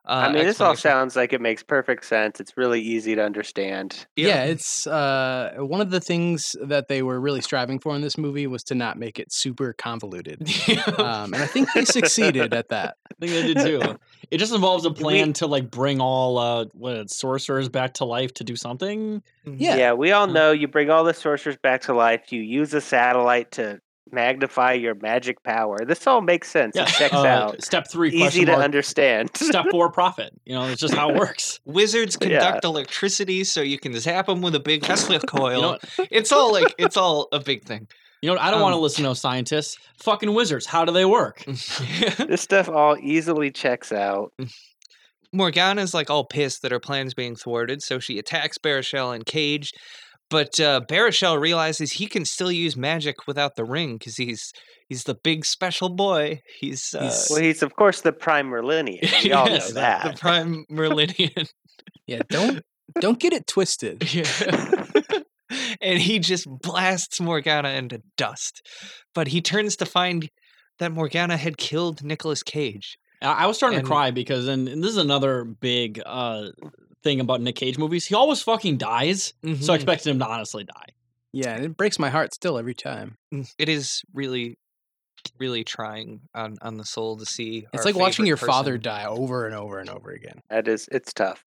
[SPEAKER 1] Uh,
[SPEAKER 5] I mean, this all
[SPEAKER 1] explanation.
[SPEAKER 5] sounds like it makes perfect sense. It's really easy to understand.
[SPEAKER 1] Yeah.
[SPEAKER 2] Yeah,
[SPEAKER 1] (laughs)
[SPEAKER 2] it's uh, one of the things that they were really striving for in this movie was to not make it super
[SPEAKER 1] (laughs)
[SPEAKER 2] convoluted. Um, and I think they succeeded at that.
[SPEAKER 3] (laughs) I think they did too. It just involves a plan to like bring all uh what sorcerers back to life to do something.
[SPEAKER 2] Yeah.
[SPEAKER 5] Yeah, we all
[SPEAKER 3] Uh.
[SPEAKER 5] know you bring all the sorcerers back to life. You use a satellite to magnify your magic power. This all makes sense. It checks
[SPEAKER 3] uh,
[SPEAKER 5] out.
[SPEAKER 3] Step three.
[SPEAKER 5] Easy
[SPEAKER 3] question
[SPEAKER 5] to
[SPEAKER 3] mark,
[SPEAKER 5] (laughs) understand.
[SPEAKER 3] Step four. Profit. You know, it's just how (laughs) it works.
[SPEAKER 1] wizards
[SPEAKER 5] Yeah.
[SPEAKER 1] conduct electricity so you can zap them with a big tesla
[SPEAKER 3] You know,
[SPEAKER 1] coil
[SPEAKER 3] (laughs)
[SPEAKER 1] it's all like it's all a big thing (laughs)
[SPEAKER 3] you know. what? I don't want to
[SPEAKER 1] Um,
[SPEAKER 3] listen to no scientists. Fucking wizards. How do they work?
[SPEAKER 5] this stuff all easily checks out.
[SPEAKER 1] morgana's like all pissed that her plan's being thwarted so she attacks barishel and cage but uh, barishel realizes he can still use magic without the ring because he's he's the big special boy he's, uh,
[SPEAKER 2] He's-
[SPEAKER 5] Well, he's of course the prime Merlinian. We all
[SPEAKER 1] Yes,
[SPEAKER 5] know
[SPEAKER 1] uh, the
[SPEAKER 5] that.
[SPEAKER 1] prime merlinian
[SPEAKER 2] Yeah, don't don't get it twisted.
[SPEAKER 1] Yeah. (laughs) and he just blasts Morgana into dust. But he turns to find that Morgana had killed Nicolas Cage.
[SPEAKER 3] I I was starting
[SPEAKER 1] And-
[SPEAKER 3] to cry because, and, and this is another big uh thing about Nick Cage movies. He always fucking dies.
[SPEAKER 2] Mm-hmm.
[SPEAKER 3] So I
[SPEAKER 1] Mhm.
[SPEAKER 3] expected him to honestly die.
[SPEAKER 2] Yeah, and it breaks my heart still every time.
[SPEAKER 1] it is really, really trying on, on the soul to see.
[SPEAKER 2] It's
[SPEAKER 1] our
[SPEAKER 2] like watching
[SPEAKER 1] favorite
[SPEAKER 2] your father
[SPEAKER 1] person- (laughs)
[SPEAKER 2] die over and over and over again.
[SPEAKER 5] That is, it's tough.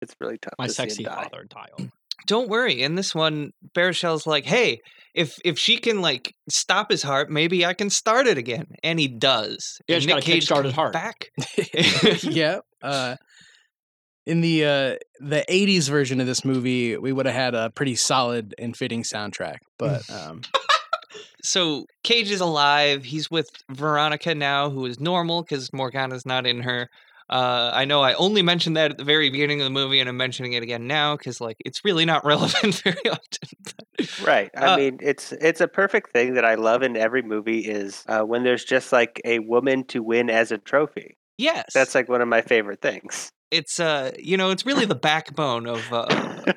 [SPEAKER 5] It's really tough.
[SPEAKER 3] My
[SPEAKER 5] to see him
[SPEAKER 3] sexy
[SPEAKER 5] die.
[SPEAKER 3] father die.
[SPEAKER 1] don't worry. In this one, Baruchel's like, hey, if if she can like stop his heart, maybe I can start it again. And he does.
[SPEAKER 3] Yeah,
[SPEAKER 1] And
[SPEAKER 3] she's got a kickstart
[SPEAKER 1] comes
[SPEAKER 3] at heart.
[SPEAKER 1] Back.
[SPEAKER 2] (laughs) yeah. Uh, in the uh, the '80s version of this movie, we would have had a pretty solid and fitting soundtrack.
[SPEAKER 1] (laughs)
[SPEAKER 2] But um,
[SPEAKER 1] (laughs) so Cage is alive. He's with Veronica now, who is normal because Morgana's not in her. Uh, I know I only mentioned that at the very beginning of the movie, and I'm mentioning it again now because like it's really not (laughs) relevant very often. but-
[SPEAKER 5] Right. I
[SPEAKER 1] Uh,
[SPEAKER 5] mean, it's it's a perfect thing that I love in every movie is uh, when there's just like a woman to win as a trophy.
[SPEAKER 1] yes,
[SPEAKER 5] That's like one of my favorite things.
[SPEAKER 1] it's uh you know it's really the backbone of uh,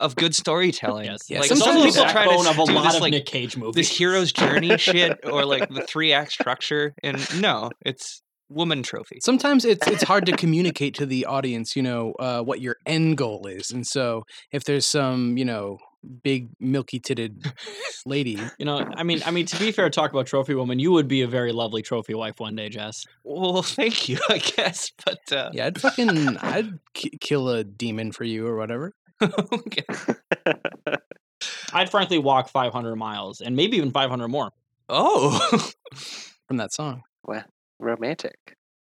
[SPEAKER 1] of good storytelling.
[SPEAKER 3] Yes.
[SPEAKER 2] Yeah,
[SPEAKER 1] Like,
[SPEAKER 3] It's
[SPEAKER 1] some
[SPEAKER 3] also the
[SPEAKER 1] people try to
[SPEAKER 3] backbone of a
[SPEAKER 1] do
[SPEAKER 3] lot
[SPEAKER 1] this,
[SPEAKER 3] of
[SPEAKER 1] like,
[SPEAKER 3] Nick Cage movies.
[SPEAKER 1] this hero's journey shit or like
[SPEAKER 3] (laughs)
[SPEAKER 1] the three act structure and no it's woman trophy
[SPEAKER 2] sometimes it's it's hard to communicate to the audience, you know, uh, what your end goal is. And so, if there's some, you know, big milky titted
[SPEAKER 1] (laughs)
[SPEAKER 2] lady,
[SPEAKER 3] You know, I mean, I mean, to be fair, talk about trophy woman. You would be a very lovely trophy wife one day, (laughs) Jess.
[SPEAKER 1] well (laughs) thank you i guess but uh
[SPEAKER 2] yeah, I'd fucking I'd ki- kill a demon for you or whatever.
[SPEAKER 1] okay.
[SPEAKER 3] I'd frankly walk 500 miles and maybe even 500 more.
[SPEAKER 1] oh (laughs)
[SPEAKER 2] From that song,
[SPEAKER 5] Romantic.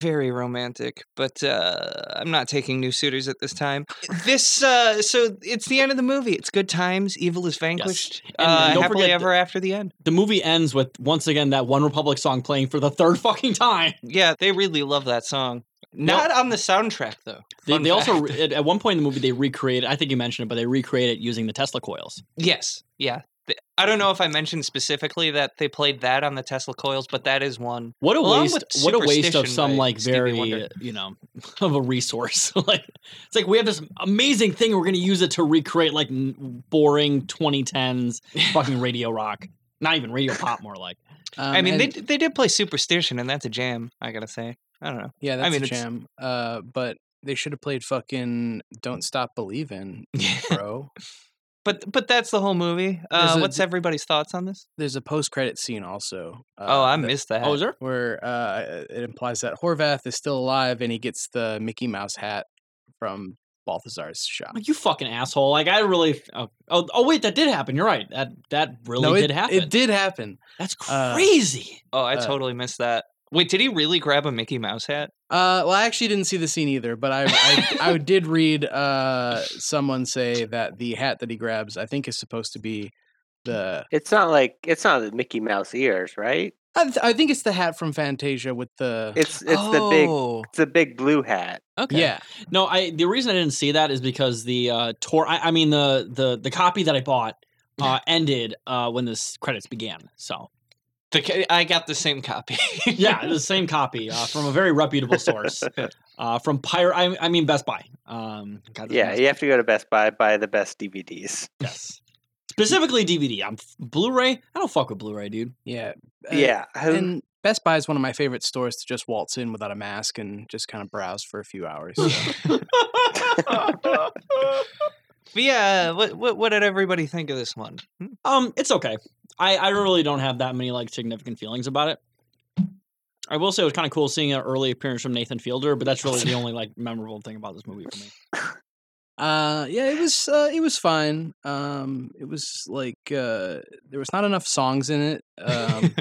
[SPEAKER 1] very romantic but uh i'm not taking new suitors at this time this uh so it's the end of the movie it's good times evil is vanquished
[SPEAKER 3] And- and
[SPEAKER 1] uh
[SPEAKER 3] don't
[SPEAKER 1] happily
[SPEAKER 3] forget
[SPEAKER 1] ever after the end
[SPEAKER 3] The movie ends with once again that One Republic song playing for the third (laughs) fucking time.
[SPEAKER 1] yeah they really love that song not on the soundtrack though
[SPEAKER 3] They,
[SPEAKER 1] Fun
[SPEAKER 3] they also
[SPEAKER 1] fact.
[SPEAKER 3] re- at- at one point in the movie they recreated. I think you mentioned it, but they recreated it using the Tesla coils.
[SPEAKER 1] Yes. Yeah. Th- I don't know if I mentioned specifically that they played that on the Tesla coils, but that is one.
[SPEAKER 3] What a
[SPEAKER 1] Along
[SPEAKER 3] waste!
[SPEAKER 1] with
[SPEAKER 3] What a waste
[SPEAKER 1] Superstition
[SPEAKER 3] of some
[SPEAKER 1] by
[SPEAKER 3] like
[SPEAKER 1] Stevie
[SPEAKER 3] very
[SPEAKER 1] Wonder.
[SPEAKER 3] you know (laughs) of a resource. (laughs) like it's like we have this amazing thing. and We're going to use it to recreate like n-
[SPEAKER 1] (laughs)
[SPEAKER 3] boring 2010s fucking radio rock. Not even radio pop, more like.
[SPEAKER 2] um,
[SPEAKER 1] I mean, they
[SPEAKER 2] and-
[SPEAKER 1] they they did play Superstition, and that's a jam. I gotta say. I don't know.
[SPEAKER 2] yeah, that's
[SPEAKER 1] I mean,
[SPEAKER 2] a
[SPEAKER 1] it's-
[SPEAKER 2] jam. Uh, but they should have played fucking "Don't Stop Believin',"
[SPEAKER 1] (laughs)
[SPEAKER 2] bro.
[SPEAKER 1] but but that's the whole movie. Uh,
[SPEAKER 2] There's a-
[SPEAKER 1] what's everybody's thoughts on this?
[SPEAKER 2] There's a post credit scene also. Uh,
[SPEAKER 1] oh, I
[SPEAKER 2] that-
[SPEAKER 1] missed that.
[SPEAKER 3] Oh, is there?
[SPEAKER 2] where uh, it implies that Horvath is still alive and he gets the Mickey Mouse hat from Balthazar's shop.
[SPEAKER 3] Like, you fucking asshole. Like I really. Oh, oh, oh, wait, that did happen. You're right. That that really
[SPEAKER 2] it,
[SPEAKER 3] did happen.
[SPEAKER 2] It did happen.
[SPEAKER 3] That's
[SPEAKER 2] Uh,
[SPEAKER 3] crazy.
[SPEAKER 1] oh, I
[SPEAKER 2] uh,
[SPEAKER 1] totally missed that. Wait, did he really grab a Mickey Mouse hat?
[SPEAKER 2] Uh, well, I actually didn't see the scene either, but I
[SPEAKER 3] (laughs)
[SPEAKER 2] I, I did read uh, someone say that the hat that he grabs, I think, is supposed to be the.
[SPEAKER 5] It's not like it's not the Mickey Mouse ears, right?
[SPEAKER 2] I, th- I think it's the hat from Fantasia with the.
[SPEAKER 5] It's it's the big
[SPEAKER 1] Oh.
[SPEAKER 5] it's the big blue hat.
[SPEAKER 3] Okay.
[SPEAKER 2] Yeah,
[SPEAKER 3] No, I the reason I didn't see that is because the uh tour I, I mean the the the copy that
[SPEAKER 1] (laughs)
[SPEAKER 3] I bought uh ended uh when this credits began. So
[SPEAKER 1] The ca- I got the same copy. (laughs)
[SPEAKER 3] yeah, the same copy uh, from a very reputable
[SPEAKER 5] (laughs)
[SPEAKER 3] source. Uh from Pirate I, I mean Best Buy. Um God, that's
[SPEAKER 5] Yeah,
[SPEAKER 3] Best
[SPEAKER 5] you have to go to Best Buy buy the best DVDs.
[SPEAKER 3] Buy, yes. Specifically DVD. I'm f- Blu-ray. I don't fuck with Blu-ray, dude.
[SPEAKER 2] yeah, Uh,
[SPEAKER 5] yeah, who-
[SPEAKER 2] And Best Buy is one of my favorite stores to just waltz in without a mask and just kind of browse for a few hours.
[SPEAKER 1] But yeah. What, what what did everybody think of this one?
[SPEAKER 3] Um, it's okay. I I really don't have that many like significant feelings about it. I will say it was kind of cool seeing an early appearance from Nathan Fielder, but that's really the only like memorable thing about this movie for me.
[SPEAKER 2] Uh, yeah, it was uh, it was fine. Um, it was like uh, there was not enough songs in it. Um,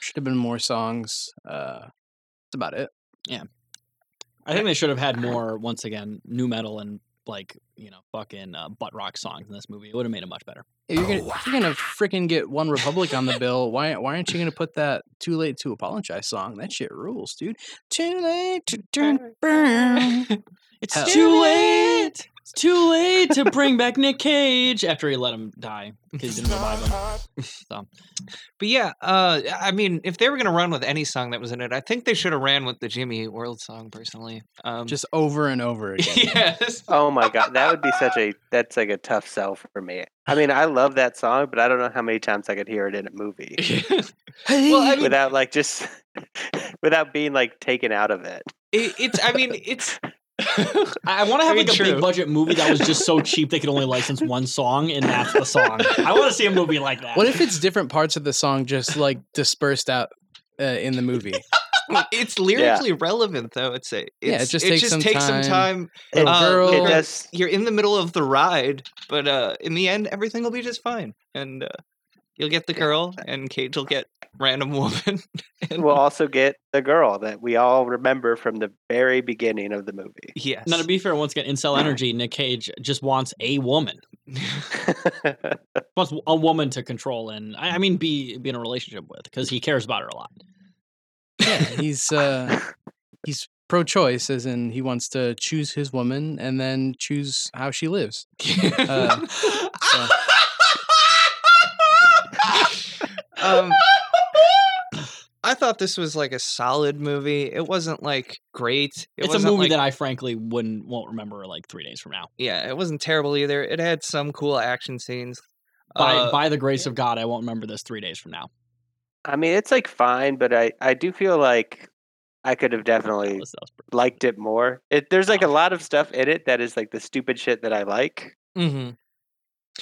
[SPEAKER 2] should have been more songs. Uh, that's about it.
[SPEAKER 3] I think they should
[SPEAKER 5] (laughs)
[SPEAKER 3] have had more once again new metal and like you know fucking uh, butt rock songs in this movie. It would have made it much better.
[SPEAKER 2] If you're gonna if you're gonna freaking get One Republic on the bill, why why aren't you gonna put that "Too Late to Apologize" song? That shit rules, dude. Too late to turn brown.
[SPEAKER 3] It's
[SPEAKER 2] Hell.
[SPEAKER 3] too late. It's too late to bring back Nick Cage after he let him die because he didn't revive him.
[SPEAKER 1] But yeah, uh, I mean, if they were going to run with any song that was in it, I think they should have ran with the Jimmy Eat World song. Personally, um,
[SPEAKER 2] Just over and over again.
[SPEAKER 1] (laughs) yes,
[SPEAKER 5] Oh my god, that would be such a that's like a tough sell for me. I mean, I love that song, but I don't know how many times I could hear it in a movie
[SPEAKER 1] well, I mean,
[SPEAKER 5] (laughs) without like just without being like taken out of it.
[SPEAKER 1] it, it's. I mean,
[SPEAKER 2] (laughs)
[SPEAKER 1] it's.
[SPEAKER 3] I, I want to
[SPEAKER 1] I
[SPEAKER 3] have
[SPEAKER 1] mean,
[SPEAKER 3] like a
[SPEAKER 1] true.
[SPEAKER 3] big budget movie that was just so cheap they could only license one song and that's the song. I want to see a movie like that.
[SPEAKER 2] What if it's different parts of the song just like dispersed out uh, in the movie?
[SPEAKER 1] Uh, it's lyrically relevant though. It's a it's,
[SPEAKER 2] Yeah, it just takes some
[SPEAKER 1] takes some
[SPEAKER 2] time.
[SPEAKER 1] time.
[SPEAKER 5] It,
[SPEAKER 1] Uh,
[SPEAKER 2] girl.
[SPEAKER 5] it does.
[SPEAKER 1] You're in the middle of the ride, but uh, in the end, everything will be just fine, and uh, you'll get the girl, and Cage will get random (laughs) woman. and-
[SPEAKER 5] We'll also get the girl that we all remember from the very beginning of the movie. (laughs)
[SPEAKER 1] yes.
[SPEAKER 3] Now, to be fair, once again, in Cell Energy, Nick Cage just wants a woman, wants a woman to control and I I mean be be in a relationship with because he cares about her a lot.
[SPEAKER 2] Yeah, he's uh, he's pro-choice, as in he wants to choose his woman and then choose how she lives.
[SPEAKER 1] (laughs)
[SPEAKER 2] Uh,
[SPEAKER 1] (laughs)
[SPEAKER 2] so-
[SPEAKER 1] um, I thought this was like a solid movie. It wasn't like great. It
[SPEAKER 3] it's a
[SPEAKER 1] wasn't,
[SPEAKER 3] movie
[SPEAKER 1] like-
[SPEAKER 3] that I frankly wouldn't won't remember like three days from now.
[SPEAKER 1] yeah, it wasn't terrible either. It had some cool action scenes.
[SPEAKER 3] By
[SPEAKER 1] Uh,
[SPEAKER 3] by the grace of God, I won't remember this three days from now.
[SPEAKER 5] I mean, it's like fine, but I I do feel like I could have definitely
[SPEAKER 3] This sounds pretty-
[SPEAKER 5] liked it more. It, there's like a lot of stuff in it that is like the stupid shit that I like,
[SPEAKER 1] mhm.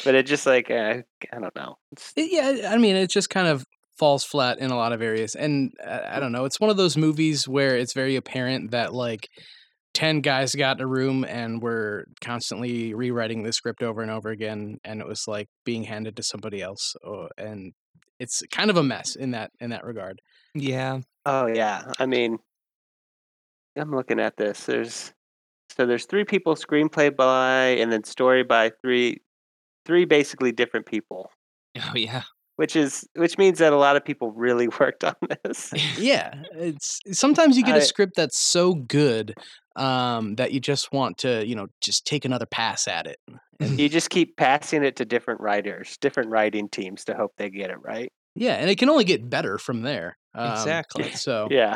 [SPEAKER 5] but it just like eh, I don't know. It's,
[SPEAKER 2] It- yeah, I mean, it just kind of falls flat in a lot of areas. And uh, I don't know, it's one of those movies where it's very apparent that like 10 guys got in a room and were constantly rewriting the script over and over again and it was like being handed to somebody else or, and it's kind of a mess in that in that regard.
[SPEAKER 1] Yeah.
[SPEAKER 5] oh yeah, I mean, I'm looking at this. There's so there's three people screenplay by, and then story by three three basically different people,
[SPEAKER 1] Oh yeah.
[SPEAKER 5] which is which means that a lot of people really (laughs) worked on this.
[SPEAKER 2] yeah, it's sometimes you get a
[SPEAKER 5] I-
[SPEAKER 2] script that's so good um that you just want to, you know, just take another pass at it.
[SPEAKER 5] you just keep passing it to different writers, different writing teams to hope they get it right.
[SPEAKER 2] Yeah, and it can only get better from there. Um,
[SPEAKER 1] Exactly.
[SPEAKER 2] (laughs)
[SPEAKER 5] (laughs)
[SPEAKER 2] So
[SPEAKER 5] Yeah.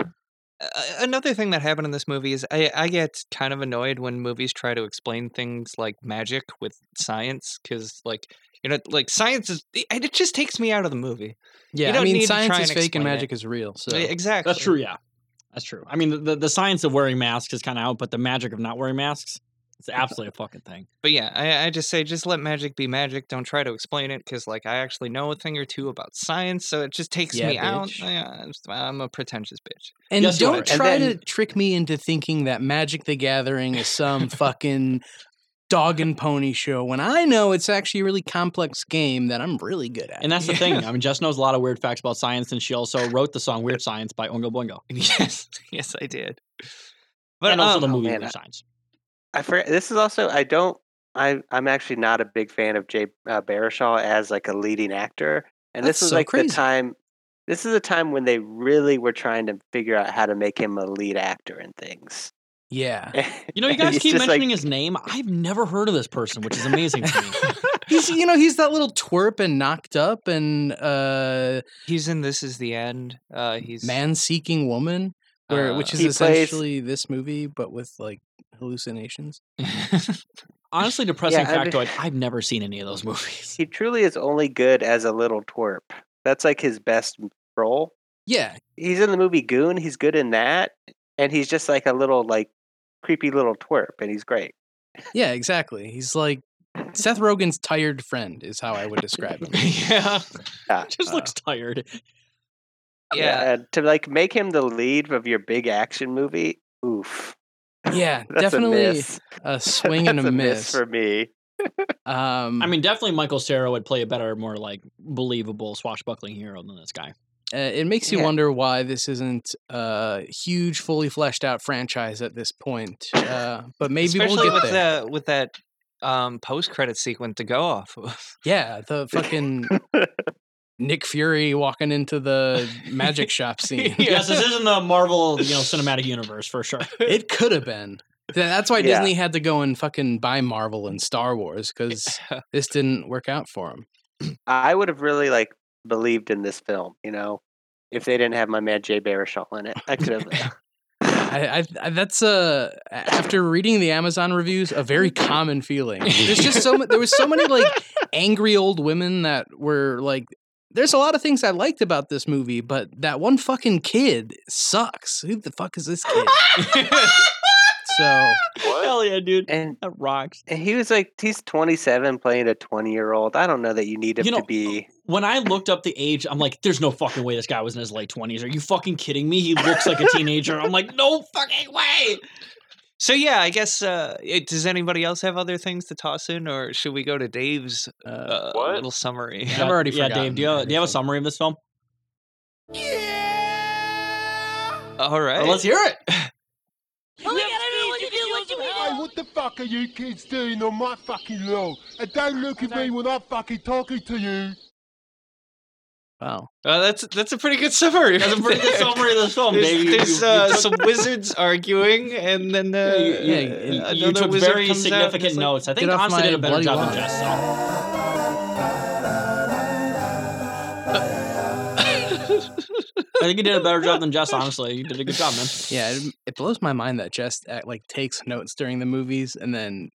[SPEAKER 1] A- Another thing that happened in this movie is I, I get kind of annoyed when movies try to explain things like magic with science because like you know like science is it it just takes me out of the movie.
[SPEAKER 2] Yeah, I
[SPEAKER 1] don't need
[SPEAKER 2] mean,
[SPEAKER 1] to
[SPEAKER 2] science
[SPEAKER 1] try
[SPEAKER 2] is
[SPEAKER 1] and
[SPEAKER 2] fake
[SPEAKER 1] explain
[SPEAKER 2] and
[SPEAKER 1] it.
[SPEAKER 2] magic is real. So
[SPEAKER 1] E- Exactly.
[SPEAKER 3] That's true. Yeah, that's true. I mean, the, the, the science of wearing masks is kind of out, but the magic of not wearing masks
[SPEAKER 5] (laughs)
[SPEAKER 3] it's absolutely a fucking thing.
[SPEAKER 1] But yeah, I, I just say just let magic be magic. Don't try to explain it because like I actually know a thing or two about science, so it just takes
[SPEAKER 2] Yeah,
[SPEAKER 1] me out.
[SPEAKER 2] bitch.
[SPEAKER 1] Yeah, I'm just- I'm a pretentious bitch. (laughs)
[SPEAKER 2] and
[SPEAKER 3] Yes, you are.
[SPEAKER 2] don't
[SPEAKER 3] And
[SPEAKER 2] try to
[SPEAKER 5] then-
[SPEAKER 2] trick me into thinking that Magic the Gathering is some fucking dog and pony show when I know it's actually a really complex game that I'm really good at.
[SPEAKER 3] And
[SPEAKER 2] (laughs)
[SPEAKER 3] that's the thing. I mean, Jess knows a lot of weird facts about science, and she also wrote the song "Weird Science" by Oingo Boingo,
[SPEAKER 1] yes, yes, I did. But
[SPEAKER 3] and also the
[SPEAKER 1] um,
[SPEAKER 3] movie
[SPEAKER 5] man, I-
[SPEAKER 3] "Weird Science."
[SPEAKER 5] I forget. This is also I don't. I I'm actually not a big fan of Jay uh, Baruchel as like a leading actor, and
[SPEAKER 2] That's
[SPEAKER 5] this is
[SPEAKER 2] so
[SPEAKER 5] like
[SPEAKER 2] crazy.
[SPEAKER 5] the time. This is the time when they really were trying to figure out how to make him a lead actor in things. (laughs)
[SPEAKER 2] yeah,
[SPEAKER 3] You know, you
[SPEAKER 5] And
[SPEAKER 3] guys
[SPEAKER 5] (laughs) he's
[SPEAKER 3] keep
[SPEAKER 5] just, like-
[SPEAKER 3] mentioning his name. I've never heard of this person, which is amazing to me.
[SPEAKER 2] he's you know he's that little twerp and knocked up and uh,
[SPEAKER 1] he's in This Is the End. Uh, he's
[SPEAKER 2] man seeking woman, where
[SPEAKER 1] Uh,
[SPEAKER 2] which is
[SPEAKER 5] He plays-
[SPEAKER 2] essentially this movie but with like hallucinations.
[SPEAKER 5] (laughs)
[SPEAKER 3] Honestly, depressing
[SPEAKER 5] I mean-
[SPEAKER 3] factoid. I've never seen any of those
[SPEAKER 5] (laughs)
[SPEAKER 3] movies. (laughs)
[SPEAKER 5] He truly is only good as a little twerp. That's like his best m- role.
[SPEAKER 2] Yeah,
[SPEAKER 5] He's in the movie Goon. He's good in that, and he's just like a little like creepy little twerp, and he's great.
[SPEAKER 2] yeah, exactly. He's like Seth Rogen's tired friend is how I would describe
[SPEAKER 5] (laughs)
[SPEAKER 2] him.
[SPEAKER 1] yeah,
[SPEAKER 5] Yeah. uh,
[SPEAKER 3] Just looks tired.
[SPEAKER 1] yeah.
[SPEAKER 5] and to like make him the lead of your big action movie. Oof.
[SPEAKER 2] Yeah,
[SPEAKER 5] That's
[SPEAKER 2] definitely
[SPEAKER 5] a
[SPEAKER 2] a,
[SPEAKER 5] miss. (laughs)
[SPEAKER 2] swing and a,
[SPEAKER 5] That's
[SPEAKER 2] miss.
[SPEAKER 5] for me.
[SPEAKER 2] um,
[SPEAKER 5] hmm.
[SPEAKER 3] I mean, definitely Michael Cera would play a better, more like believable swashbuckling hero than this guy.
[SPEAKER 2] uh, it makes you
[SPEAKER 5] yeah.
[SPEAKER 2] wonder why this isn't a huge, fully fleshed out franchise at this point. Uh, but maybe
[SPEAKER 1] Especially
[SPEAKER 2] we'll get
[SPEAKER 1] with
[SPEAKER 2] there.
[SPEAKER 1] the with that um post credit sequence to go off of. (laughs)
[SPEAKER 2] yeah, the
[SPEAKER 5] (laughs)
[SPEAKER 2] fucking Nick Fury walking into the magic shop scene.
[SPEAKER 3] (laughs) Yes, this isn't the Marvel, you know, cinematic universe
[SPEAKER 1] (laughs)
[SPEAKER 3] for sure.
[SPEAKER 2] It could have been. Th- That's why
[SPEAKER 5] Yeah.
[SPEAKER 2] Disney had to go and fucking buy Marvel and Star Wars
[SPEAKER 1] (laughs)
[SPEAKER 2] because (laughs) this didn't work out for him.
[SPEAKER 5] I would have really like believed in this film, you know, if they didn't have my man Jay Baruchel in it. I could have.
[SPEAKER 2] I, I, I that's a after reading the Amazon reviews, a very common feeling. There's just so mu- there was so many like angry old women that were like, there's a lot of things I liked about this movie, but that one fucking kid sucks. Who the fuck is this kid? So
[SPEAKER 3] Hell yeah, dude.
[SPEAKER 5] (laughs) And
[SPEAKER 3] That rocks.
[SPEAKER 5] and he was like, he's 27 playing a 20 year old. I don't know that you need him
[SPEAKER 3] You know-
[SPEAKER 5] to be.
[SPEAKER 3] When I looked up the age, I'm like, there's no fucking way this guy was in his late 20s. Are you fucking kidding me? He looks like a teenager. I'm like, no fucking way.
[SPEAKER 1] So yeah, I guess. Uh, it, does anybody else have other things to toss in, or should we go to Dave's
[SPEAKER 2] uh,
[SPEAKER 1] uh,
[SPEAKER 7] What?
[SPEAKER 1] little summary?
[SPEAKER 2] I've already
[SPEAKER 3] Yeah, Dave,
[SPEAKER 2] forgotten
[SPEAKER 3] do you, do you have a
[SPEAKER 2] everything.
[SPEAKER 3] summary of this film?
[SPEAKER 1] (laughs)
[SPEAKER 2] Uh,
[SPEAKER 1] All right.
[SPEAKER 3] Well, let's hear it.
[SPEAKER 9] Hey, what the fuck are you kids doing on my fucking lawn? And don't look at me when I'm fucking talking to you.
[SPEAKER 2] wow,
[SPEAKER 1] Uh, that's that's a pretty good summary. (laughs)
[SPEAKER 3] That's a pretty good
[SPEAKER 1] there.
[SPEAKER 3] summary of this film,
[SPEAKER 1] There's,
[SPEAKER 3] Dave. You-
[SPEAKER 1] there's,
[SPEAKER 3] you- you
[SPEAKER 1] uh,
[SPEAKER 3] took-
[SPEAKER 1] some wizards arguing, and then uh,
[SPEAKER 3] you- you-
[SPEAKER 2] you-
[SPEAKER 1] uh,
[SPEAKER 3] you
[SPEAKER 1] another
[SPEAKER 3] took
[SPEAKER 1] wizard
[SPEAKER 3] very
[SPEAKER 1] comes out and
[SPEAKER 3] significant
[SPEAKER 1] is like,
[SPEAKER 3] notes. I think
[SPEAKER 2] "Get off
[SPEAKER 3] Ansa
[SPEAKER 2] my
[SPEAKER 3] did a better
[SPEAKER 2] bloody
[SPEAKER 3] job than
[SPEAKER 2] lawn."
[SPEAKER 3] Jess.
[SPEAKER 1] (laughs)
[SPEAKER 3] So. I think you did a better job than Jess. Honestly, you did a good job, man.
[SPEAKER 2] yeah, it, it blows my mind that Jess uh, like takes notes during the movies, and then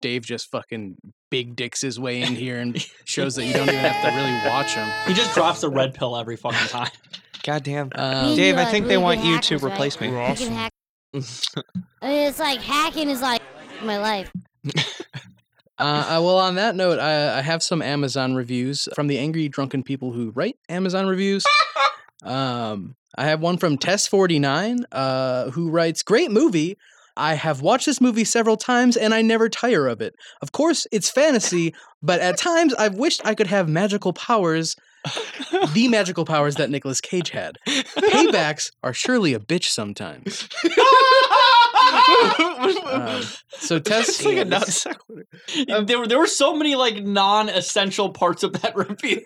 [SPEAKER 2] Dave just fucking big dicks his way in here and shows that you don't even have to really watch him.
[SPEAKER 3] He just drops the red pill every fucking time.
[SPEAKER 1] Goddamn.
[SPEAKER 2] Um,
[SPEAKER 1] Dave, I
[SPEAKER 6] like,
[SPEAKER 1] think they
[SPEAKER 6] really
[SPEAKER 1] want
[SPEAKER 6] good
[SPEAKER 1] you to
[SPEAKER 6] hackers, right?
[SPEAKER 1] replace me.
[SPEAKER 6] We can hack.
[SPEAKER 1] (laughs)
[SPEAKER 6] I mean, it's like hacking is like my life.
[SPEAKER 2] uh, I- well, on that note, I, I have some Amazon reviews from the angry drunken people who write
[SPEAKER 1] (laughs)
[SPEAKER 2] Amazon reviews. Um, I have one from Tess49, uh, who writes, Great movie. I have watched this movie several times and I never tire of it. Of course, it's fantasy, but at times I've wished I could have magical powers, the magical powers that Nicolas Cage
[SPEAKER 1] (laughs)
[SPEAKER 2] had. Paybacks are surely a bitch sometimes.
[SPEAKER 3] (laughs)
[SPEAKER 2] Um, so Tess,
[SPEAKER 1] It's like a non sequitur.
[SPEAKER 3] there, were, there were so many like non-essential parts of that (laughs) review.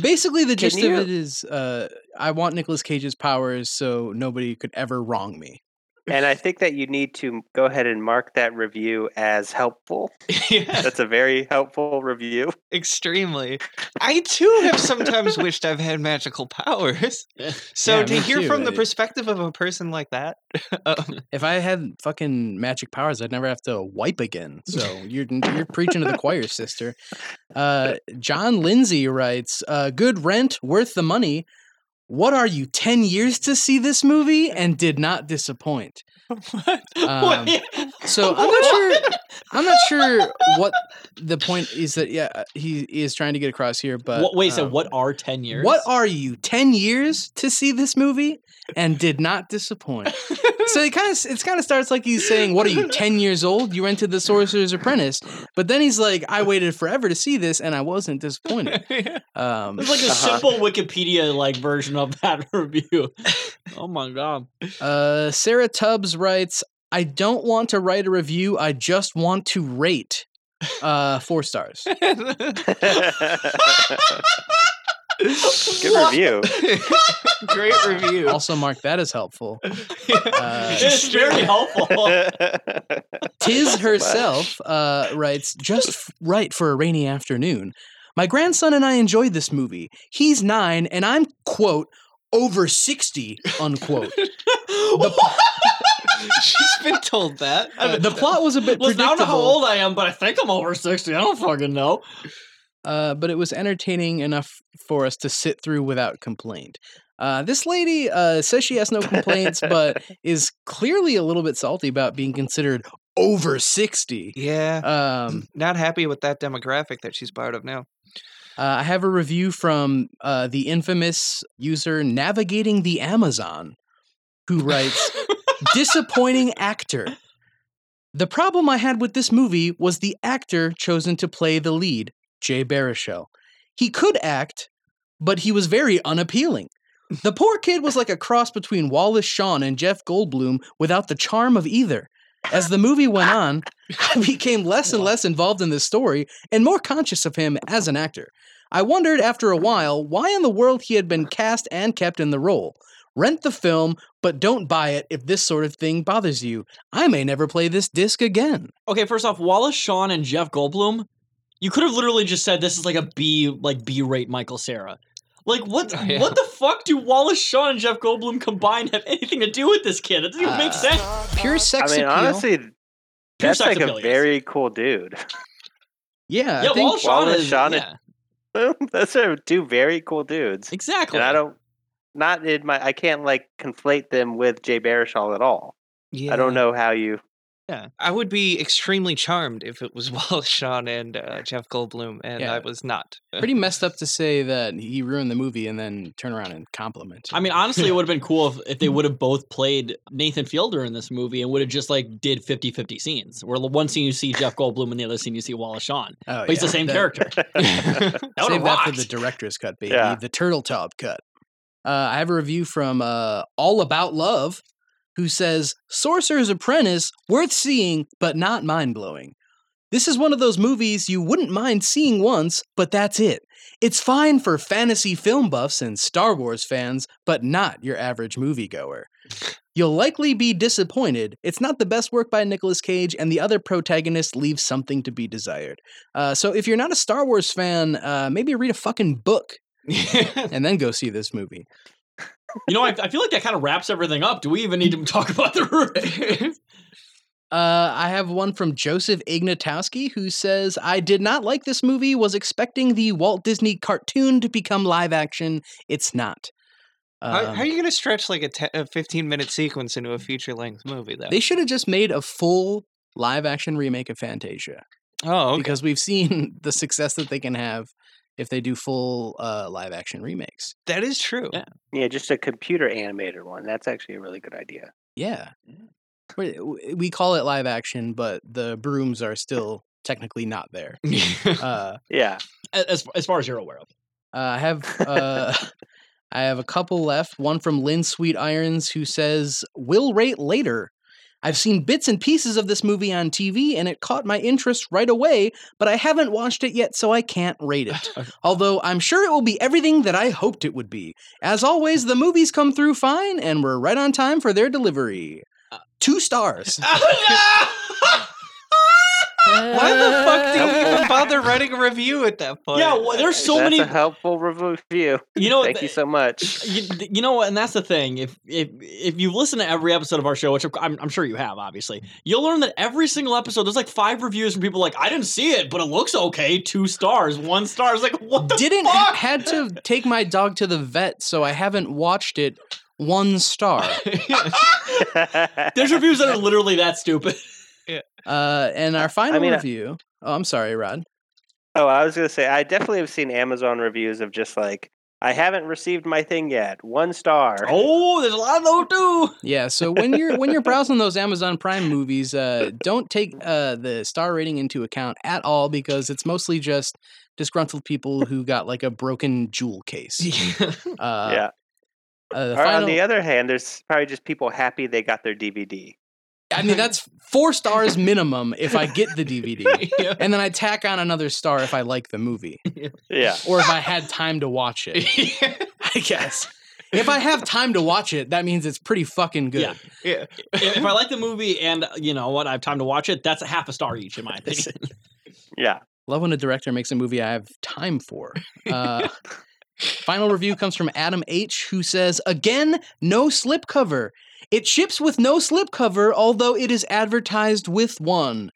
[SPEAKER 2] basically the gist
[SPEAKER 5] you-
[SPEAKER 2] of it is, uh, I want Nicolas Cage's powers so nobody could ever wrong me.
[SPEAKER 5] And I think that you need to go ahead and mark that review as helpful.
[SPEAKER 3] (laughs)
[SPEAKER 1] Yeah,
[SPEAKER 5] That's a very helpful review. (laughs)
[SPEAKER 1] extremely. I too have sometimes (laughs) wished I've had magical
[SPEAKER 3] (laughs)
[SPEAKER 1] powers. So
[SPEAKER 2] Yeah,
[SPEAKER 1] to
[SPEAKER 2] me
[SPEAKER 1] hear
[SPEAKER 2] too,
[SPEAKER 1] from the
[SPEAKER 2] right?
[SPEAKER 1] perspective of a person like that, (laughs) um,
[SPEAKER 2] If I had fucking magic powers, I'd never have to wipe again. So you're you're preaching to the choir, sister.
[SPEAKER 3] (laughs)
[SPEAKER 2] Uh, John Lindsay writes, uh, "Good rent, worth the money." What are you, ten years to see this movie, and did not disappoint?
[SPEAKER 1] what?
[SPEAKER 2] Um,
[SPEAKER 3] Wait,
[SPEAKER 2] So I'm not sure. I'm not sure
[SPEAKER 3] (laughs)
[SPEAKER 2] what the point is that yeah uh, he, he is trying to get across here. But
[SPEAKER 3] what, wait, so
[SPEAKER 2] um,
[SPEAKER 3] what are ten years? (laughs)
[SPEAKER 2] What are (laughs) you, 10 years to see this movie and did not disappoint? so he kind of it's kind of starts like he's saying, "What are you, 10 years old? You rented The Sorcerer's Apprentice." But then he's like, "I waited forever to see this and I wasn't disappointed." Um
[SPEAKER 3] It's like a
[SPEAKER 5] Uh-huh.
[SPEAKER 3] simple Wikipedia like version of that (laughs) review. Oh my god. (laughs)
[SPEAKER 2] uh Sarah Tubbs writes, "I don't want to write a review. I just want to rate." Uh 4 stars.
[SPEAKER 5] Good review.
[SPEAKER 1] Great review.
[SPEAKER 2] Also mark that as helpful. Uh,
[SPEAKER 3] It's very
[SPEAKER 5] (laughs)
[SPEAKER 3] (laughs) helpful. (laughs)
[SPEAKER 2] Tiz
[SPEAKER 5] That's a
[SPEAKER 2] herself uh, writes, just f- right for a rainy afternoon. My grandson and I enjoyed this movie. He's nine, and I'm, quote, over 60,
[SPEAKER 3] (laughs)
[SPEAKER 2] unquote.
[SPEAKER 1] She's been told
[SPEAKER 3] (laughs)
[SPEAKER 1] that.
[SPEAKER 2] Uh, the plot was a bit
[SPEAKER 3] Listen, I don't know how
[SPEAKER 2] predictable,
[SPEAKER 3] old I am, but I think I'm over 60. I don't fucking know.
[SPEAKER 2] uh, but it was entertaining enough for us to sit through without complaint. Uh, this lady uh, says she has no
[SPEAKER 3] (laughs)
[SPEAKER 2] complaints, but is clearly a little bit salty about being considered over 60.
[SPEAKER 1] yeah.
[SPEAKER 2] Um,
[SPEAKER 1] Not happy with that demographic that she's part of now.
[SPEAKER 2] Uh, I have a review from uh, the infamous user Navigating the Amazon, who writes Disappointing actor. The problem I had with this movie was the actor chosen to play the lead, Jay Baruchel. He could act, but he was very unappealing. The poor kid was like a cross between Wallace Shawn and Jeff Goldblum without the charm of either. As the movie went on, I became less and less involved in the story and more conscious of him as an actor. I wondered after a while why in the world he had been cast and kept in the role. Rent the film, but don't buy it if this sort of thing bothers you. I may never play this disc again.
[SPEAKER 3] Okay, first off, Wallace Shawn and Jeff Goldblum, you could have literally just said this is like a B like B rate Michael Sarah. Like what
[SPEAKER 1] Oh, yeah.
[SPEAKER 3] what the fuck do Wallace Shawn and Jeff Goldblum combined have anything to do with this kid? It doesn't even make
[SPEAKER 2] Uh,
[SPEAKER 3] sense.
[SPEAKER 2] Pure sex
[SPEAKER 5] I mean,
[SPEAKER 2] appeal.
[SPEAKER 5] honestly, that's
[SPEAKER 3] sex
[SPEAKER 5] like
[SPEAKER 3] appeal, yes.
[SPEAKER 5] a very cool dude.
[SPEAKER 2] yeah,
[SPEAKER 3] yeah,
[SPEAKER 2] I think
[SPEAKER 3] Wallace Shawn
[SPEAKER 5] Wallace
[SPEAKER 3] is
[SPEAKER 5] Shawn and-
[SPEAKER 3] yeah,
[SPEAKER 5] (laughs) Those are two very cool dudes.
[SPEAKER 3] exactly.
[SPEAKER 5] And I don't, not in my, I can't like conflate them with Jay Baruchel at all.
[SPEAKER 1] Yeah.
[SPEAKER 3] (laughs)
[SPEAKER 5] I don't know how you
[SPEAKER 1] Yeah, I would be extremely charmed if it was (laughs) Wallace Shawn and uh, Jeff Goldblum, and
[SPEAKER 2] Yeah.
[SPEAKER 1] I was not. (laughs)
[SPEAKER 2] Pretty messed up to say that he ruined the movie and then turn around and compliment.
[SPEAKER 3] I mean, honestly, it would have been cool if, if they would have both played Nathan Fielder in this movie and would have just like did 50 50 scenes where the one scene you see Jeff Goldblum and the other scene you see Wallace Shawn.
[SPEAKER 2] oh,
[SPEAKER 3] But he's the
[SPEAKER 2] yeah,
[SPEAKER 3] same
[SPEAKER 2] that-
[SPEAKER 3] character. (laughs) That would
[SPEAKER 2] Save
[SPEAKER 3] have
[SPEAKER 2] that for
[SPEAKER 3] rocked.
[SPEAKER 2] the director's cut, baby.
[SPEAKER 5] Yeah.
[SPEAKER 2] The turtle top cut. Uh, I have a review from uh, All About Love, who says Sorcerer's Apprentice, worth seeing, but not mind blowing. This is one of those movies you wouldn't mind seeing once, but that's it. It's fine for fantasy film buffs and Star Wars fans, but not your average moviegoer. You'll likely be disappointed. It's not the best work by Nicolas Cage, and the other protagonist leaves something to be desired. Uh, so if you're not a Star Wars fan, uh, maybe read a fucking book and then go see this movie.
[SPEAKER 3] you know, I, I feel like that kind of wraps everything up. Do we even need to talk about the (laughs) review?
[SPEAKER 2] Uh, I have one from Joseph Ignatowski who says, I did not like this movie, was expecting the Walt Disney cartoon to become live action. It's not.
[SPEAKER 1] How,
[SPEAKER 2] Um,
[SPEAKER 1] how are you going to stretch like a, te- a 15 minute sequence into a feature length movie, though?
[SPEAKER 2] They should have just made a full live action remake of Fantasia
[SPEAKER 1] oh, okay.
[SPEAKER 2] because we've seen (laughs) the success that they can have if they do full uh, live action remakes.
[SPEAKER 1] That is true.
[SPEAKER 3] Yeah.
[SPEAKER 5] (laughs) Yeah, just a computer animated one. That's actually a really good idea.
[SPEAKER 2] Yeah. We- w- eh, We call it live action, but the brooms are still technically not there. Uh, uh,
[SPEAKER 5] Yeah.
[SPEAKER 3] as, as far as you're (laughs) aware of.
[SPEAKER 2] I have uh, (laughs) I have a couple left. One from Lynn Sweet Irons who says, "Will rate later." I've seen bits and pieces of this movie on TV and it caught my interest right away, but I haven't watched it yet, so I can't rate it. Although I'm sure it will be everything that I hoped it would be. As always, the movies come through fine and we're right on time for their delivery. Two stars.
[SPEAKER 1] (laughs)
[SPEAKER 3] Oh,
[SPEAKER 1] Why the fuck
[SPEAKER 2] Uh,
[SPEAKER 1] do you
[SPEAKER 5] Helpful.
[SPEAKER 1] even bother writing a review at (laughs) that
[SPEAKER 3] no!
[SPEAKER 1] point?
[SPEAKER 3] yeah, well, there's so
[SPEAKER 5] That's
[SPEAKER 3] many.
[SPEAKER 5] a helpful review.
[SPEAKER 3] you know,
[SPEAKER 5] (laughs) Thank you so much.
[SPEAKER 3] you, th- you know what, and that's the thing if if if you've listened to every episode of our show which I'm, I'm sure you have obviously you'll learn that every single episode there's like five reviews from people like i didn't see it but it looks okay two stars one star it's like what the (laughs)
[SPEAKER 2] didn't
[SPEAKER 3] fuck?
[SPEAKER 2] had to take my dog to the vet, so I haven't watched it. One star.
[SPEAKER 5] (laughs)
[SPEAKER 3] there's reviews that are literally that stupid
[SPEAKER 2] Uh, and our final
[SPEAKER 5] mean, I-
[SPEAKER 2] review. Oh, I'm sorry, Rod.
[SPEAKER 5] Oh, I was gonna say I definitely have seen Amazon reviews of just like I haven't received my thing yet. One star.
[SPEAKER 3] oh there's a lot of those too
[SPEAKER 2] Yeah. So when you're when you're browsing those Amazon Prime movies, uh, don't take uh, the star rating into account at all because it's mostly just disgruntled people who got like a broken jewel
[SPEAKER 3] (laughs)
[SPEAKER 2] case. Uh,
[SPEAKER 5] yeah.
[SPEAKER 2] Uh, the
[SPEAKER 5] Or
[SPEAKER 2] final,
[SPEAKER 5] on the other hand, there's probably just people happy they got their DVD.
[SPEAKER 2] (laughs) I mean, that's four stars minimum if I get the DVD,
[SPEAKER 1] Yeah.
[SPEAKER 2] and then I tack on another star if I like the movie.
[SPEAKER 3] (laughs)
[SPEAKER 5] Yeah.
[SPEAKER 2] or if I had time to watch it, I guess. If I have time to watch it, that means it's pretty fucking good.
[SPEAKER 3] Yeah. if if i like the movie and uh, you know what i have time to watch it that's a half a star each in my opinion
[SPEAKER 5] Yeah.
[SPEAKER 2] Love when a director makes a movie I have time for. Uh, final review comes from Adam H., who says, Again, no slipcover. It ships with no slipcover, although it is advertised with one.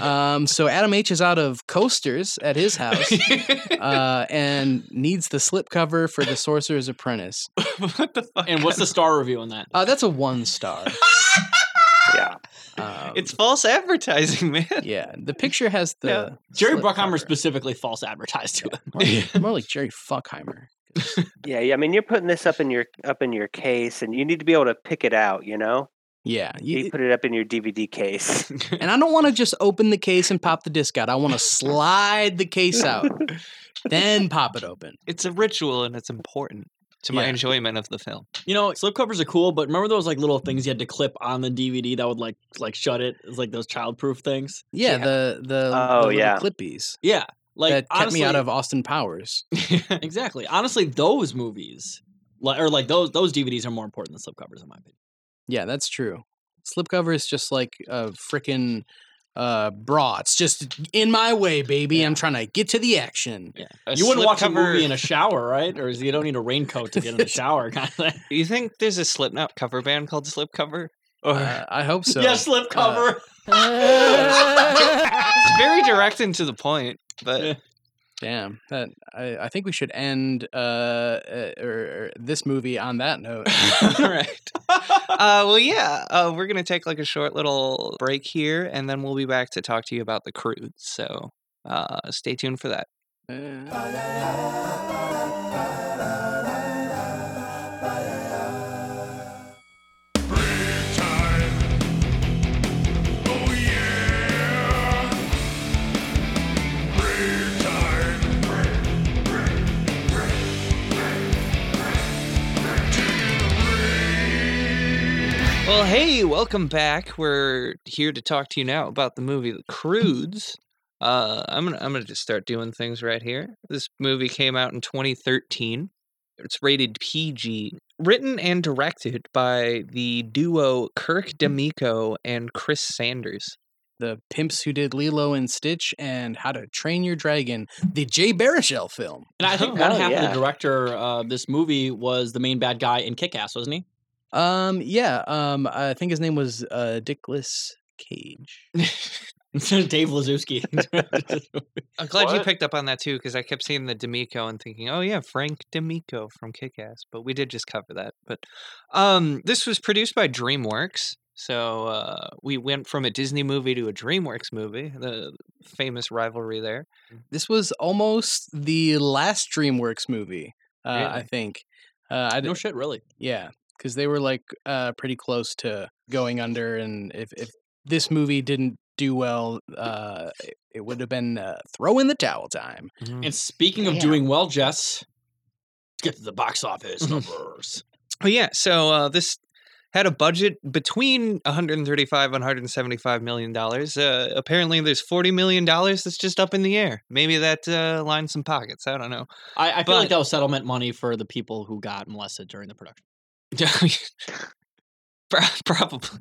[SPEAKER 2] Um, so Adam H. is out of coasters at his house
[SPEAKER 3] (laughs)
[SPEAKER 2] uh, and needs the slipcover for The Sorcerer's Apprentice.
[SPEAKER 1] what the fuck?
[SPEAKER 3] and what's the star review on that
[SPEAKER 2] Uh, that's a one star.
[SPEAKER 5] Yeah.
[SPEAKER 2] Um,
[SPEAKER 1] It's false advertising, (laughs) man.
[SPEAKER 2] yeah. The picture has the
[SPEAKER 1] Yeah.
[SPEAKER 3] jerry
[SPEAKER 2] slip
[SPEAKER 3] bruckheimer
[SPEAKER 2] cover.
[SPEAKER 3] specifically false advertised to it
[SPEAKER 2] More like, more like Jerry Fuckheimer.
[SPEAKER 5] Yeah. Yeah. I mean, you're putting this up in your up in your case, and you need to be able to pick it out. You know,
[SPEAKER 2] Yeah, you-
[SPEAKER 5] you put it up in your DVD
[SPEAKER 2] (laughs)
[SPEAKER 5] case. (laughs)
[SPEAKER 2] and I don't want to just open the case and pop the disc out. I want to slide the case out, then pop it open.
[SPEAKER 1] It's a ritual and it's important to my
[SPEAKER 2] Yeah.
[SPEAKER 1] enjoyment of the film.
[SPEAKER 3] You know, slipcovers are cool, but remember those like little things you had to clip on the DVD that would like like shut it? It's like those childproof things.
[SPEAKER 2] Yeah, the the,
[SPEAKER 5] Oh,
[SPEAKER 2] the little
[SPEAKER 5] yeah.
[SPEAKER 2] clippies
[SPEAKER 3] Yeah, like
[SPEAKER 2] that kept
[SPEAKER 3] honestly,
[SPEAKER 2] me out of Austin Powers.
[SPEAKER 3] exactly. Honestly, (laughs) those movies, like, or like those those DVDs are more important than slipcovers in my opinion.
[SPEAKER 2] Yeah, that's true. Slipcover is just like a freaking uh, bra. It's just in my way, baby. I'm trying to get to the action.
[SPEAKER 1] A
[SPEAKER 3] you wouldn't watch a
[SPEAKER 1] slipcover-
[SPEAKER 3] movie in a shower, right? Or is you don't need a raincoat to get
[SPEAKER 2] (laughs)
[SPEAKER 3] in the shower kind of thing.
[SPEAKER 1] You think there's a Slipknot cover band called Slipcover? Or (laughs)
[SPEAKER 2] Uh,
[SPEAKER 3] (laughs)
[SPEAKER 2] I hope so. uh,
[SPEAKER 3] yeah, slipcover.
[SPEAKER 2] (laughs)
[SPEAKER 1] it's very direct and to the point, but
[SPEAKER 3] Yeah.
[SPEAKER 2] Damn, that I, I think we should end uh, uh or, or this movie on that note.
[SPEAKER 1] (laughs) All right. Uh, well, yeah, uh, we're going to take like a short little break here, and then we'll be back to talk to you about the crude. So uh, stay tuned for that.
[SPEAKER 2] Uh,
[SPEAKER 1] Well, hey, welcome back. We're here to talk to you now about the movie The Crudes. Uh, I'm gonna I'm gonna just start doing things right here. This movie came out in 2013. It's rated PG. Written and directed by the duo Kirk D'Amico and Chris Sanders.
[SPEAKER 2] the pimps who did Lilo and Stitch and How to Train Your Dragon, the Jay Baruchel film.
[SPEAKER 3] And I think one
[SPEAKER 5] Oh,
[SPEAKER 3] half of
[SPEAKER 5] yeah.
[SPEAKER 3] the director of this movie was the main bad guy in Kick Ass, wasn't he? (laughs)
[SPEAKER 2] Um, yeah. Um, I think his name was uh, Dickless Cage.
[SPEAKER 3] Dave Lazuski.
[SPEAKER 1] I'm glad you
[SPEAKER 7] What?
[SPEAKER 1] picked up on that too, because I kept seeing the D'Amico and thinking, "Oh yeah, Frank D'Amico from Kick-Ass." But we did just cover that. But um, this was produced by DreamWorks, so uh, we went from a Disney movie to a DreamWorks movie. The famous rivalry there.
[SPEAKER 2] This was almost the last DreamWorks movie. Uh, I
[SPEAKER 1] Really?
[SPEAKER 2] think. Uh, I
[SPEAKER 3] no
[SPEAKER 2] don't.
[SPEAKER 3] shit, really.
[SPEAKER 2] Yeah, because they were like uh, pretty close to going under, and if if this movie didn't do well, uh, it, it would have been uh, throw in the towel time.
[SPEAKER 1] Hmm.
[SPEAKER 3] And speaking of
[SPEAKER 6] Damn.
[SPEAKER 3] doing well, Jess, let's get to the box office numbers.
[SPEAKER 1] Oh yeah, so uh, this had a budget between 135 and 175 million dollars. Uh, apparently, there's 40 million dollars that's just up in the air. Maybe that uh, lined some pockets. I don't know. (laughs)
[SPEAKER 3] I, I feel like
[SPEAKER 1] But-
[SPEAKER 3] that was settlement money for the people who got molested during the production.
[SPEAKER 1] Pro- Probably.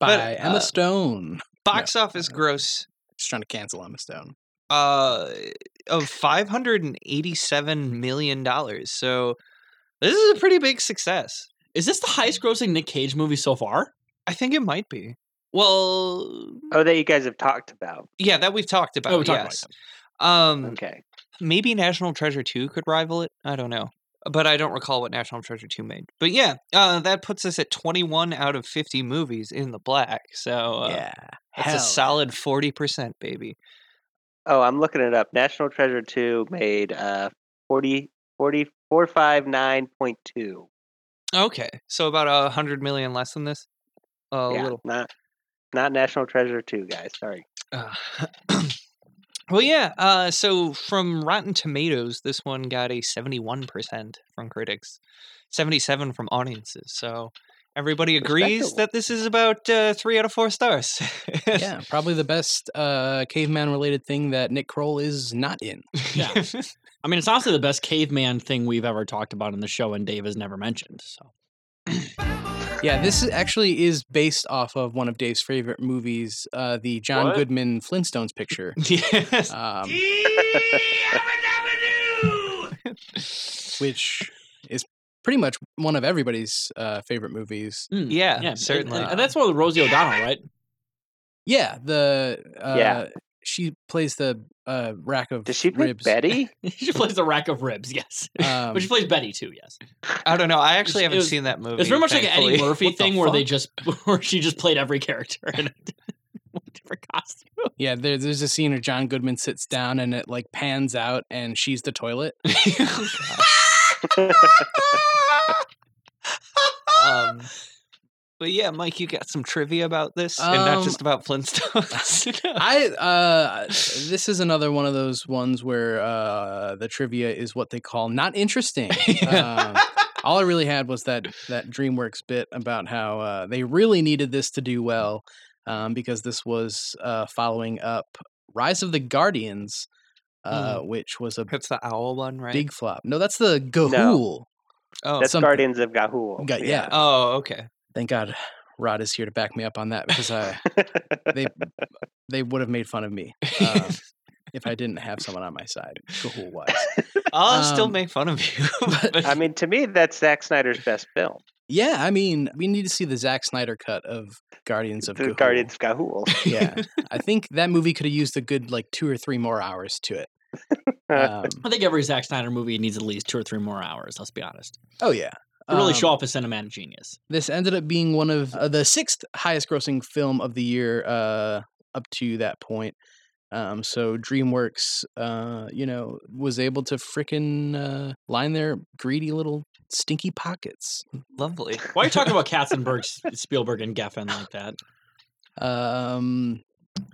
[SPEAKER 2] By
[SPEAKER 1] But,
[SPEAKER 2] Emma
[SPEAKER 1] uh,
[SPEAKER 2] Stone.
[SPEAKER 1] box office gross
[SPEAKER 2] Just trying to cancel Emma Stone.
[SPEAKER 1] uh of 587 million dollars so this is a pretty big success
[SPEAKER 3] Is this the highest grossing Nick Cage movie so far?
[SPEAKER 1] i think it might be well
[SPEAKER 5] Oh, that you guys have talked about.
[SPEAKER 1] yeah that we've talked about
[SPEAKER 3] we talked about
[SPEAKER 1] Oh, yes
[SPEAKER 3] them.
[SPEAKER 2] Mm.
[SPEAKER 1] um
[SPEAKER 5] Okay.
[SPEAKER 1] maybe national treasure 2 could rival it i don't know but i don't recall what national treasure 2 made but yeah uh that puts us at 21 out of 50 movies in the black so uh,
[SPEAKER 2] yeah.
[SPEAKER 1] that's
[SPEAKER 2] hell
[SPEAKER 1] a solid (laughs) 40% baby
[SPEAKER 5] Oh, I'm looking it up. National Treasure 2 made uh 40 40 459.2.
[SPEAKER 1] okay so about a hundred million less than this a
[SPEAKER 5] yeah,
[SPEAKER 1] little
[SPEAKER 5] not not National Treasure 2, guys. Sorry.
[SPEAKER 1] Uh, (clears throat) well, yeah. Uh, so from Rotten Tomatoes, this one got a 71% from critics, 77 from audiences. So everybody agrees
[SPEAKER 5] Respectable.
[SPEAKER 1] that this is about uh, three out of four stars. (laughs)
[SPEAKER 2] yeah, probably the best uh, caveman related thing that Nick Kroll is not in.
[SPEAKER 3] Yeah. I mean, it's honestly the best caveman thing we've ever talked about in the show, and Dave has never mentioned. So
[SPEAKER 2] Yeah, this is- actually is based off of one of Dave's favorite movies, uh, the John
[SPEAKER 7] What?
[SPEAKER 2] Goodman Flintstones
[SPEAKER 1] (laughs)
[SPEAKER 2] picture,
[SPEAKER 1] yes.
[SPEAKER 3] Uh,
[SPEAKER 2] um, which is pretty much one of everybody's uh, favorite movies.
[SPEAKER 3] Mm,
[SPEAKER 1] yeah,
[SPEAKER 3] and- and-
[SPEAKER 1] certainly.
[SPEAKER 3] and that's one of the Rosie O'Donnell, right? (laughs)
[SPEAKER 2] Yeah, the uh,
[SPEAKER 5] Yeah.
[SPEAKER 2] she plays the uh, rack of
[SPEAKER 5] Does she play
[SPEAKER 2] ribs.
[SPEAKER 5] (laughs)
[SPEAKER 2] (laughs)
[SPEAKER 5] Betty?
[SPEAKER 3] she plays the rack of ribs, yes.
[SPEAKER 2] Um,
[SPEAKER 3] but she plays Betty too, yes.
[SPEAKER 1] I don't know. I actually
[SPEAKER 3] it
[SPEAKER 1] haven't
[SPEAKER 3] was-
[SPEAKER 1] seen that movie.
[SPEAKER 3] It's very much like an Eddie (laughs)
[SPEAKER 1] thankfully. (laughs)
[SPEAKER 3] Murphy
[SPEAKER 2] What the
[SPEAKER 3] thing where they
[SPEAKER 2] fuck?
[SPEAKER 3] just (laughs) where she just played every character in a (laughs) different costume.
[SPEAKER 2] yeah, there, there's a scene where John Goodman sits down and it like pans out, and she's the toilet.
[SPEAKER 3] (laughs)
[SPEAKER 1] um, but yeah, Mike, you got some trivia about this and not
[SPEAKER 2] Um,
[SPEAKER 1] just about
[SPEAKER 3] (laughs)
[SPEAKER 1] Flintstones. (laughs)
[SPEAKER 2] I uh this is another one of those ones where uh the trivia is what they call not interesting. Uh, all I really had was that that DreamWorks bit about how uh, they really needed this to do well um, because this was uh, following up Rise of the Guardians, uh, which was a
[SPEAKER 1] That's the owl one, right?
[SPEAKER 2] big flop. No, that's the Gahool.
[SPEAKER 1] oh,
[SPEAKER 5] (laughs) That's
[SPEAKER 2] something.
[SPEAKER 5] Guardians of Gahul.
[SPEAKER 2] Ga- yeah.
[SPEAKER 1] oh, okay.
[SPEAKER 2] Thank God, Rod is here to back me up on that because I. they they would have made fun of me um, if I didn't have someone on my side. Who was?
[SPEAKER 1] I'll still
[SPEAKER 2] Um,
[SPEAKER 1] make fun of you. (laughs) but-
[SPEAKER 5] (laughs) I mean, to me, that's Zack Snyder's best film,
[SPEAKER 2] Yeah, I mean, we need to see the Zack Snyder cut of Guardians of
[SPEAKER 5] the
[SPEAKER 2] Gahul. (laughs)
[SPEAKER 5] Guardians of Gahul.
[SPEAKER 2] Yeah, I think that movie could have used a good like two or three more hours to it. Um,
[SPEAKER 3] I think every Zack Snyder movie needs at least two or three more hours. Let's be honest.
[SPEAKER 2] oh yeah,
[SPEAKER 3] To really
[SPEAKER 2] Um,
[SPEAKER 3] show off his cinematic genius.
[SPEAKER 2] This ended up being one of uh, the sixth highest grossing film of the year uh, up to that point. Um, so DreamWorks, uh, you know, was able to frickin' uh, line their greedy little stinky pockets.
[SPEAKER 1] Lovely.
[SPEAKER 3] Why are you talking (laughs) about Katzenberg, S- Spielberg, and Geffen like (laughs) that?
[SPEAKER 2] Um,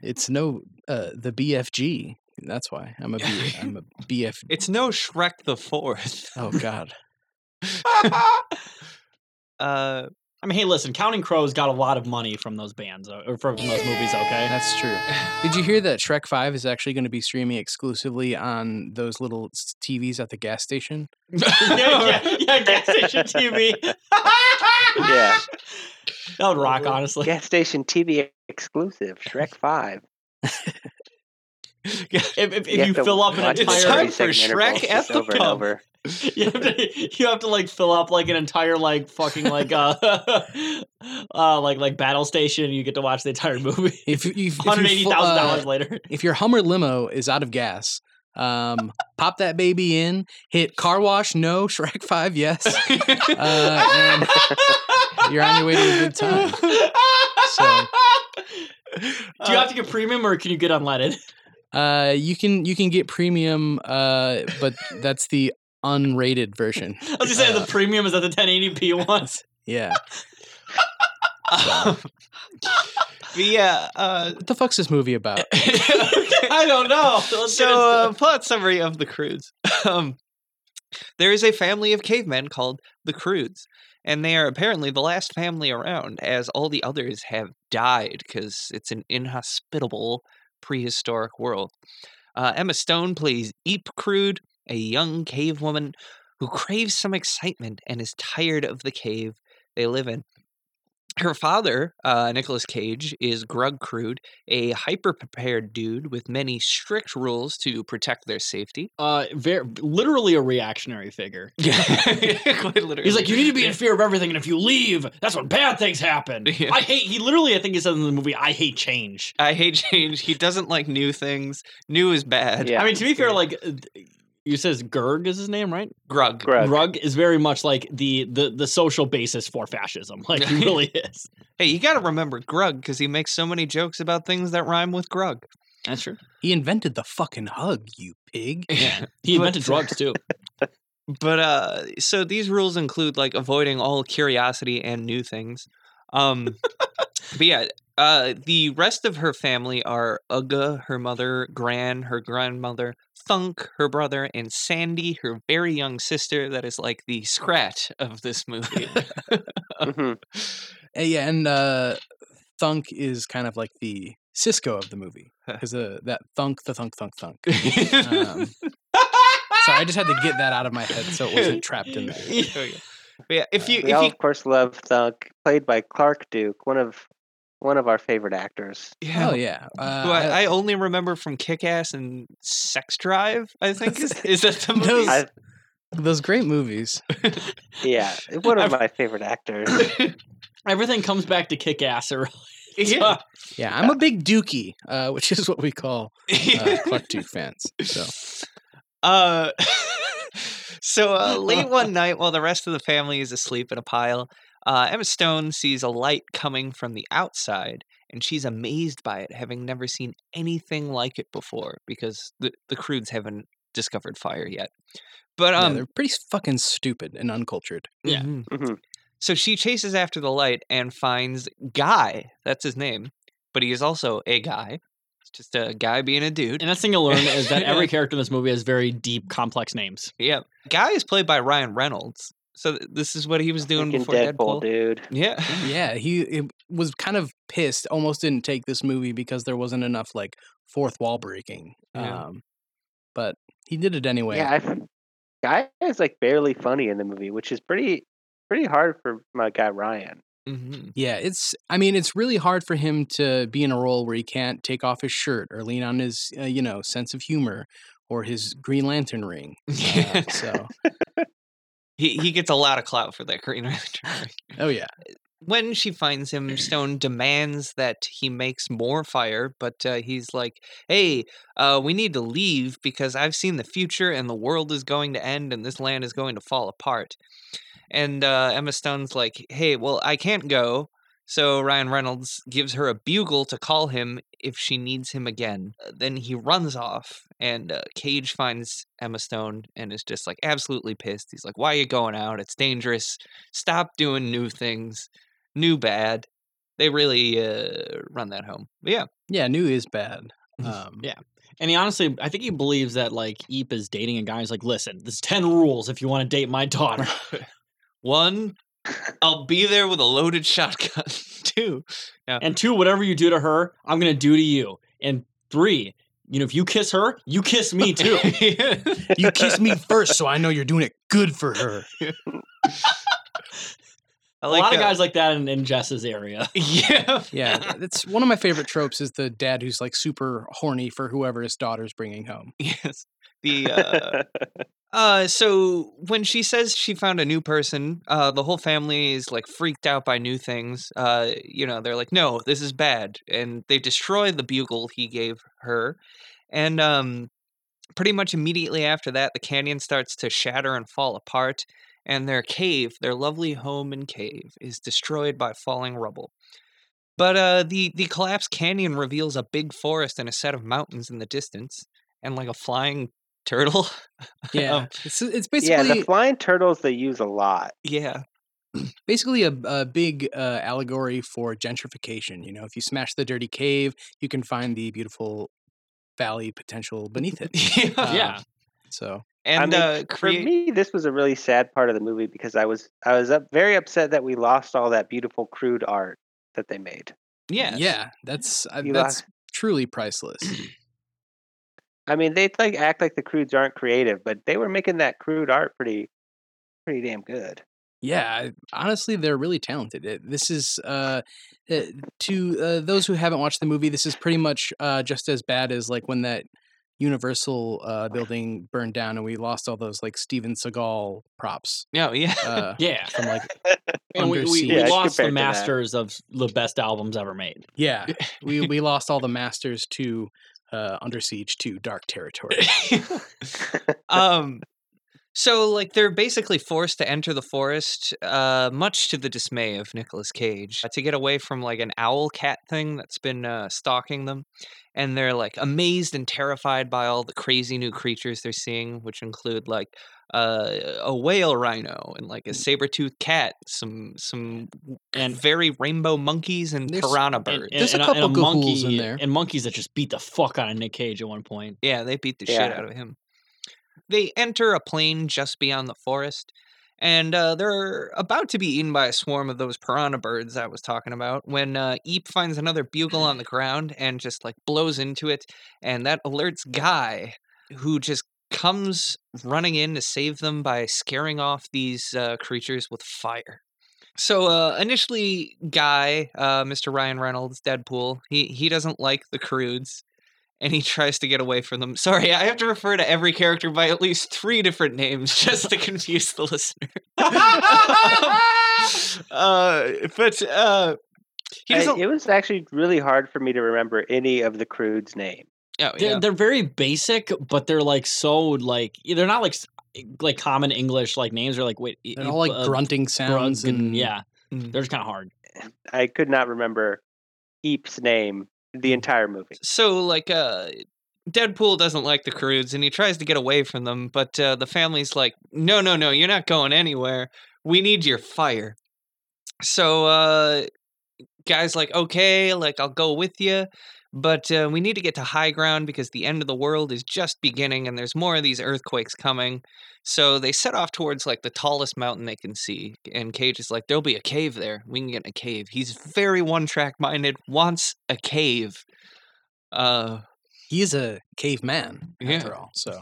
[SPEAKER 2] it's no uh, the BFG. That's why
[SPEAKER 3] (laughs)
[SPEAKER 2] I'm a B, I'm a BF.
[SPEAKER 1] It's no Shrek the Fourth.
[SPEAKER 2] Oh God,
[SPEAKER 1] Uh,
[SPEAKER 3] I mean, hey, listen, Counting Crows got a lot of money from those bands uh, or from, from those movies. Okay,
[SPEAKER 2] that's true. Did you hear that Shrek Five is actually going to be streaming exclusively on those little s- TVs at the gas station?
[SPEAKER 3] (laughs) yeah, yeah, (laughs) yeah, gas station TV.
[SPEAKER 5] Yeah.
[SPEAKER 3] (laughs) that would rock, honestly.
[SPEAKER 5] Gas station TV exclusive, Shrek 5.
[SPEAKER 3] If, if, if
[SPEAKER 5] have
[SPEAKER 3] you
[SPEAKER 5] to
[SPEAKER 3] fill up an
[SPEAKER 5] watch it
[SPEAKER 1] It's
[SPEAKER 5] in
[SPEAKER 1] time for
[SPEAKER 3] entire,
[SPEAKER 5] 30 second
[SPEAKER 1] Shrek
[SPEAKER 5] intervals
[SPEAKER 1] at
[SPEAKER 5] just
[SPEAKER 1] the
[SPEAKER 5] over and
[SPEAKER 1] pub.
[SPEAKER 5] over.
[SPEAKER 3] (laughs) you have, to, you have to like fill up like an entire like fucking like uh, (laughs) uh like like battle station. You get to watch the entire movie.
[SPEAKER 2] If you, if, if you
[SPEAKER 3] Hundred eighty
[SPEAKER 2] fu-
[SPEAKER 3] thousand
[SPEAKER 2] uh,
[SPEAKER 3] dollars later.
[SPEAKER 2] if your Hummer limo is out of gas, um, pop that baby in, hit car wash, no, (laughs) Shrek 5,
[SPEAKER 3] (laughs)
[SPEAKER 2] yes. Uh, and you're on your way to a good time. So-
[SPEAKER 3] Do you have to get premium or can you get unleaded? (laughs)
[SPEAKER 2] Uh, you can you can get premium, uh, but that's the unrated version.
[SPEAKER 3] I was just saying
[SPEAKER 2] Uh,
[SPEAKER 3] the premium is at the 1080p
[SPEAKER 2] (laughs)
[SPEAKER 3] one. (laughs)
[SPEAKER 2] Yeah.
[SPEAKER 1] (laughs) um, the uh, uh,
[SPEAKER 2] What the fuck's this movie about?
[SPEAKER 3] I don't know. (laughs) Let's get
[SPEAKER 1] so
[SPEAKER 3] into
[SPEAKER 1] uh,
[SPEAKER 3] it.
[SPEAKER 1] plot summary of the Croods. (laughs) um, there is a family of cavemen called the Croods, and they are apparently the last family around, as all the others have died because it's an inhospitable prehistoric world. Uh, Emma Stone plays Eep Crude, a young cave woman who craves some excitement and is tired of the cave they live in. Her father, uh, Nicholas Cage, is Grug Crude, a hyper prepared dude with many strict rules to protect their
[SPEAKER 3] (laughs)
[SPEAKER 1] safety. (laughs)
[SPEAKER 3] uh, very, literally a reactionary figure.
[SPEAKER 1] Yeah,
[SPEAKER 2] (laughs)
[SPEAKER 1] quite literally.
[SPEAKER 3] He's like, you need to be in fear of everything, and if you leave, that's when bad things (laughs) happen.
[SPEAKER 1] Yeah.
[SPEAKER 3] I hate. He literally, I think he says in the movie, I hate change.
[SPEAKER 1] I hate change. He doesn't like new things. New is bad.
[SPEAKER 5] Yeah.
[SPEAKER 3] I mean, to be fair, like. uh, You says Gerg is his name, right?
[SPEAKER 1] Grug.
[SPEAKER 5] Grug.
[SPEAKER 3] Grug is very much like the the the social basis for fascism. (laughs) Like he really is.
[SPEAKER 1] Hey, you got to remember Grug because he makes so many jokes about things that rhyme with Grug.
[SPEAKER 3] That's true.
[SPEAKER 2] He invented the fucking hug, you
[SPEAKER 1] (laughs)
[SPEAKER 2] pig.
[SPEAKER 3] (laughs) Yeah. He
[SPEAKER 1] But-
[SPEAKER 3] invented drugs too.
[SPEAKER 1] But uh, so these rules include like avoiding all curiosity and new things. Um, but yeah, uh, the rest of her family are Uga, her mother, Gran, her grandmother, Thunk, her brother, and Sandy, her very young sister. That is like the scratch of this movie.
[SPEAKER 5] Mhm.
[SPEAKER 2] Uh, yeah, and uh, Thunk is kind of like the Cisco of the movie because that thunk, the thunk, thunk, thunk.
[SPEAKER 1] (laughs)
[SPEAKER 2] Um, so (laughs) I just had to get that out of my head so it wasn't trapped
[SPEAKER 1] (laughs)
[SPEAKER 2] in there.
[SPEAKER 1] There we go. But yeah, if you if
[SPEAKER 5] We all,
[SPEAKER 1] you
[SPEAKER 5] of course, love Thunk, played by Clark Duke, one of one of our favorite actors.
[SPEAKER 1] yeah,
[SPEAKER 2] Oh yeah, uh,
[SPEAKER 1] who I, I only remember from Kick Ass and Sex Drive, I think
[SPEAKER 2] (laughs)
[SPEAKER 1] is is that the
[SPEAKER 2] Those-
[SPEAKER 1] movie?
[SPEAKER 5] I,
[SPEAKER 2] those great movies.
[SPEAKER 5] yeah, one of
[SPEAKER 3] I've-
[SPEAKER 5] my favorite actors.
[SPEAKER 3] (laughs) Everything comes back to kick ass. (laughs) Or
[SPEAKER 1] Yeah. (laughs)
[SPEAKER 2] Yeah, I'm a big Dookie, uh, which is what we call uh, Clark Duke fans. So
[SPEAKER 1] Uh, (laughs) so uh,
[SPEAKER 2] (laughs)
[SPEAKER 1] late one night, while the rest of the family is asleep in a pile, uh, Emma Stone sees a light coming from the outside, and she's amazed by it, having never seen anything like it before because the the Crudes haven't discovered fire yet. But
[SPEAKER 2] yeah,
[SPEAKER 1] um,
[SPEAKER 2] they're mm-hmm. pretty fucking stupid and uncultured.
[SPEAKER 3] Yeah.
[SPEAKER 1] mhm.
[SPEAKER 5] Mhm.
[SPEAKER 1] So she chases after the light and finds Guy. That's his name, but he is also a guy. It's just a guy being a dude.
[SPEAKER 3] And that's the thing you'll learn is that (laughs) every character in this movie has very deep, complex names.
[SPEAKER 1] Yeah, guy is played by Ryan Reynolds. So th- this is what he was doing
[SPEAKER 5] Freaking
[SPEAKER 1] before Deadpool.
[SPEAKER 5] Deadpool, dude.
[SPEAKER 1] Yeah,
[SPEAKER 2] Yeah, he it was kind of pissed. Almost didn't take this movie because there wasn't enough like fourth wall breaking.
[SPEAKER 1] Yeah.
[SPEAKER 2] Um, but he did it anyway.
[SPEAKER 5] Yeah, I f guy is like barely funny in the movie, which is pretty pretty hard for my guy Ryan. (laughs)
[SPEAKER 1] (laughs)
[SPEAKER 5] Mm-hmm.
[SPEAKER 1] Mhm.
[SPEAKER 2] Yeah, it's. I mean, it's really hard for him to be in a role where he can't take off his shirt or lean on his, uh, you know, sense of humor or his Green Lantern ring. Uh, so,
[SPEAKER 5] (laughs)
[SPEAKER 1] he he gets a lot of clout for that Green Lantern. ring.
[SPEAKER 2] oh yeah,
[SPEAKER 1] when she finds him, Stone demands that he makes more fire, but uh, he's like, hey, uh, we need to leave because I've seen the future and the world is going to end and this land is going to fall apart. And uh, Emma Stone's like, hey, well, I can't go. So Ryan Reynolds gives her a bugle to call him if she needs him again. Uh, Then he runs off, and uh, Cage finds Emma Stone and is just like absolutely pissed. He's like, why are you going out? It's dangerous. Stop doing new things. New bad. They really uh, run that home. But yeah.
[SPEAKER 2] Yeah, new is bad. Um,
[SPEAKER 3] Yeah. And he honestly, I think he believes that like Eep is dating a guy who's like, listen, there's 10 rules if you want to date my daughter. (laughs)
[SPEAKER 1] One, I'll be there with a loaded (laughs) shotgun. Two,
[SPEAKER 3] and two, whatever you do to her, I'm going to do to you. And three, you know, if you kiss her, you kiss me too.
[SPEAKER 2] you kiss me first, so I know you're doing it good for her.
[SPEAKER 1] I
[SPEAKER 3] a lot of
[SPEAKER 1] that.
[SPEAKER 3] guys like that in, in Jess's area.
[SPEAKER 1] Yeah.
[SPEAKER 2] Yeah, th- that's one of my favorite tropes is the dad who's like super horny for whoever his daughter's bringing home.
[SPEAKER 1] (laughs)
[SPEAKER 3] (laughs)
[SPEAKER 1] Yes. The uh, Uh, so when she says she found a new person, uh, the whole family is like freaked out by new things. Uh, you know, they're like, "No, this is bad," and they destroy the bugle he gave her, and um, pretty much immediately after that, the canyon starts to shatter and fall apart, and their cave, their lovely home and cave, is destroyed by falling rubble. But uh, the the collapsed canyon reveals a big forest and a set of mountains in the distance, and like a flying turtle. (laughs)
[SPEAKER 2] Yeah,
[SPEAKER 1] Um,
[SPEAKER 2] it's it's
[SPEAKER 5] yeah,
[SPEAKER 2] basically
[SPEAKER 5] the flying turtles they use a lot.
[SPEAKER 1] yeah.
[SPEAKER 2] basically a, a big uh, allegory for gentrification. You know, if you smash the dirty cave, you can find the beautiful valley potential
[SPEAKER 1] (laughs)
[SPEAKER 2] beneath it. Um,
[SPEAKER 3] yeah.
[SPEAKER 2] So
[SPEAKER 1] and
[SPEAKER 5] I mean,
[SPEAKER 1] uh,
[SPEAKER 5] for
[SPEAKER 1] create.
[SPEAKER 5] me, this was a really sad part of the movie because I was I was up, very upset that we lost all that beautiful crude art that they made.
[SPEAKER 1] yes.
[SPEAKER 2] yeah, that's I,
[SPEAKER 5] You
[SPEAKER 2] Uh, that's truly priceless.
[SPEAKER 5] I mean, they like act like the crudes aren't creative, but they were making that crude art pretty, pretty damn good.
[SPEAKER 2] Yeah, I- honestly, they're really talented. It- This is uh, uh, to uh, those who haven't watched the movie. This is pretty much uh, just as bad as like when that Universal uh, building burned down and we lost all those like Steven Seagal props
[SPEAKER 1] No. Yeah. (laughs)
[SPEAKER 2] uh,
[SPEAKER 3] Yeah.
[SPEAKER 2] from (laughs) like
[SPEAKER 3] And we,
[SPEAKER 2] Under
[SPEAKER 3] we,
[SPEAKER 2] siege.
[SPEAKER 3] we (laughs)
[SPEAKER 5] Yeah,
[SPEAKER 3] lost the
[SPEAKER 5] compared to that.
[SPEAKER 3] masters of the best albums ever made.
[SPEAKER 2] yeah we we lost all the masters to uh, Under Siege to Dark Territory.
[SPEAKER 1] um. So, like, they're basically forced to enter the forest, uh, much to the dismay of Nicolas Cage, uh, to get away from like an owl cat thing that's been uh, stalking them. And they're like amazed and terrified by all the crazy new creatures they're seeing, which include like uh, a whale rhino and like a saber toothed cat, some some
[SPEAKER 3] And
[SPEAKER 1] very rainbow monkeys and
[SPEAKER 2] There's-
[SPEAKER 1] piranha
[SPEAKER 3] and,
[SPEAKER 1] birds.
[SPEAKER 3] and,
[SPEAKER 2] There's a
[SPEAKER 3] and
[SPEAKER 2] couple
[SPEAKER 3] and a
[SPEAKER 2] ghouls
[SPEAKER 3] monkey,
[SPEAKER 2] in there.
[SPEAKER 3] And monkeys that just beat the fuck out of Nick Cage at one point.
[SPEAKER 1] Yeah, they beat the shit
[SPEAKER 5] Yeah.
[SPEAKER 1] out of him. They enter a plain just beyond the forest, and uh, they're about to be eaten by a swarm of those piranha birds I was talking about when uh, Eep finds another bugle on the ground and just like blows into it, and that alerts Guy, who just comes running in to save them by scaring off these uh, creatures with fire. So uh, initially, Guy, uh, Mr. Ryan Reynolds, Deadpool, he he doesn't like the Crudes, and he tries to get away from them. Sorry, I have to refer to every character by at least three different names (laughs) just to confuse the
[SPEAKER 5] (laughs)
[SPEAKER 1] listener. (laughs) uh, but uh, he
[SPEAKER 5] I-
[SPEAKER 1] doesn't.
[SPEAKER 5] it was actually really hard for me to remember any of the crudes' name.
[SPEAKER 1] oh,
[SPEAKER 3] They're,
[SPEAKER 1] yeah.
[SPEAKER 3] they're very basic, but they're like so like they're not like s- like common English like names. They're like wait, i-
[SPEAKER 2] They're
[SPEAKER 3] i-
[SPEAKER 2] all like
[SPEAKER 3] uh,
[SPEAKER 2] grunting sounds
[SPEAKER 3] grunts
[SPEAKER 2] and
[SPEAKER 3] yeah,
[SPEAKER 1] Mm.
[SPEAKER 3] they're just kind of hard.
[SPEAKER 5] I could not remember Eep's name the entire movie.
[SPEAKER 1] so like uh Deadpool doesn't like the Crudes and he tries to get away from them, but uh, the family's like, "No, no, no, you're not going anywhere. We need your fire." So uh guys like, "Okay, like I'll go with you, but uh, we need to get to high ground because the end of the world is just beginning and there's more of these earthquakes coming." So they set off towards like the tallest mountain they can see, and Cage is like, "There'll be a cave there. We can get in a cave." He's very one-track minded, wants a cave. Uh
[SPEAKER 2] he is a caveman
[SPEAKER 1] Yeah.
[SPEAKER 2] after all. So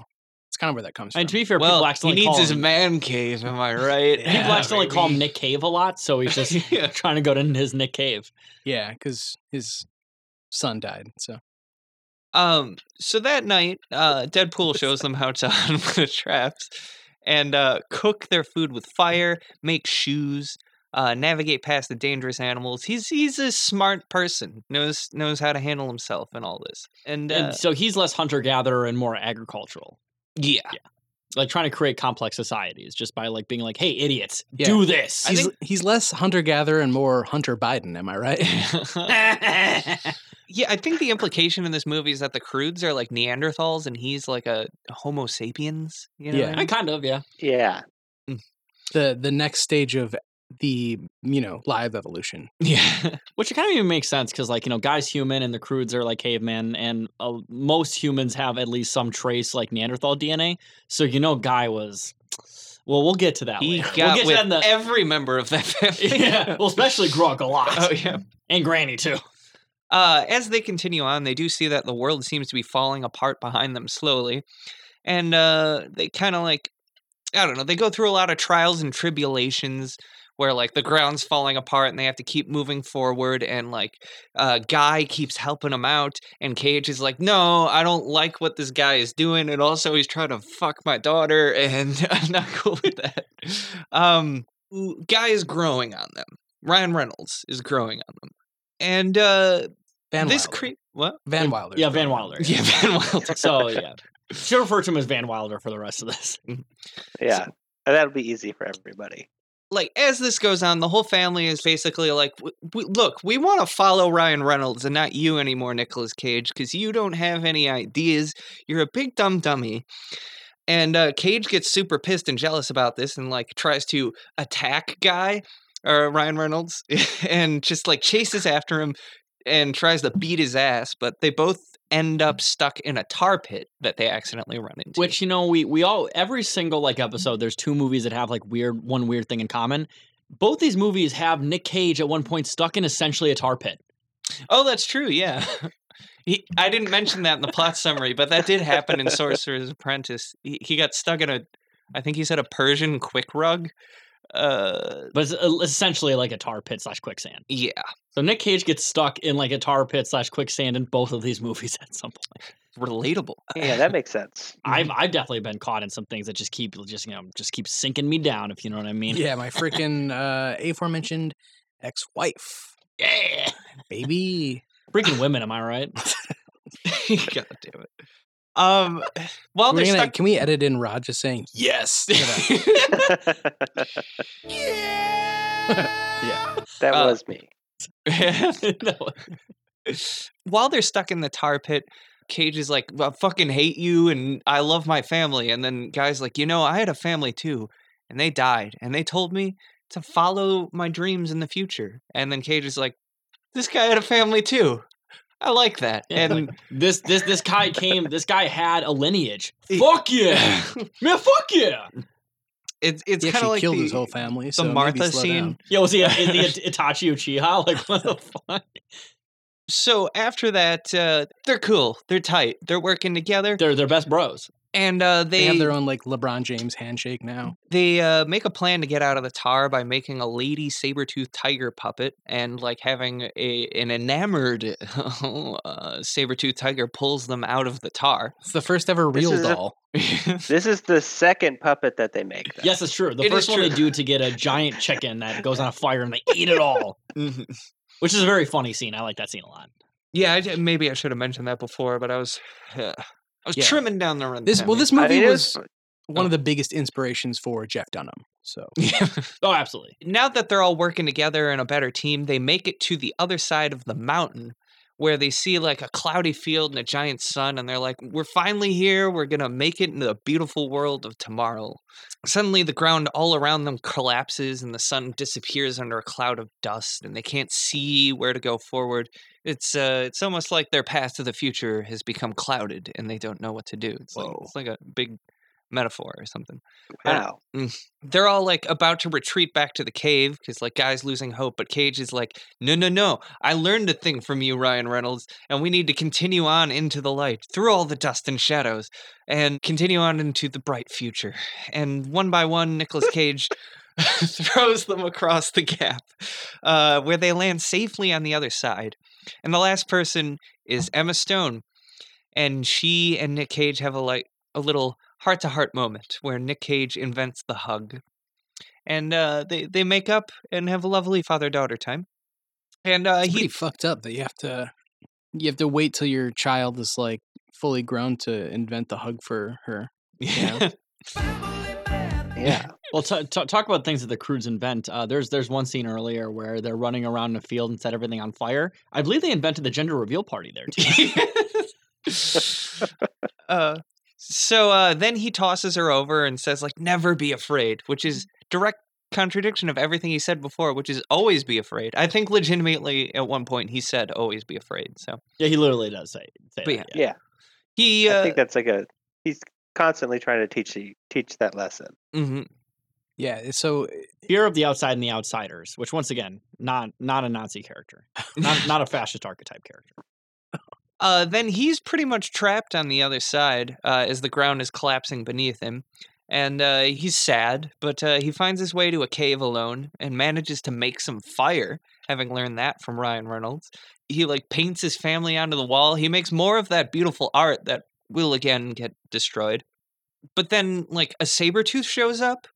[SPEAKER 2] it's kind of where that comes from.
[SPEAKER 3] And to be fair,
[SPEAKER 1] well,
[SPEAKER 3] people
[SPEAKER 1] he
[SPEAKER 3] accidentally
[SPEAKER 1] needs
[SPEAKER 3] call
[SPEAKER 1] his
[SPEAKER 3] him,
[SPEAKER 1] man cave. Am
[SPEAKER 3] (laughs)
[SPEAKER 1] I right?
[SPEAKER 2] Yeah,
[SPEAKER 1] (laughs)
[SPEAKER 3] people accidentally call him
[SPEAKER 1] baby.
[SPEAKER 3] Nick Cave a lot, so
[SPEAKER 1] (laughs)
[SPEAKER 3] he's just
[SPEAKER 1] Yeah.
[SPEAKER 3] trying to go to his Nick Cave.
[SPEAKER 2] yeah, because his son died. So
[SPEAKER 1] Um. So that night, uh, Deadpool shows them how to (laughs) unload traps and uh, cook their food with fire, make shoes. uh, navigate past the dangerous animals. He's he's a smart person, knows knows how to handle himself and all this. And, uh,
[SPEAKER 3] And so he's less hunter gatherer and more agricultural.
[SPEAKER 1] yeah,
[SPEAKER 3] Like trying to create complex societies just by like being like, "Hey, idiots,
[SPEAKER 2] Yeah.
[SPEAKER 3] do this." (laughs)
[SPEAKER 2] He's, he's less hunter gatherer and more Hunter Biden. Am I right? (laughs)
[SPEAKER 1] yeah. I think the implication in this movie is that the Crudes are like Neanderthals, and he's like a Homo sapiens. You know what I
[SPEAKER 2] Yeah.
[SPEAKER 1] (laughs) mean?
[SPEAKER 3] I kind of, yeah.
[SPEAKER 5] (laughs) Yeah.
[SPEAKER 2] the the next stage of the you know live evolution.
[SPEAKER 1] yeah.
[SPEAKER 3] Which kind of even makes sense because, like, you know, guys human and the crudes are like caveman, and uh, most humans have at least some trace like Neanderthal DNA. So you know, guy was. Well, we'll get to that.
[SPEAKER 1] He
[SPEAKER 3] later.
[SPEAKER 1] got
[SPEAKER 3] (laughs) we'll get
[SPEAKER 1] with
[SPEAKER 3] to that in the.
[SPEAKER 1] every member of that (laughs) family.
[SPEAKER 3] (laughs) yeah, well, especially Grog a lot,
[SPEAKER 1] Oh yeah.
[SPEAKER 3] and Granny too.
[SPEAKER 1] Uh, as they continue on, they do see that the world seems to be falling apart behind them slowly. And uh, they kind of like, I don't know, they go through a lot of trials and tribulations where like the ground's falling apart and they have to keep moving forward. And like, uh, Guy keeps helping them out. And Cage is like, no, I don't like what this guy is doing. And also, he's trying to fuck my daughter. And (laughs) I'm not cool with that. Um, Guy is growing on them. Ryan Reynolds is growing on them. And uh,
[SPEAKER 2] Van
[SPEAKER 1] this
[SPEAKER 2] Wilder.
[SPEAKER 1] cre- what?
[SPEAKER 2] Van Wilder.
[SPEAKER 3] yeah, Van Wilder.
[SPEAKER 1] Yeah, Van Wilder.
[SPEAKER 5] (laughs)
[SPEAKER 3] So yeah, should refer to him as Van Wilder for the rest of this.
[SPEAKER 5] Yeah. And that'll be easy for everybody.
[SPEAKER 1] like as this goes on, the whole family is basically like, "W- w- "Look, we want to follow Ryan Reynolds and not you anymore, Nicolas Cage, because you don't have any ideas. You're a big dumb dummy." And uh, Cage gets super pissed and jealous about this, and like tries to attack guy or Ryan Reynolds, (laughs) and just like chases after him and tries to beat his ass. But they both end up stuck in a tar pit that they accidentally run into.
[SPEAKER 3] Which you know, we we all every single like episode, there's two movies that have like weird one weird thing in common. Both these movies have Nick Cage at one point stuck in essentially a tar pit.
[SPEAKER 1] Oh, that's true. Yeah. He, I didn't mention that in the plot summary, but that did happen in Sorcerer's Apprentice. He, he got stuck in a, I think he said a Persian quick rug. Uh,
[SPEAKER 3] but it's uh, essentially like a tar pit slash quicksand.
[SPEAKER 1] yeah.
[SPEAKER 3] So Nick Cage gets stuck in like a tar pit slash quicksand in both of these (laughs) movies at some point.
[SPEAKER 1] Relatable.
[SPEAKER 5] Yeah, that makes sense. (laughs)
[SPEAKER 3] I've I've definitely been caught in some things that just keep just you know just keep sinking me down if you know what I mean.
[SPEAKER 2] Yeah, my freaking uh, aforementioned ex-wife,
[SPEAKER 3] Yeah.
[SPEAKER 2] baby.
[SPEAKER 3] Freaking women, am I right?
[SPEAKER 1] (laughs)
[SPEAKER 3] (laughs)
[SPEAKER 1] God damn it.
[SPEAKER 2] (laughs)
[SPEAKER 1] Um, while
[SPEAKER 2] We're
[SPEAKER 1] they're
[SPEAKER 2] gonna-
[SPEAKER 1] stuck.
[SPEAKER 2] Can we edit in Rod just saying yes? to that?
[SPEAKER 5] that
[SPEAKER 1] Uh,
[SPEAKER 5] was me.
[SPEAKER 1] (laughs)
[SPEAKER 3] No.
[SPEAKER 1] while they're stuck in the tar pit, Cage is like, I fucking hate you and I love my family. And then Guy's like, you know, I had a family too, and they died, and they told me to follow my dreams in the future. And then Cage is like, this guy had a family too. I like that.
[SPEAKER 3] Yeah, like,
[SPEAKER 2] (laughs)
[SPEAKER 1] and
[SPEAKER 3] This this this guy came. This guy had a lineage.
[SPEAKER 1] He-
[SPEAKER 3] Fuck yeah, man! Fuck yeah.
[SPEAKER 1] it's it's
[SPEAKER 2] He
[SPEAKER 1] kind of
[SPEAKER 2] actually
[SPEAKER 1] like
[SPEAKER 2] killed
[SPEAKER 1] the,
[SPEAKER 2] his whole family.
[SPEAKER 1] the
[SPEAKER 2] so maybe
[SPEAKER 1] Martha
[SPEAKER 2] slow
[SPEAKER 1] scene.
[SPEAKER 2] down.
[SPEAKER 3] Yo, was he a, is
[SPEAKER 1] (laughs)
[SPEAKER 3] he a Itachi Uchiha? Like what the fuck?
[SPEAKER 1] So after that, uh, they're cool. They're tight. They're working together,
[SPEAKER 3] They're they're best bros.
[SPEAKER 1] and uh,
[SPEAKER 2] They, have their own like LeBron James handshake now.
[SPEAKER 1] they uh, make a plan to get out of the tar by making a lady saber-toothed tiger puppet and like having a an enamored (laughs) uh, saber-toothed tiger pulls them out of the tar
[SPEAKER 2] It's the first ever
[SPEAKER 5] This
[SPEAKER 2] real
[SPEAKER 5] is a-
[SPEAKER 2] doll.
[SPEAKER 5] This is the second puppet that they make. though.
[SPEAKER 3] Yes, it's true. The
[SPEAKER 1] It is
[SPEAKER 3] first one they
[SPEAKER 1] true.
[SPEAKER 3] do to get a giant chicken that goes on a fire and they eat it all,
[SPEAKER 1] Mm-hmm.
[SPEAKER 3] which is a very funny scene. I like that scene a lot.
[SPEAKER 1] yeah I, d- maybe i should have mentioned that before but i was (sighs) uh, i was
[SPEAKER 2] Yeah.
[SPEAKER 1] trimming down the run
[SPEAKER 2] This well,
[SPEAKER 1] (laughs)
[SPEAKER 2] this
[SPEAKER 5] I
[SPEAKER 2] movie
[SPEAKER 5] mean, it
[SPEAKER 2] was
[SPEAKER 5] was-
[SPEAKER 2] one of the biggest inspirations for Jeff Dunham. So
[SPEAKER 3] Oh, absolutely.
[SPEAKER 1] now that they're all working together in a better team, they make it to the other side of the mountain where they see like a cloudy field and a giant sun and they're like we're finally here we're going to make it into the beautiful world of tomorrow suddenly the ground all around them collapses and the sun disappears under a cloud of dust and they can't see where to go forward it's uh it's almost like their path to the future has become clouded and they don't know what to do it's like
[SPEAKER 5] Whoa.
[SPEAKER 1] it's like a big metaphor or something I don't-
[SPEAKER 5] Wow.
[SPEAKER 1] they're all like about to retreat back to the cave because like guys losing hope but cage is like no no no i learned a thing from you ryan reynolds and we need to continue on into the light through all the dust and shadows and continue on into the bright future and one by one nicholas cage (laughs) throws them across the gap uh, where they land safely on the other side and the last person is emma stone and she and nick cage have a like a little heart to heart moment where Nick Cage invents the hug. and uh, they they make up and have a lovely father daughter time. And uh,
[SPEAKER 2] It's pretty
[SPEAKER 1] he
[SPEAKER 2] fucked up that you have to you have to wait till your child is like fully grown to invent the hug for her.
[SPEAKER 3] Yeah.
[SPEAKER 5] Yeah.
[SPEAKER 3] well, t- t- talk about things that the crews invent. Uh, there's there's one scene earlier where they're running around in a field and set everything on fire. I believe they invented the gender reveal party there
[SPEAKER 1] (laughs)
[SPEAKER 3] too.
[SPEAKER 1] uh, so uh, then he tosses her over and says like never be afraid, which is direct contradiction of everything he said before, which is always be afraid. I think legitimately at one point he said always be afraid. So
[SPEAKER 3] yeah, he literally does say, say
[SPEAKER 1] But
[SPEAKER 3] that.
[SPEAKER 1] yeah.
[SPEAKER 3] yeah.
[SPEAKER 5] Yeah.
[SPEAKER 1] he
[SPEAKER 5] I
[SPEAKER 1] uh,
[SPEAKER 5] think that's like a he's constantly trying to teach you teach that lesson.
[SPEAKER 1] mhm.
[SPEAKER 2] Yeah. So
[SPEAKER 3] Fear of the outside and the outsiders, which once again, not not a Nazi character, (laughs) not not a fascist archetype character.
[SPEAKER 1] Uh, then he's pretty much trapped on the other side uh, as the ground is collapsing beneath him. And uh, he's sad, but uh, he finds his way to a cave alone and manages to make some fire, having learned that from Ryan Reynolds. He like paints his family onto the wall. He makes more of that beautiful art that will again get destroyed. But then like a saber tooth shows up,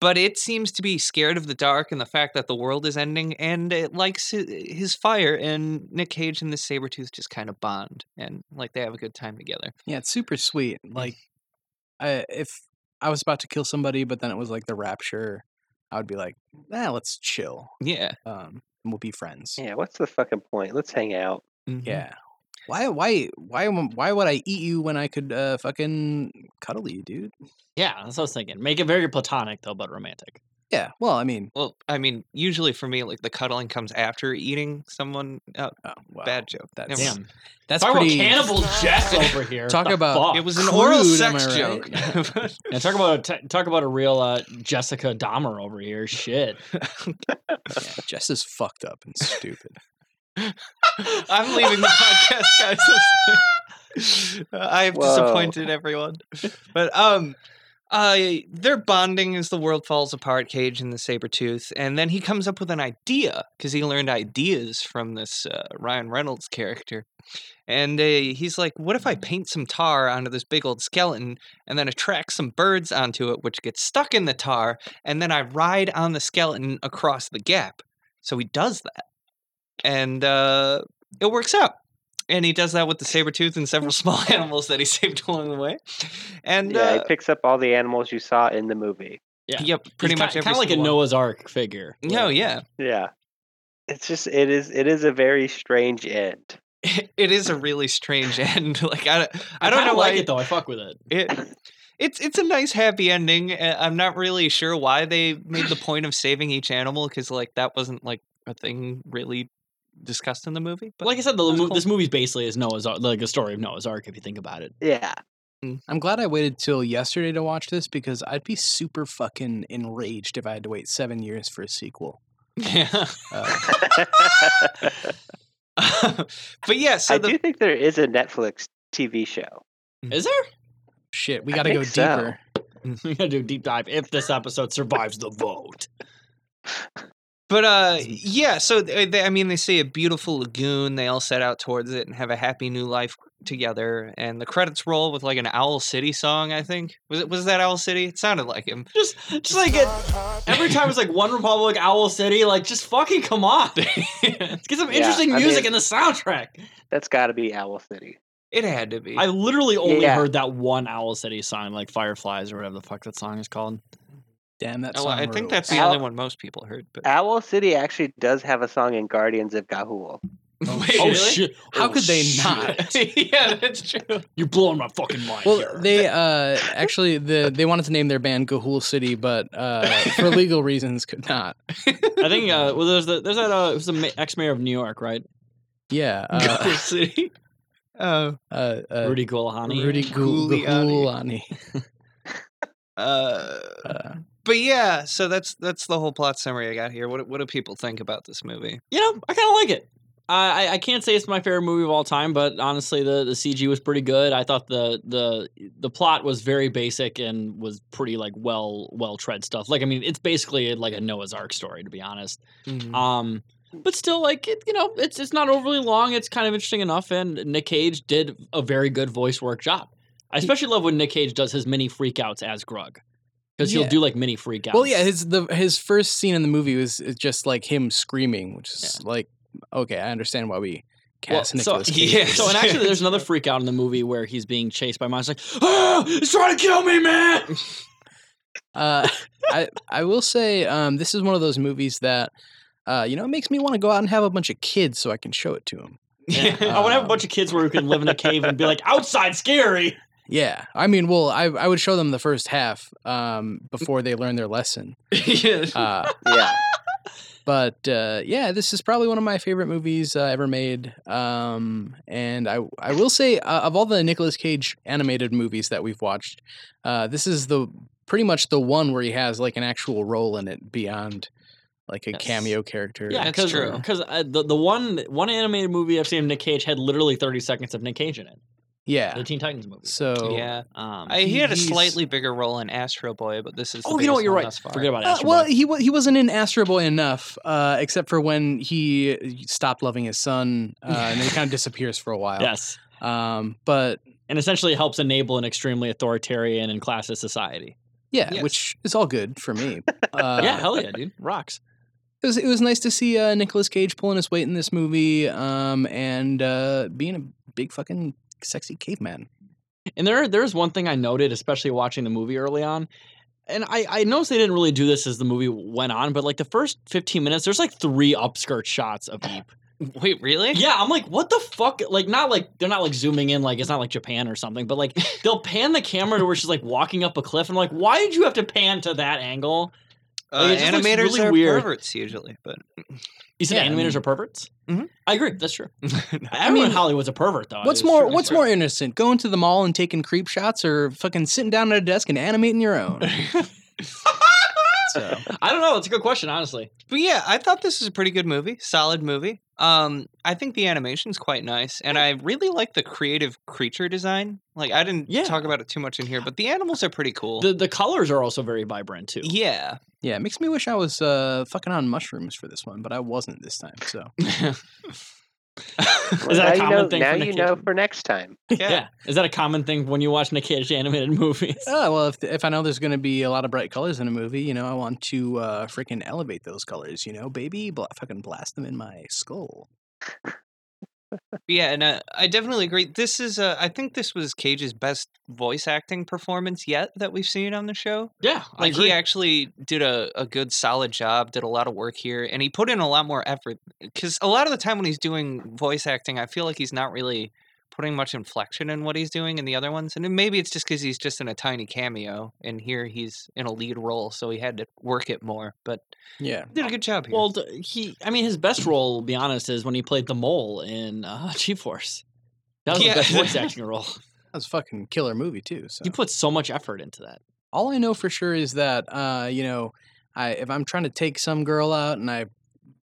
[SPEAKER 1] but it seems to be scared of the dark and the fact that the world is ending and it likes hi- eh, his fire and nick cage and the sabretooth just kind of bond and like they have a good time together
[SPEAKER 2] yeah, it's super sweet. Like, I, if I was about to kill somebody, but then it was like the rapture, I would be like, "Nah, let's chill.
[SPEAKER 1] yeah
[SPEAKER 2] Um, and we'll be friends."
[SPEAKER 5] Yeah, what's the fucking point? Let's hang out.
[SPEAKER 1] mhm.
[SPEAKER 2] Yeah. Why? Why? Why? am- Why would I eat you when I could uh, fucking cuddle you, dude?
[SPEAKER 3] Yeah, that's what I was thinking. Make it very platonic though, but romantic.
[SPEAKER 2] Yeah. Well, I mean,
[SPEAKER 1] well i mean usually for me like the cuddling comes after eating someone uh,
[SPEAKER 2] oh, wow.
[SPEAKER 1] bad joke
[SPEAKER 2] That's
[SPEAKER 1] Never mind.
[SPEAKER 3] Damn,
[SPEAKER 2] that's
[SPEAKER 3] talk
[SPEAKER 2] pretty.
[SPEAKER 1] (laughs)
[SPEAKER 3] about cannibal Jess over here.
[SPEAKER 2] Talk
[SPEAKER 3] the
[SPEAKER 2] about-
[SPEAKER 3] fuck?
[SPEAKER 1] it was an oral
[SPEAKER 2] Oh, Crude, am
[SPEAKER 1] sex
[SPEAKER 2] I
[SPEAKER 1] joke
[SPEAKER 2] (laughs)
[SPEAKER 3] And talk about a t- talk about a real uh, Jessica Dahmer over here. Shit.
[SPEAKER 2] Yeah, Jess is fucked up and stupid.
[SPEAKER 1] i'm leaving the podcast guys I'm sorry. (laughs) i've
[SPEAKER 5] Whoa.
[SPEAKER 1] disappointed everyone but um uh, they're bonding as the world falls apart, Cage and the Sabretooth. And then he comes up with an idea because he learned ideas from this uh, Ryan Reynolds character. And uh, he's like, What if I paint some tar onto this big old skeleton and then attract some birds onto it, which gets stuck in the tar? And then I ride on the skeleton across the gap. So he does that. And uh, it works out. And he does that with the saber tooth and several (laughs) small animals that he saved along the way. And
[SPEAKER 5] yeah,
[SPEAKER 1] uh,
[SPEAKER 5] he picks up all the animals you saw in the movie.
[SPEAKER 3] Yeah.
[SPEAKER 1] Yep, (laughs) pretty much
[SPEAKER 3] kind
[SPEAKER 1] every
[SPEAKER 3] of like a
[SPEAKER 1] single one.
[SPEAKER 3] Noah's Ark figure.
[SPEAKER 1] No, yeah, (laughs)
[SPEAKER 5] Yeah. It's just it is it is a very strange end.
[SPEAKER 1] it is a really strange (laughs) end. Like I, I don't
[SPEAKER 3] kinda
[SPEAKER 1] know
[SPEAKER 3] like
[SPEAKER 1] why
[SPEAKER 3] it though. I fuck with it.
[SPEAKER 1] it. It's it's a nice happy ending. uh, I'm not really sure why they made
[SPEAKER 3] (sighs)
[SPEAKER 1] the point of saving each animal because like that wasn't like a thing really discussed in the movie. But
[SPEAKER 3] like I said, the,
[SPEAKER 1] that's
[SPEAKER 3] mo-
[SPEAKER 1] cool.
[SPEAKER 3] this movie's basically is Noah's Ark, like a story of Noah's Ark. If you think about it,
[SPEAKER 5] Yeah. (laughs)
[SPEAKER 2] I'm glad I waited till yesterday to watch this because I'd be super fucking enraged if I had to wait seven years for a sequel.
[SPEAKER 1] (laughs) yeah,
[SPEAKER 2] Uh,
[SPEAKER 1] (laughs) but yeah. So
[SPEAKER 5] I
[SPEAKER 1] the
[SPEAKER 5] do think there is a Netflix TV show.
[SPEAKER 3] is there?
[SPEAKER 2] shit, we
[SPEAKER 5] I
[SPEAKER 2] got to go
[SPEAKER 5] think so.
[SPEAKER 2] deeper.
[SPEAKER 3] (laughs) we gotta do a deep dive if this episode survives the vote.
[SPEAKER 1] But uh, yeah. So th- they, I mean, they see a beautiful lagoon. They all set out towards it and have a happy new life together. And the credits roll with like an Owl City song. I think was it was that Owl City? It sounded like him.
[SPEAKER 3] Just, just like it. Every time it's like One Republic, Owl City. Like, just fucking come on. Let's get some
[SPEAKER 5] Yeah,
[SPEAKER 3] interesting
[SPEAKER 5] I
[SPEAKER 3] music
[SPEAKER 5] mean-
[SPEAKER 3] in the soundtrack.
[SPEAKER 5] That's gotta be Owl City.
[SPEAKER 1] It had to be.
[SPEAKER 3] I literally only
[SPEAKER 5] Yeah.
[SPEAKER 3] heard that one Owl City song, like Fireflies or whatever the fuck that song is called.
[SPEAKER 2] Damn, that
[SPEAKER 1] Oh,
[SPEAKER 2] song.
[SPEAKER 1] I think that's the
[SPEAKER 2] rules.
[SPEAKER 5] Owl-
[SPEAKER 1] only one most people heard. But
[SPEAKER 5] Owl City actually does have a song in Guardians of Gahul.
[SPEAKER 2] Oh,
[SPEAKER 1] Wait,
[SPEAKER 2] shit.
[SPEAKER 1] really?
[SPEAKER 2] How
[SPEAKER 3] Oh,
[SPEAKER 2] could they
[SPEAKER 3] shit. (laughs)
[SPEAKER 2] not?
[SPEAKER 1] yeah, that's true.
[SPEAKER 3] You're blowing my fucking mind.
[SPEAKER 2] Well,
[SPEAKER 3] here.
[SPEAKER 2] they uh, actually the they wanted to name their band Gahul City, but (laughs) uh, for legal reasons could not.
[SPEAKER 3] I think uh, well, there's the, there's that uh, who's the ma- ex mayor of New York, right? (laughs)
[SPEAKER 2] Yeah, uh,
[SPEAKER 1] Owl City. Uh,
[SPEAKER 2] uh, uh,
[SPEAKER 3] Rudy Giuliani.
[SPEAKER 2] Rudy Gu-
[SPEAKER 1] Giuliani.
[SPEAKER 2] Giuliani.
[SPEAKER 1] uh,
[SPEAKER 2] Uh,
[SPEAKER 1] but yeah, so that's that's the whole plot summary I got here. What what do people think about this movie?
[SPEAKER 3] You know, I kind of like it. I, I I can't say it's my favorite movie of all time, but honestly, the, the CG was pretty good. I thought the the the plot was very basic and was pretty like well well tread stuff. Like I mean, it's basically like a Noah's Ark story to be honest.
[SPEAKER 2] Mm-hmm.
[SPEAKER 1] Mm-hmm.
[SPEAKER 2] (laughs)
[SPEAKER 3] Um, but still, like it, you know, it's it's not overly long. It's kind of interesting enough, and Nick Cage did a very good voice work job. I especially love when Nick Cage does his mini freakouts as Grug. because
[SPEAKER 2] Yeah.
[SPEAKER 3] he'll do like mini freakouts.
[SPEAKER 2] Well, yeah, his the his first scene in the movie was is just like him screaming, which is like okay, I understand why we
[SPEAKER 3] Well,
[SPEAKER 2] cast
[SPEAKER 3] so,
[SPEAKER 2] Nicholas.
[SPEAKER 1] Cage. Yeah.
[SPEAKER 2] (laughs)
[SPEAKER 3] so and actually, there's another freak out in the movie where he's being chased by monsters. Like, ah, it's trying to kill me, man!
[SPEAKER 2] Uh, I I will say um, this is one of those movies that uh, you know it makes me want to go out and have a bunch of kids so I can show it to them.
[SPEAKER 3] Yeah. (laughs) I want to have a bunch of kids where we can live in a cave and be like, outside scary.
[SPEAKER 2] Yeah, I mean, well, I I would show them the first half um, before they learn their lesson.
[SPEAKER 1] yeah.
[SPEAKER 3] (laughs)
[SPEAKER 2] Uh,
[SPEAKER 5] Yeah.
[SPEAKER 2] but uh, yeah, this is probably one of my favorite movies uh, ever made. Um, and I I will say uh, of all the Nicolas Cage animated movies that we've watched, uh, this is the pretty much the one where he has like an actual role in it beyond like a
[SPEAKER 3] Yes.
[SPEAKER 2] cameo character.
[SPEAKER 3] Yeah,
[SPEAKER 1] That's
[SPEAKER 3] because
[SPEAKER 1] true.
[SPEAKER 3] the, the one one animated movie I've seen of Nick Cage had literally 30 seconds of Nick Cage in it.
[SPEAKER 2] Yeah.
[SPEAKER 3] The Teen Titans movie.
[SPEAKER 2] So
[SPEAKER 1] yeah.
[SPEAKER 3] Um,
[SPEAKER 1] I, he had a
[SPEAKER 2] he's-
[SPEAKER 1] slightly bigger role in Astro Boy, but this is. the
[SPEAKER 3] oh, you know
[SPEAKER 1] biggest
[SPEAKER 3] what? You're
[SPEAKER 1] one
[SPEAKER 3] right.
[SPEAKER 1] thus far.
[SPEAKER 3] Forget about it.
[SPEAKER 2] Uh, well, he wa- he wasn't in Astro Boy enough, uh, except for when he stopped loving his son, uh, and then he kind of disappears for a while.
[SPEAKER 3] yes.
[SPEAKER 2] Um, but
[SPEAKER 3] And essentially helps enable an extremely authoritarian and classist society.
[SPEAKER 2] yeah,
[SPEAKER 1] Yes.
[SPEAKER 2] which is all good for me. Uh,
[SPEAKER 3] yeah, hell yeah, dude. Rocks.
[SPEAKER 2] it was it was nice to see uh, Nicolas Cage pulling his weight in this movie, um, and uh, being a big fucking sexy caveman.
[SPEAKER 3] And there, there's one thing I noted, especially watching the movie early on. And I, I noticed they didn't really do this as the movie went on, but like the first 15 minutes, there's like three upskirt shots of
[SPEAKER 2] (laughs)
[SPEAKER 3] Veep.
[SPEAKER 1] Wait, really?
[SPEAKER 3] Yeah, I'm like, what the fuck? Like, not like they're not like zooming in, like it's not like Japan or something, but like
[SPEAKER 2] (laughs)
[SPEAKER 3] they'll pan the camera to where she's like walking up a cliff. And I'm like, why did you have to pan to that angle?
[SPEAKER 1] Uh,
[SPEAKER 3] Like, it just looks
[SPEAKER 1] animators
[SPEAKER 3] really
[SPEAKER 1] are
[SPEAKER 3] weird.
[SPEAKER 1] perverts usually, but
[SPEAKER 3] You said
[SPEAKER 2] Yeah, I
[SPEAKER 3] animators
[SPEAKER 2] mean-
[SPEAKER 3] are perverts?
[SPEAKER 1] Mhm.
[SPEAKER 3] I agree. That's
[SPEAKER 2] (laughs)
[SPEAKER 3] true. Everyone
[SPEAKER 2] mean,
[SPEAKER 3] in Hollywood's a pervert, though.
[SPEAKER 2] what's
[SPEAKER 3] It's
[SPEAKER 2] more
[SPEAKER 3] true, it's
[SPEAKER 2] What's
[SPEAKER 3] true.
[SPEAKER 2] more innocent, going to the mall and taking creep shots, or fucking sitting down at a desk and animating
[SPEAKER 3] (laughs)
[SPEAKER 2] your own? so
[SPEAKER 3] I don't know. That's a good question, honestly.
[SPEAKER 1] But yeah, I thought this was a pretty good movie, solid movie. Um, I think the animation's quite nice, and I really like the creative creature design. Like, I didn't
[SPEAKER 3] Yeah.
[SPEAKER 1] talk about it too much in here, but the animals are pretty cool.
[SPEAKER 3] The the colors are also very vibrant too.
[SPEAKER 1] (laughs) yeah,
[SPEAKER 2] yeah, it makes me wish I was uh, fucking on mushrooms for this one, but I wasn't this time. So
[SPEAKER 5] Well,
[SPEAKER 3] Is that a
[SPEAKER 5] now
[SPEAKER 3] common
[SPEAKER 5] you know,
[SPEAKER 3] thing
[SPEAKER 5] Now
[SPEAKER 3] for Nick
[SPEAKER 5] you know
[SPEAKER 3] Cage?
[SPEAKER 5] for next time.
[SPEAKER 1] Yeah.
[SPEAKER 3] Yeah. Is that a common thing when you watch Nick Cage animated (laughs) movies?
[SPEAKER 2] Oh, well, if, if I know there's going to be a lot of bright colors in a movie, you know, I want to uh, freaking elevate those colors, you know, baby. Bla- fucking blast them in my skull.
[SPEAKER 1] yeah, and uh, I definitely agree. This is, uh, I think, this was Cage's best voice acting performance yet that we've seen on the show.
[SPEAKER 3] yeah, I
[SPEAKER 1] Like,
[SPEAKER 3] agree.
[SPEAKER 1] he actually did a, a good, solid job, did a lot of work here, and he put in a lot more effort. Because a lot of the time when he's doing voice acting, I feel like he's not really putting much inflection in what he's doing in the other ones. And then maybe it's just because he's just in a tiny cameo, and here he's in a lead role, so he had to work it more. But
[SPEAKER 2] Yeah.
[SPEAKER 1] he did a good job here.
[SPEAKER 3] Uh, Well, d- he. I mean, his best role, to be honest, is when he played the mole in uh, (laughs) G-Force. That was
[SPEAKER 1] Yeah.
[SPEAKER 3] his best voice acting (laughs) role.
[SPEAKER 2] That was a fucking killer movie, too. So
[SPEAKER 3] He put so much effort into that.
[SPEAKER 2] all I know for sure is that, uh, you know, I if I'm trying to take some girl out and I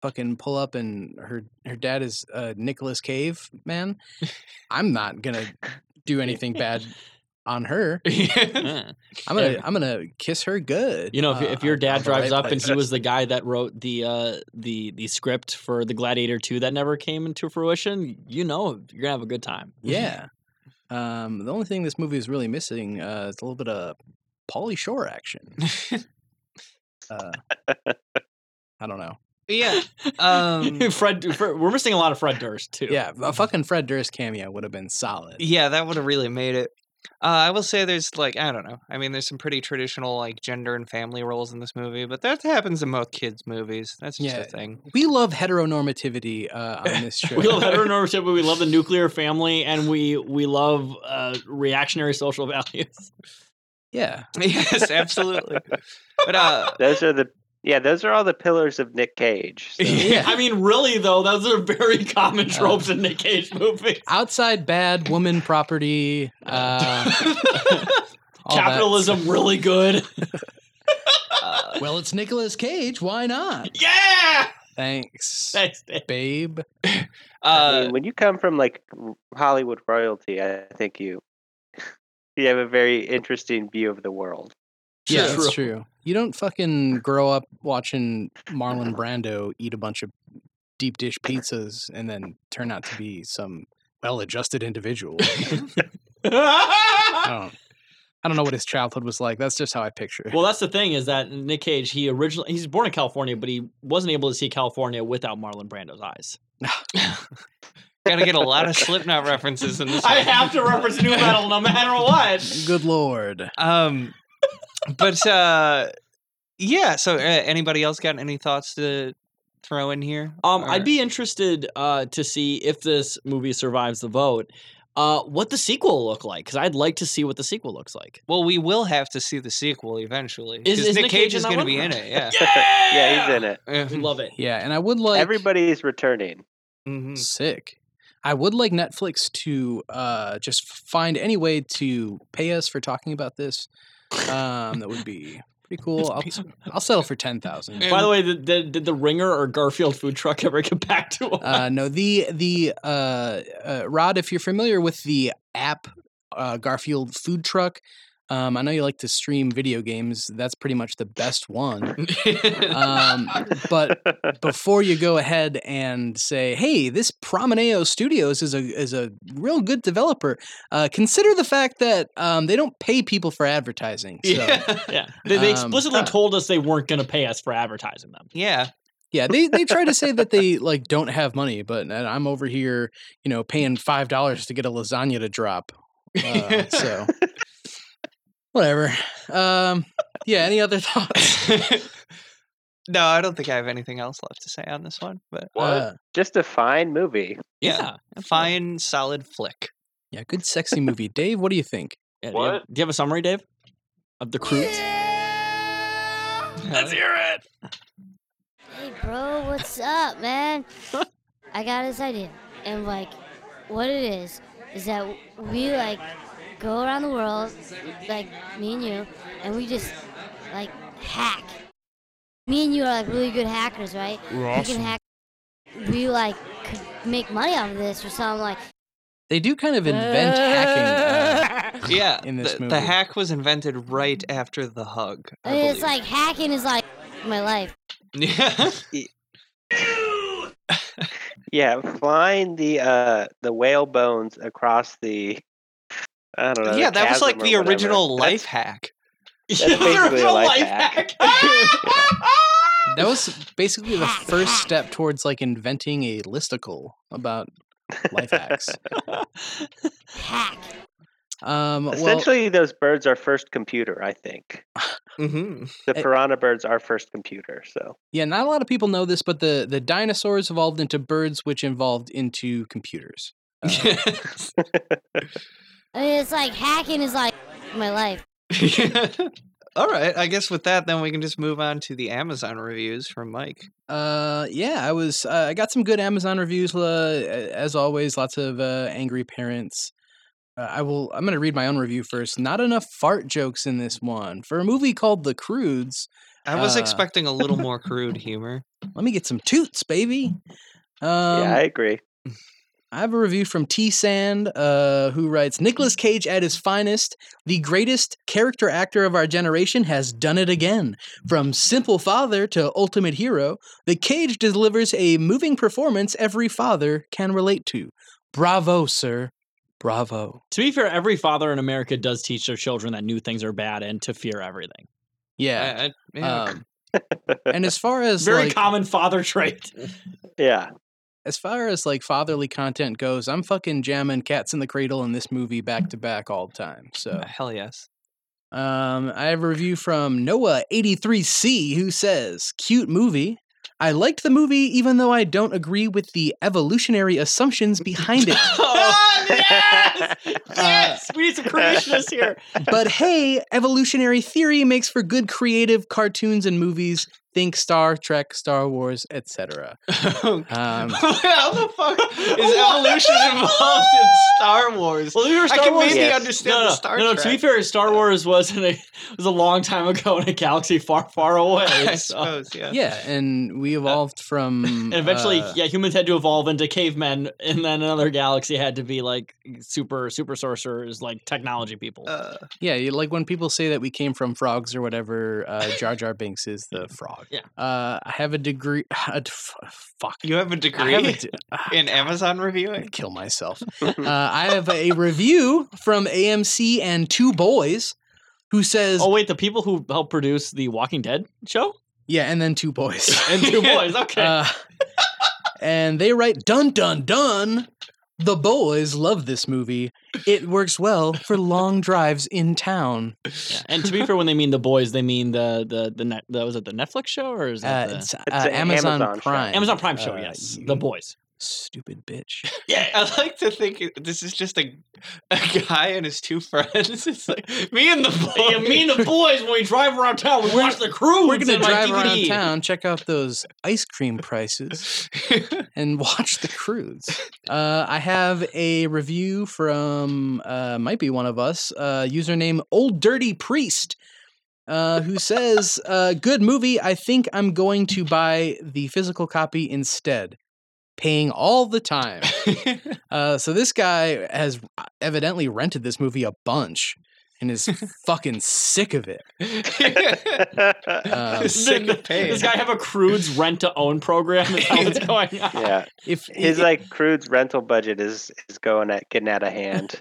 [SPEAKER 2] fucking pull up and her her dad is uh, Nicholas Cave, man, I'm not going to do anything bad on her.
[SPEAKER 3] (laughs) (laughs) Yeah.
[SPEAKER 2] I'm going to I'm going to kiss her good.
[SPEAKER 3] You know, if,
[SPEAKER 2] uh,
[SPEAKER 3] if your
[SPEAKER 2] on- on
[SPEAKER 3] dad
[SPEAKER 2] the right
[SPEAKER 3] drives up and he
[SPEAKER 2] place.
[SPEAKER 3] was the guy that wrote the uh, the the script for the Gladiator Two that never came into fruition, you know you're gonna have a good time.
[SPEAKER 2] Yeah. Um, the only thing this movie is really missing uh, is a little bit of Pauly Shore action. uh, I
[SPEAKER 3] (laughs)
[SPEAKER 2] don't know.
[SPEAKER 1] yeah. Um,
[SPEAKER 3] (laughs) Fred, Fred, we're missing a lot of Fred Durst too.
[SPEAKER 2] Yeah, a fucking Fred Durst cameo would have been solid.
[SPEAKER 1] Yeah, that would have really made it. Uh, I will say there's like I don't know. I mean, there's some pretty traditional like gender and family roles in this movie, but that happens in most kids' movies. That's just
[SPEAKER 2] Yeah.
[SPEAKER 1] a thing. (laughs)
[SPEAKER 2] We love heteronormativity uh, on this show.
[SPEAKER 3] (laughs) We love heteronormativity. We love the nuclear family, and we we love uh, reactionary social values.
[SPEAKER 2] yeah,
[SPEAKER 1] yes, absolutely. But
[SPEAKER 3] (laughs)
[SPEAKER 1] uh,
[SPEAKER 5] Those are the yeah. Those are all the pillars of Nick
[SPEAKER 1] (laughs)
[SPEAKER 5] Cage.
[SPEAKER 2] (laughs)
[SPEAKER 5] so-
[SPEAKER 2] Yeah.
[SPEAKER 3] I mean, really though, those are very common tropes in Nick Cage
[SPEAKER 2] (laughs)
[SPEAKER 3] movies.
[SPEAKER 2] outside bad woman property.
[SPEAKER 3] (laughs)
[SPEAKER 2] Uh, all that.
[SPEAKER 3] Capitalism really good.
[SPEAKER 1] uh,
[SPEAKER 8] Well, it's Nicolas Cage. Why
[SPEAKER 3] (laughs)
[SPEAKER 8] not?
[SPEAKER 3] Yeah.
[SPEAKER 2] Thanks,
[SPEAKER 3] Thanks, Dave.
[SPEAKER 2] babe.
[SPEAKER 5] I
[SPEAKER 1] uh,
[SPEAKER 5] mean, when you come from like r- Hollywood royalty, I think you (laughs) you have a very interesting view of the world.
[SPEAKER 2] Yeah,
[SPEAKER 3] True.
[SPEAKER 2] that's true. You don't fucking grow up watching Marlon Brando eat a bunch of deep dish pizzas and then turn out to (laughs) be some well adjusted individual. I don't, I don't know what his childhood was like. That's just how I picture
[SPEAKER 3] (laughs)
[SPEAKER 2] it.
[SPEAKER 3] Well, that's the thing is that Nick Cage, he originally he's born in California, but he wasn't able to see California without Marlon Brando's eyes.
[SPEAKER 1] Gotta get a lot of Slipknot references in this.
[SPEAKER 3] I
[SPEAKER 1] one.
[SPEAKER 3] have to
[SPEAKER 2] (laughs)
[SPEAKER 3] reference new metal no matter what.
[SPEAKER 2] Good lord.
[SPEAKER 1] (laughs) Um, but uh, yeah. So, uh, anybody else got any thoughts to throw in here?
[SPEAKER 3] Um,
[SPEAKER 1] Or-
[SPEAKER 3] I'd be interested uh, to see if this movie survives the vote. Uh, what the sequel will look like? Because I'd like to see what the sequel looks like.
[SPEAKER 1] Well, we will have to see the sequel eventually.
[SPEAKER 3] Is-
[SPEAKER 1] 'cause
[SPEAKER 3] is
[SPEAKER 1] Nick,
[SPEAKER 3] Nick
[SPEAKER 1] Cage
[SPEAKER 3] Cage in
[SPEAKER 1] is
[SPEAKER 3] that
[SPEAKER 1] going to
[SPEAKER 3] one?
[SPEAKER 1] be in it. (laughs)
[SPEAKER 3] (laughs)
[SPEAKER 1] Yeah. Mm-hmm.
[SPEAKER 5] yeah, he's in it.
[SPEAKER 3] We love (laughs) it.
[SPEAKER 2] Yeah, and I would like
[SPEAKER 5] Everybody's returning.
[SPEAKER 1] Mhm.
[SPEAKER 2] sick. I would like Netflix to uh, just find any way to pay us for talking about this. Um, that would be pretty cool. I'll,
[SPEAKER 3] (laughs)
[SPEAKER 2] I'll settle for ten thousand.
[SPEAKER 3] By the way, did, did, did the Ringer or Garfield food truck (laughs) ever get back to us?
[SPEAKER 2] Uh, no, the the uh, uh, Rod, if you're familiar with the app uh, Garfield Food Truck, um, I know you like to stream video games. That's pretty much the best one.
[SPEAKER 3] Uh,
[SPEAKER 2] (laughs) Um,
[SPEAKER 5] (laughs)
[SPEAKER 2] but before you go ahead and say, "Hey, this Promeneo Studios is a is a real good developer," uh, consider the fact that um, they don't pay people for advertising.
[SPEAKER 1] (laughs)
[SPEAKER 2] So, yeah, (laughs)
[SPEAKER 3] yeah, they, they
[SPEAKER 2] Um,
[SPEAKER 3] explicitly told us they weren't going to pay us for advertising them.
[SPEAKER 1] Yeah.
[SPEAKER 2] they they try to say that they like don't have money, but and I'm over here, you know, paying five dollars to get a lasagna to drop. Uh, so whatever. Um, yeah. Any other thoughts?
[SPEAKER 1] no, I don't think I have anything else left to say on this one. But
[SPEAKER 2] Uh,
[SPEAKER 5] Just a fine movie.
[SPEAKER 1] Yeah. fine, solid
[SPEAKER 2] (laughs)
[SPEAKER 1] flick.
[SPEAKER 2] yeah, good sexy movie. Dave, what do you think?
[SPEAKER 3] Yeah, do you have- Do, you have, a summary, Dave, of the crew? (laughs)
[SPEAKER 1] Let's hear it.
[SPEAKER 6] Hey, bro, what's
[SPEAKER 1] (laughs)
[SPEAKER 6] up, man? I got this idea. And, like, what it is, is that we, like, go around the world, like, me and you, and we just, like, hack. Me and you are, like, really good hackers, right? We're We can hack. We, like, could make money off of this or something, like,
[SPEAKER 2] They do kind of invent hacking. Uh,
[SPEAKER 1] Yeah.
[SPEAKER 2] in this
[SPEAKER 1] the,
[SPEAKER 2] movie.
[SPEAKER 1] the hack was invented right after the hug. I
[SPEAKER 6] it's
[SPEAKER 1] believe.
[SPEAKER 6] like hacking is, like, my life.
[SPEAKER 1] (laughs) Yeah.
[SPEAKER 5] Yeah, flying the uh the whale bones across the I don't know.
[SPEAKER 1] yeah,
[SPEAKER 5] the
[SPEAKER 1] that was
[SPEAKER 5] chasm
[SPEAKER 1] like
[SPEAKER 5] or
[SPEAKER 1] the
[SPEAKER 5] whatever.
[SPEAKER 1] original
[SPEAKER 5] That's-
[SPEAKER 1] life hack.
[SPEAKER 5] That's basically a life hack.
[SPEAKER 2] that was basically the first step towards like inventing a listicle about life hacks.
[SPEAKER 6] Hack.
[SPEAKER 2] Um, well,
[SPEAKER 5] Essentially, those birds are first computer. I think
[SPEAKER 1] Mm-hmm.
[SPEAKER 5] the
[SPEAKER 2] Eh.
[SPEAKER 5] piranha birds are first computer. So
[SPEAKER 2] yeah, not a lot of people know this, but the the dinosaurs evolved into birds, which evolved into computers.
[SPEAKER 3] (laughs)
[SPEAKER 6] It's like hacking is, like, my life.
[SPEAKER 1] (laughs) All right. I guess with that, then we can just move on to the Amazon reviews from Mike.
[SPEAKER 2] Uh, yeah, I was. Uh, I got some good Amazon reviews. Uh, a- as always, lots of uh, angry parents. Uh, I will. I'm going to read my own review first. Not enough fart jokes in this one for a movie called The Crudes.
[SPEAKER 1] I was
[SPEAKER 2] Uh.
[SPEAKER 1] expecting a little
[SPEAKER 2] (laughs)
[SPEAKER 1] more crude humor.
[SPEAKER 2] Let me get some toots, baby. Um,
[SPEAKER 5] yeah, I agree. (laughs)
[SPEAKER 2] I have a review from T Sand, uh, who writes Nicolas Cage at his finest, the greatest character actor of our generation, has done it again. From simple father to ultimate hero, the Cage delivers a moving performance every father can relate to. Bravo, sir. Bravo.
[SPEAKER 3] To be fair, every father in America does teach their children that new things are bad and to fear everything.
[SPEAKER 2] Yeah.
[SPEAKER 1] I- I- yeah.
[SPEAKER 2] Um, and as far as
[SPEAKER 3] Very
[SPEAKER 2] like,
[SPEAKER 3] common
[SPEAKER 1] (laughs)
[SPEAKER 3] father trait.
[SPEAKER 5] Yeah,
[SPEAKER 2] as far as like fatherly content goes, I'm fucking jamming Cats in the Cradle in this movie back to back all the time. So
[SPEAKER 1] Hell yes.
[SPEAKER 2] Um, I have a review from Noah83C who says, Cute movie. I liked the movie even though I don't agree with the evolutionary assumptions behind it.
[SPEAKER 3] Oh,
[SPEAKER 5] (laughs)
[SPEAKER 3] yes! Yes! we need some creationists here.
[SPEAKER 2] but hey, evolutionary theory makes for good creative cartoons and movies. Think Star Trek, Star Wars, etc.
[SPEAKER 1] (laughs)
[SPEAKER 2] Um,
[SPEAKER 1] How the
[SPEAKER 2] (laughs)
[SPEAKER 1] fuck is evolution involved in Star
[SPEAKER 2] (laughs)
[SPEAKER 1] Wars?
[SPEAKER 3] (laughs) Well, we were
[SPEAKER 1] I
[SPEAKER 3] Star
[SPEAKER 1] can
[SPEAKER 3] Wars.
[SPEAKER 1] maybe
[SPEAKER 5] Yes.
[SPEAKER 1] understand
[SPEAKER 3] No,
[SPEAKER 1] the
[SPEAKER 3] no,
[SPEAKER 1] Star
[SPEAKER 3] no, no, To be
[SPEAKER 1] Trek.
[SPEAKER 3] fair, Star Wars was in a, (laughs) was a long time ago in a galaxy far, far
[SPEAKER 1] (laughs) (laughs) I
[SPEAKER 3] away. so-
[SPEAKER 1] suppose, yeah.
[SPEAKER 2] yeah, and we evolved from.
[SPEAKER 3] And eventually,
[SPEAKER 2] uh,
[SPEAKER 3] yeah, humans had to evolve into cavemen, and then another galaxy had to be like super, super sorcerers, like technology people.
[SPEAKER 1] Uh,
[SPEAKER 2] Yeah, you- like when people say that we came from frogs or whatever, uh, Jar Jar Binks is
[SPEAKER 3] (laughs)
[SPEAKER 2] the frog.
[SPEAKER 3] Yeah.
[SPEAKER 2] Uh, I have a degree. (laughs) a d- f- fuck.
[SPEAKER 1] you have a
[SPEAKER 2] I
[SPEAKER 1] degree
[SPEAKER 2] have a de- ah,
[SPEAKER 1] (laughs) in Amazon
[SPEAKER 3] (laughs)
[SPEAKER 2] I'm gonna
[SPEAKER 1] reviewing?
[SPEAKER 2] kill myself. Uh, I have a review from AMC and Two Boys. who says,
[SPEAKER 3] Oh wait, the people who helped produce the Walking Dead show
[SPEAKER 2] yeah, and then
[SPEAKER 3] (laughs)
[SPEAKER 2] two boys.
[SPEAKER 1] (laughs)
[SPEAKER 3] and two boys. Okay,
[SPEAKER 2] Uh, and they write, dun, dun, dun. The boys love this movie. It works well for long drives in town.
[SPEAKER 3] Yeah, and to be fair, when they mean the boys, they mean the the the net. The, was it the Netflix show or is
[SPEAKER 2] Uh,
[SPEAKER 3] that the
[SPEAKER 2] it's, uh,
[SPEAKER 5] an
[SPEAKER 2] Amazon,
[SPEAKER 5] Amazon show.
[SPEAKER 2] Prime.
[SPEAKER 3] Amazon Prime show?
[SPEAKER 2] Uh,
[SPEAKER 3] yes,
[SPEAKER 2] you
[SPEAKER 3] the boys.
[SPEAKER 2] Stupid bitch.
[SPEAKER 1] Yeah, I like to think it- this is just a, a guy and his two friends. (laughs) It's like me and the (laughs) boy.
[SPEAKER 3] Yeah, me and the boys when we drive around town, we watch the crew.
[SPEAKER 2] We're gonna drive around town, check out those ice (laughs) cream prices, and watch the cruise. Uh, I have a review from uh, might be one of us, uh, username Old Dirty Priest, uh, who (laughs) says, uh, "Good movie. I think I'm going to buy the physical copy instead." Paying all the (laughs) time. Uh, so this guy has uh, evidently rented this movie a bunch and is fucking sick of (laughs) it. Um,
[SPEAKER 1] Sick of pain.
[SPEAKER 3] Does this guy have a crude's rent to own program? Is how it's going on?
[SPEAKER 5] yeah,
[SPEAKER 2] If
[SPEAKER 5] his
[SPEAKER 2] i-
[SPEAKER 5] like crude's rental budget is is going at getting out of hand.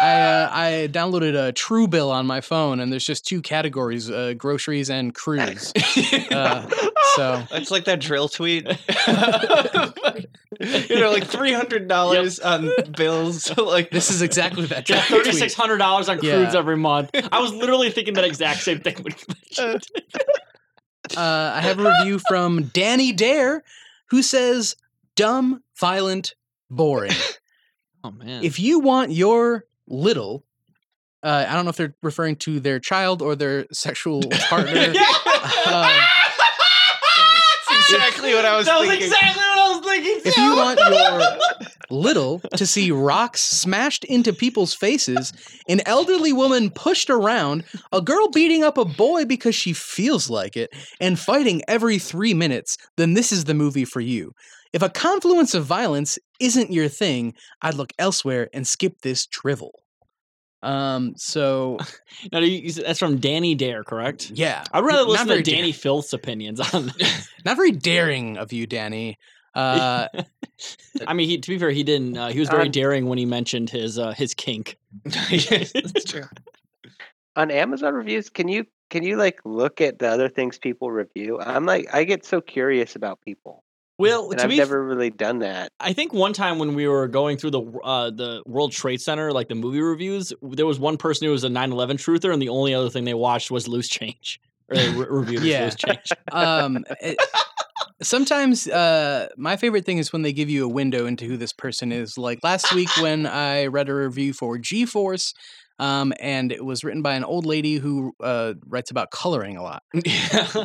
[SPEAKER 2] I uh, I downloaded a True Bill on my phone, and there's just two categories: uh, groceries and cruise. (laughs) Uh, so
[SPEAKER 1] (laughs) It's like that drill tweet. you (laughs) know, like three hundred dollars on bills. (laughs) Like
[SPEAKER 2] this is exactly that.
[SPEAKER 3] Yeah,
[SPEAKER 2] True
[SPEAKER 3] thirty
[SPEAKER 2] (laughs) tweet.
[SPEAKER 3] six hundred dollars on crudes
[SPEAKER 2] Yeah.
[SPEAKER 3] every month. I was literally thinking that exact same thing. (laughs) when you mentioned it.
[SPEAKER 2] Uh, I have a review from Danny Dare, who says, "Dumb, violent, boring."
[SPEAKER 3] Oh man,
[SPEAKER 2] if you want your little, uh, I don't know if they're referring to their child or their sexual partner. um,
[SPEAKER 1] That's (laughs) exactly what (laughs) I was
[SPEAKER 3] that was
[SPEAKER 1] thinking.
[SPEAKER 3] exactly what I was thinking.
[SPEAKER 2] If you want your little to see rocks smashed into people's faces, an elderly woman pushed around, a girl beating up a boy because she feels like it, and fighting every three minutes, then this is the movie for you. If a confluence of violence isn't your thing, I'd look elsewhere and skip this drivel. Um.
[SPEAKER 3] (laughs)
[SPEAKER 2] So
[SPEAKER 3] No, you- you- that's from Danny Dare, correct?
[SPEAKER 2] yeah,
[SPEAKER 3] I'd rather
[SPEAKER 2] Not
[SPEAKER 3] listen to
[SPEAKER 2] very da-
[SPEAKER 3] Danny Filth's opinions on. This.
[SPEAKER 2] not very daring of
[SPEAKER 3] (laughs)
[SPEAKER 2] you, Danny. Uh,
[SPEAKER 3] I mean, he, to be fair, he didn't. Uh, he was very
[SPEAKER 5] Um,
[SPEAKER 3] daring when he mentioned his uh, his kink.
[SPEAKER 1] yes, that's true.
[SPEAKER 5] on Amazon reviews, can you can you like look at the other things people review? I'm like I get so curious about people,
[SPEAKER 3] Well,
[SPEAKER 5] and
[SPEAKER 3] to
[SPEAKER 5] I've
[SPEAKER 3] be,
[SPEAKER 5] never really done that.
[SPEAKER 3] I think one time when we were going through the uh, the World Trade Center, like the movie reviews, there was one person who was a 9/11 truther, and the only other thing they watched was Loose Change, or they re- reviewed as
[SPEAKER 2] Yeah.
[SPEAKER 3] Loose Change.
[SPEAKER 2] um it- sometimes uh my favorite thing is when they give you a window into who this person is like last week when i read a review for g-force um and it was written by an old lady who uh writes about coloring a lot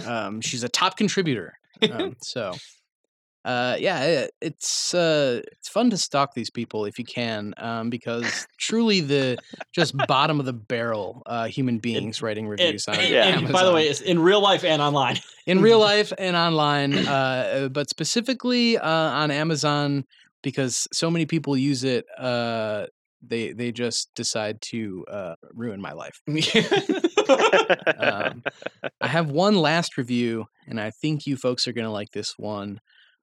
[SPEAKER 2] um she's a top contributor
[SPEAKER 3] (laughs)
[SPEAKER 2] um, so uh yeah it, it's uh it's fun to stalk these people if you can um because truly the just bottom of the barrel uh human beings
[SPEAKER 3] (laughs)
[SPEAKER 2] writing reviews on
[SPEAKER 5] it- Yeah.
[SPEAKER 3] and by the
[SPEAKER 2] Amazon
[SPEAKER 3] way, it's in real life and online.
[SPEAKER 2] in real life and online, uh, uh, but specifically uh, on Amazon because so many people use it. Uh, they they just decide to uh, ruin my life. (laughs)
[SPEAKER 5] (laughs)
[SPEAKER 2] Um, I have one last review, and I think you folks are gonna like this one.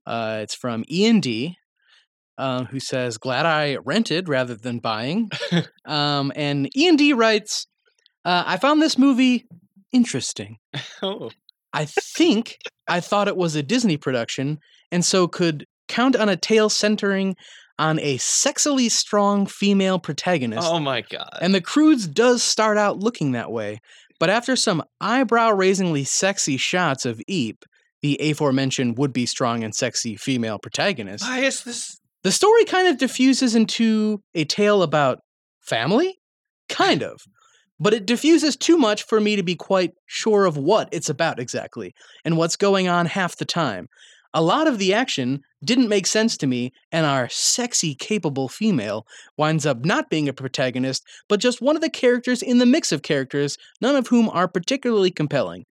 [SPEAKER 2] Uh, it's from Ian D, um, who says, "Glad I rented rather than buying." um, and Ian D writes, uh, "I found this movie interesting."
[SPEAKER 3] (laughs)
[SPEAKER 1] Oh,
[SPEAKER 2] I think I thought it was a Disney production, and so could count on a tale centering on a sexily strong female protagonist.
[SPEAKER 1] oh my (laughs) god.
[SPEAKER 2] And the Crudes does start out looking that way, but after some eyebrow-raisingly sexy shots of Eep, the aforementioned would-be strong and sexy female protagonist,
[SPEAKER 1] Why is this?
[SPEAKER 2] the story kind of diffuses into a tale about family? Kind of. But it diffuses too much for me to be quite sure of what it's about exactly and what's going on half the time. A lot of the action didn't make sense to me, and our sexy, capable female winds up not being a protagonist, but just one of the characters in the mix of characters, none of whom are particularly compelling.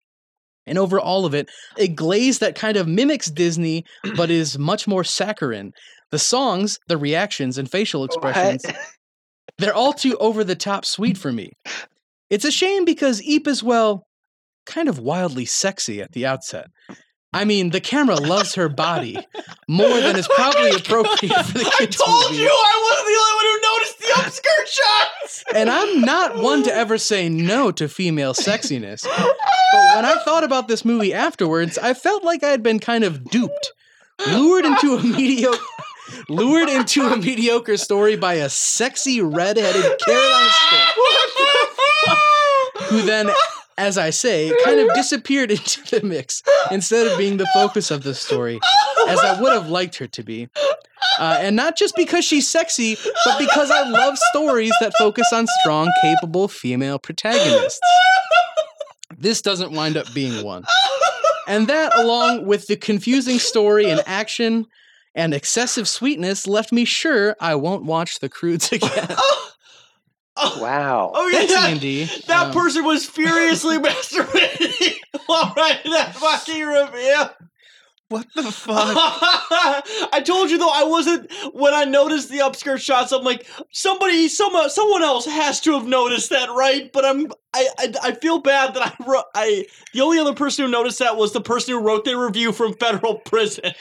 [SPEAKER 2] And over all of it, a glaze that kind of mimics Disney, but is much more saccharine. The songs, the reactions, and facial expressions,
[SPEAKER 5] What?
[SPEAKER 2] they're all too over the top sweet for me. It's a shame because Eep is, well, kind of wildly sexy at the outset. I mean, the camera loves her body more than is probably appropriate for the
[SPEAKER 3] (laughs) I
[SPEAKER 2] kids.
[SPEAKER 3] told
[SPEAKER 2] movie.
[SPEAKER 3] you I wasn't the only one who noticed the skirt shots.
[SPEAKER 2] and I'm not one to ever say no to female sexiness. But when I thought about this movie afterwards, I felt like I had been kind of duped, lured into a mediocre, lured into a mediocre story by a sexy red-headed Caroline
[SPEAKER 3] (laughs)
[SPEAKER 2] Stitt, who then, as I say, kind of disappeared (laughs) into the mix instead of being the focus of the story, as I would have liked her to be. Uh, and not just because she's sexy, but because I love stories that focus on strong, capable female protagonists. This doesn't wind up being one. And that, along with the confusing story and action and excessive sweetness, left me sure I won't watch The Crudes (laughs) again.
[SPEAKER 5] (laughs) Wow.
[SPEAKER 3] Oh yeah,
[SPEAKER 2] Thanks,
[SPEAKER 3] that,
[SPEAKER 2] Andy.
[SPEAKER 3] that
[SPEAKER 2] Um,
[SPEAKER 3] person
[SPEAKER 1] (laughs)
[SPEAKER 3] was furiously masturbating. All right, that fucking reveal.
[SPEAKER 1] What
[SPEAKER 3] (laughs)
[SPEAKER 1] the fuck?
[SPEAKER 3] I told you though, I wasn't when I noticed the upskirt shots. I'm like, somebody, some, uh, someone else has to have noticed that, right? But I'm, I, I, I feel bad that I wrote. I the only other person who noticed that was the person who wrote the review from federal prison.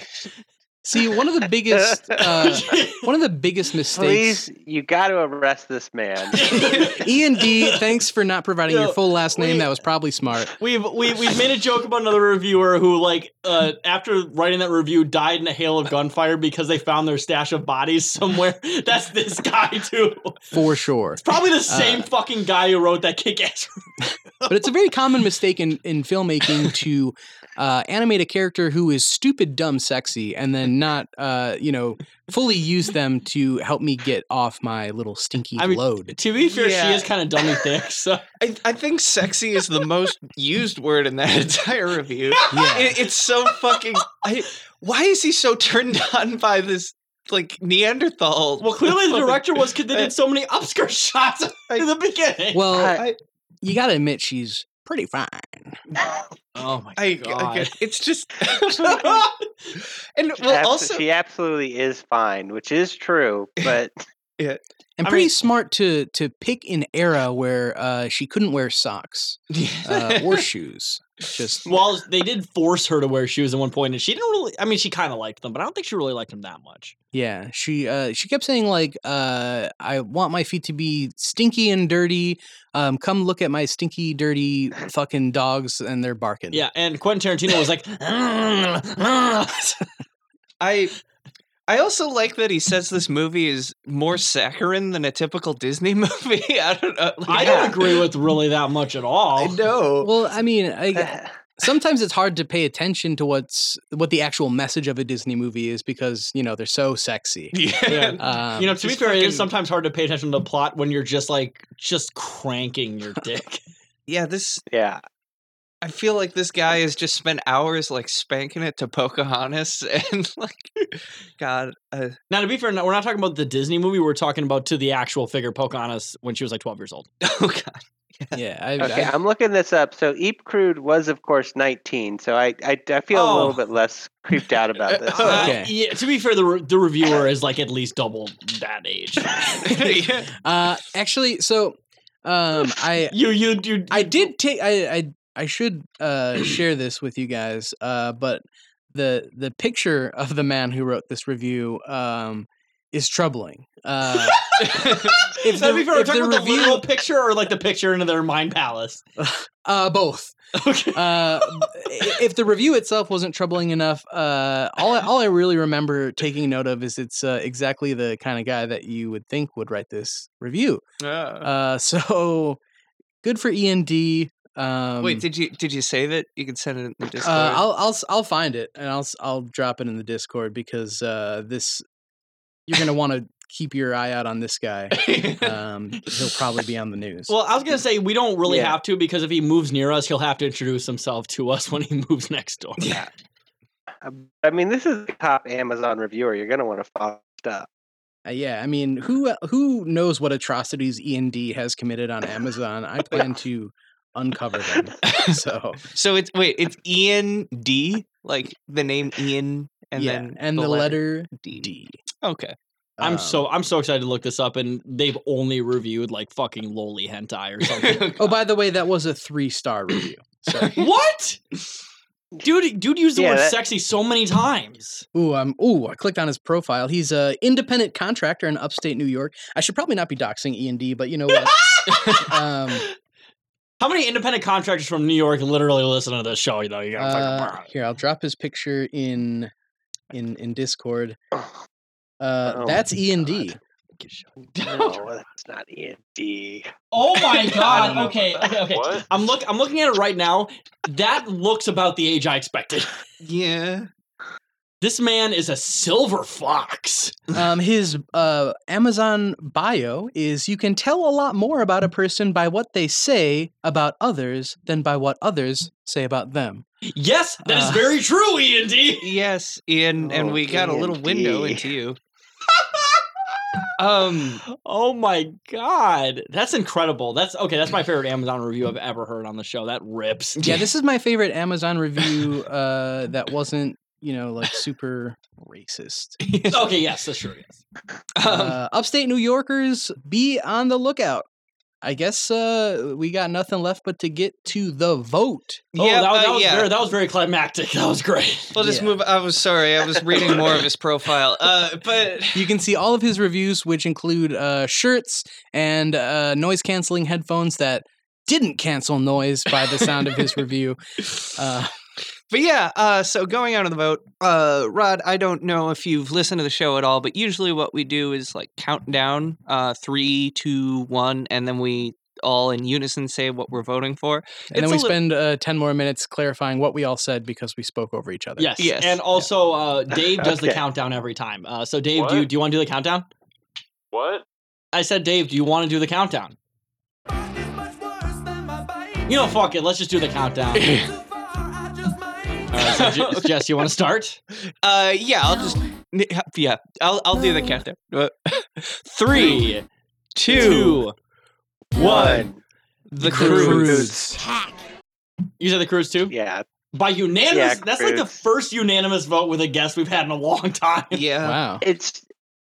[SPEAKER 2] see, one of the biggest,
[SPEAKER 3] (laughs)
[SPEAKER 2] uh, one of the biggest mistakes.
[SPEAKER 5] Please, you got to arrest this man.
[SPEAKER 2] E
[SPEAKER 3] (laughs)
[SPEAKER 2] and D, thanks for not providing
[SPEAKER 3] Yo,
[SPEAKER 2] your full last name.
[SPEAKER 3] we-
[SPEAKER 2] That was probably smart.
[SPEAKER 3] We've we, we've made a joke about another reviewer who like uh, after writing that review died in a hail of gunfire because they found their stash of bodies somewhere. (laughs) That's this guy too.
[SPEAKER 2] For sure.
[SPEAKER 3] Probably the same
[SPEAKER 2] Uh,
[SPEAKER 3] fucking guy who wrote that kick (laughs) ass.
[SPEAKER 2] but it's a very common mistake in, in filmmaking to uh, animate a character who is stupid, dumb, sexy, and then not, uh, you know, fully use them to help me get off my little stinky
[SPEAKER 3] I mean, (laughs)
[SPEAKER 2] load.
[SPEAKER 3] To be fair,
[SPEAKER 1] Yeah.
[SPEAKER 3] she is kind of dummy thick. So
[SPEAKER 1] I, I think sexy is the most used word in that (laughs) entire review.
[SPEAKER 2] Yeah.
[SPEAKER 1] It, it's so fucking. I, why is he so turned (laughs) on by this like Neanderthal?
[SPEAKER 3] (laughs) well,
[SPEAKER 1] (laughs)
[SPEAKER 3] clearly (laughs) the director was because they
[SPEAKER 1] I-
[SPEAKER 3] did so many upskirt shots in the beginning.
[SPEAKER 2] Well,
[SPEAKER 1] I-
[SPEAKER 2] you got to admit she's pretty fine.
[SPEAKER 3] oh my
[SPEAKER 1] I, I
[SPEAKER 3] god.
[SPEAKER 1] get- it's just
[SPEAKER 2] (laughs)
[SPEAKER 1] and
[SPEAKER 5] She
[SPEAKER 1] well
[SPEAKER 5] abso-
[SPEAKER 1] also
[SPEAKER 5] she absolutely is fine, which is true, but
[SPEAKER 2] And
[SPEAKER 3] I
[SPEAKER 2] pretty
[SPEAKER 3] mean-
[SPEAKER 2] smart to to pick an era where uh, she couldn't wear socks
[SPEAKER 3] (laughs)
[SPEAKER 2] uh, or shoes. Just
[SPEAKER 3] well, they did force her to wear shoes at one point, and she didn't really. I mean, she kind of liked them, but I don't think she really liked them that much.
[SPEAKER 2] Yeah, she uh, she kept saying like, uh, "I want my feet to be stinky and dirty. Um, come look at my stinky, dirty fucking dogs, and they're barking."
[SPEAKER 3] Yeah, and "Mm, Quentin Tarantino was (laughs) like,
[SPEAKER 1] I I also like that he says this movie is more saccharine than a typical Disney (laughs) movie. I don't know. like-
[SPEAKER 3] I don't agree with really that much at all.
[SPEAKER 1] I
[SPEAKER 2] (laughs)
[SPEAKER 1] know.
[SPEAKER 2] Well, I mean, I, sometimes it's hard to pay attention to what's what the actual message of a Disney movie is because you know they're so sexy.
[SPEAKER 1] Yeah.
[SPEAKER 2] Um,
[SPEAKER 3] you know, to be
[SPEAKER 1] just
[SPEAKER 3] fair, it
[SPEAKER 1] fucking-
[SPEAKER 3] is sometimes hard to pay attention to the plot when you're just like just cranking (laughs) your dick.
[SPEAKER 1] Yeah, this
[SPEAKER 5] (laughs) yeah.
[SPEAKER 1] I feel like this guy has just spent hours like spanking it to Pocahontas (laughs) and like God uh, (laughs)
[SPEAKER 3] Now, to be fair, no- we're not talking about the Disney movie. We're talking about to the actual figure Pocahontas when she was like 12 years old.
[SPEAKER 1] oh God.
[SPEAKER 2] yeah, I,
[SPEAKER 5] Okay,
[SPEAKER 2] I-
[SPEAKER 5] I'm looking this up. So Eep Crude was, of course, 19. So I, I, I feel a
[SPEAKER 3] Oh.
[SPEAKER 5] little bit less creeped out
[SPEAKER 3] (laughs)
[SPEAKER 5] about this.
[SPEAKER 1] Uh,
[SPEAKER 3] Uh,
[SPEAKER 2] Okay.
[SPEAKER 3] yeah, to be fair, the, re- the reviewer is like at least double that (laughs) age.
[SPEAKER 1] yeah.
[SPEAKER 2] uh, actually, so um, I
[SPEAKER 3] you, you, you. (laughs)
[SPEAKER 2] I did take I I I should uh share this with you guys. Uh but the the picture of the man who wrote this review um is troubling.
[SPEAKER 1] (laughs)
[SPEAKER 2] Uh if
[SPEAKER 3] Now, to
[SPEAKER 2] the-
[SPEAKER 3] be fair, we're
[SPEAKER 2] if
[SPEAKER 3] talking
[SPEAKER 2] the
[SPEAKER 3] about the
[SPEAKER 2] review-
[SPEAKER 3] literal picture or like the picture into their mind palace.
[SPEAKER 2] uh both.
[SPEAKER 3] (laughs) Okay.
[SPEAKER 2] Uh i- if the review itself wasn't troubling enough, uh all I, all I really remember taking note of is it's uh, exactly the kind of guy that you would think would write this review.
[SPEAKER 1] Uh,
[SPEAKER 2] Uh (laughs) so good for E and D. Um
[SPEAKER 1] Wait, did you did you save it? You can send it in the Discord.
[SPEAKER 2] Uh, I'll I'll s- I'll find it and I'll s- I'll drop it in the Discord because uh, this you're gonna want to keep your eye out on this guy. Um, he'll probably be on the news.
[SPEAKER 3] Well, I was gonna say we don't really
[SPEAKER 5] Yeah.
[SPEAKER 3] have to because if he moves near us, he'll have to introduce himself to us (laughs) when he moves next door.
[SPEAKER 1] yeah.
[SPEAKER 5] Uh, I mean, this is a top Amazon reviewer. You're going to want to follow stuff.
[SPEAKER 2] Uh, yeah, I mean, who el- who knows what atrocities E and D has committed on Amazon? I plan to uncover them. So
[SPEAKER 1] So it's wait, it's Ian D, like the name Ian and
[SPEAKER 2] yeah,
[SPEAKER 1] then
[SPEAKER 2] and the, letter, D.
[SPEAKER 1] Okay.
[SPEAKER 3] I'm
[SPEAKER 2] Um,
[SPEAKER 3] so I'm so excited to look this up, and they've only reviewed like fucking loli
[SPEAKER 5] (laughs)
[SPEAKER 3] hentai or something.
[SPEAKER 2] Oh, by the way, that was a three star review. So
[SPEAKER 3] what? Dude, dude used the
[SPEAKER 5] Yeah,
[SPEAKER 3] word
[SPEAKER 5] that-
[SPEAKER 3] sexy so many times. (laughs)
[SPEAKER 2] Ooh, I'm. Ooh, I clicked on his profile. He's a independent contractor in upstate New York. I should probably not be doxing E and D, but you know what? um,
[SPEAKER 3] How many independent contractors from New York literally listen to this show? You know, you gotta
[SPEAKER 2] uh,
[SPEAKER 3] fucking-
[SPEAKER 2] here, I'll drop his picture in in in Discord.
[SPEAKER 3] (laughs)
[SPEAKER 5] Oh,
[SPEAKER 2] Uh,
[SPEAKER 5] Oh
[SPEAKER 2] that's
[SPEAKER 5] my
[SPEAKER 2] E and D.
[SPEAKER 5] no, that's not E END.
[SPEAKER 3] Oh my
[SPEAKER 1] don't
[SPEAKER 3] god!
[SPEAKER 1] know
[SPEAKER 3] okay, okay, okay.
[SPEAKER 7] What?
[SPEAKER 3] I'm look. I'm looking at it right now. That looks about the age I expected.
[SPEAKER 1] Yeah.
[SPEAKER 3] This man is a silver fox.
[SPEAKER 2] Um, his uh, Amazon bio is: you can tell a lot more about a
[SPEAKER 5] (laughs)
[SPEAKER 2] person by what they say about others than by what others say about them.
[SPEAKER 3] Yes, that is
[SPEAKER 2] Uh.
[SPEAKER 3] very true, E and D.
[SPEAKER 1] Yes, Ian, and
[SPEAKER 5] Oh,
[SPEAKER 1] we got a little window
[SPEAKER 5] D&D.
[SPEAKER 1] into
[SPEAKER 3] (laughs)
[SPEAKER 1] you. um,
[SPEAKER 3] Oh my god, that's incredible. That's okay. That's my favorite Amazon review I've ever heard on the show. That rips. (laughs)
[SPEAKER 2] Yeah, this is my favorite Amazon review.
[SPEAKER 5] (laughs)
[SPEAKER 2] Uh, that wasn't you know like super racist.
[SPEAKER 3] okay. Yes, that's true. Yes.
[SPEAKER 2] uh, upstate New Yorkers, be on the lookout. I guess uh, we got nothing left but to get to the vote.
[SPEAKER 3] Oh,
[SPEAKER 1] yeah,
[SPEAKER 3] that, was-
[SPEAKER 1] uh,
[SPEAKER 3] that was
[SPEAKER 1] yeah.
[SPEAKER 3] very, that was very climactic. (laughs) That was great.
[SPEAKER 1] We'll just
[SPEAKER 2] Yeah.
[SPEAKER 1] move. I was sorry. I was reading more of his profile. Uh, but
[SPEAKER 3] (laughs)
[SPEAKER 2] You can see all of his reviews, which include uh, shirts and uh, noise canceling headphones that didn't cancel noise by the sound of his review. Uh,
[SPEAKER 1] but yeah. Uh, so going out on the vote, uh, Rod. I don't know if you've listened to the show at all, but usually what we do is like count down uh, three, two, one, and then we all in unison say what we're voting for.
[SPEAKER 2] and
[SPEAKER 1] It's
[SPEAKER 2] then
[SPEAKER 1] a
[SPEAKER 2] we
[SPEAKER 1] lit-
[SPEAKER 2] spend uh, 10 more minutes clarifying what we all said because we spoke over each other.
[SPEAKER 3] Yes.
[SPEAKER 1] Yes.
[SPEAKER 3] And also, uh, Dave does the
[SPEAKER 5] Okay.
[SPEAKER 3] countdown every time. Uh, so, Dave,
[SPEAKER 7] What?
[SPEAKER 3] do you, do you want to do the countdown?
[SPEAKER 7] What?
[SPEAKER 3] I said, Dave, do you want to do the countdown? You know, fuck it. Let's just do the countdown. All right, so Je- Jess, you want to start?
[SPEAKER 1] Uh, yeah. I'll just yeah. I'll I'll do the
[SPEAKER 4] No.
[SPEAKER 1] countdown. Uh, (laughs) Three, two,
[SPEAKER 5] One.
[SPEAKER 1] the
[SPEAKER 3] Cruise.
[SPEAKER 1] cruise.
[SPEAKER 6] Hack.
[SPEAKER 3] You said the cruise too?
[SPEAKER 5] Yeah.
[SPEAKER 3] By unanimous?
[SPEAKER 5] Yeah,
[SPEAKER 3] that's like the
[SPEAKER 5] cruise.
[SPEAKER 3] first unanimous vote with a guest we've had in a long (laughs) time.
[SPEAKER 1] Yeah.
[SPEAKER 2] Wow.
[SPEAKER 5] It's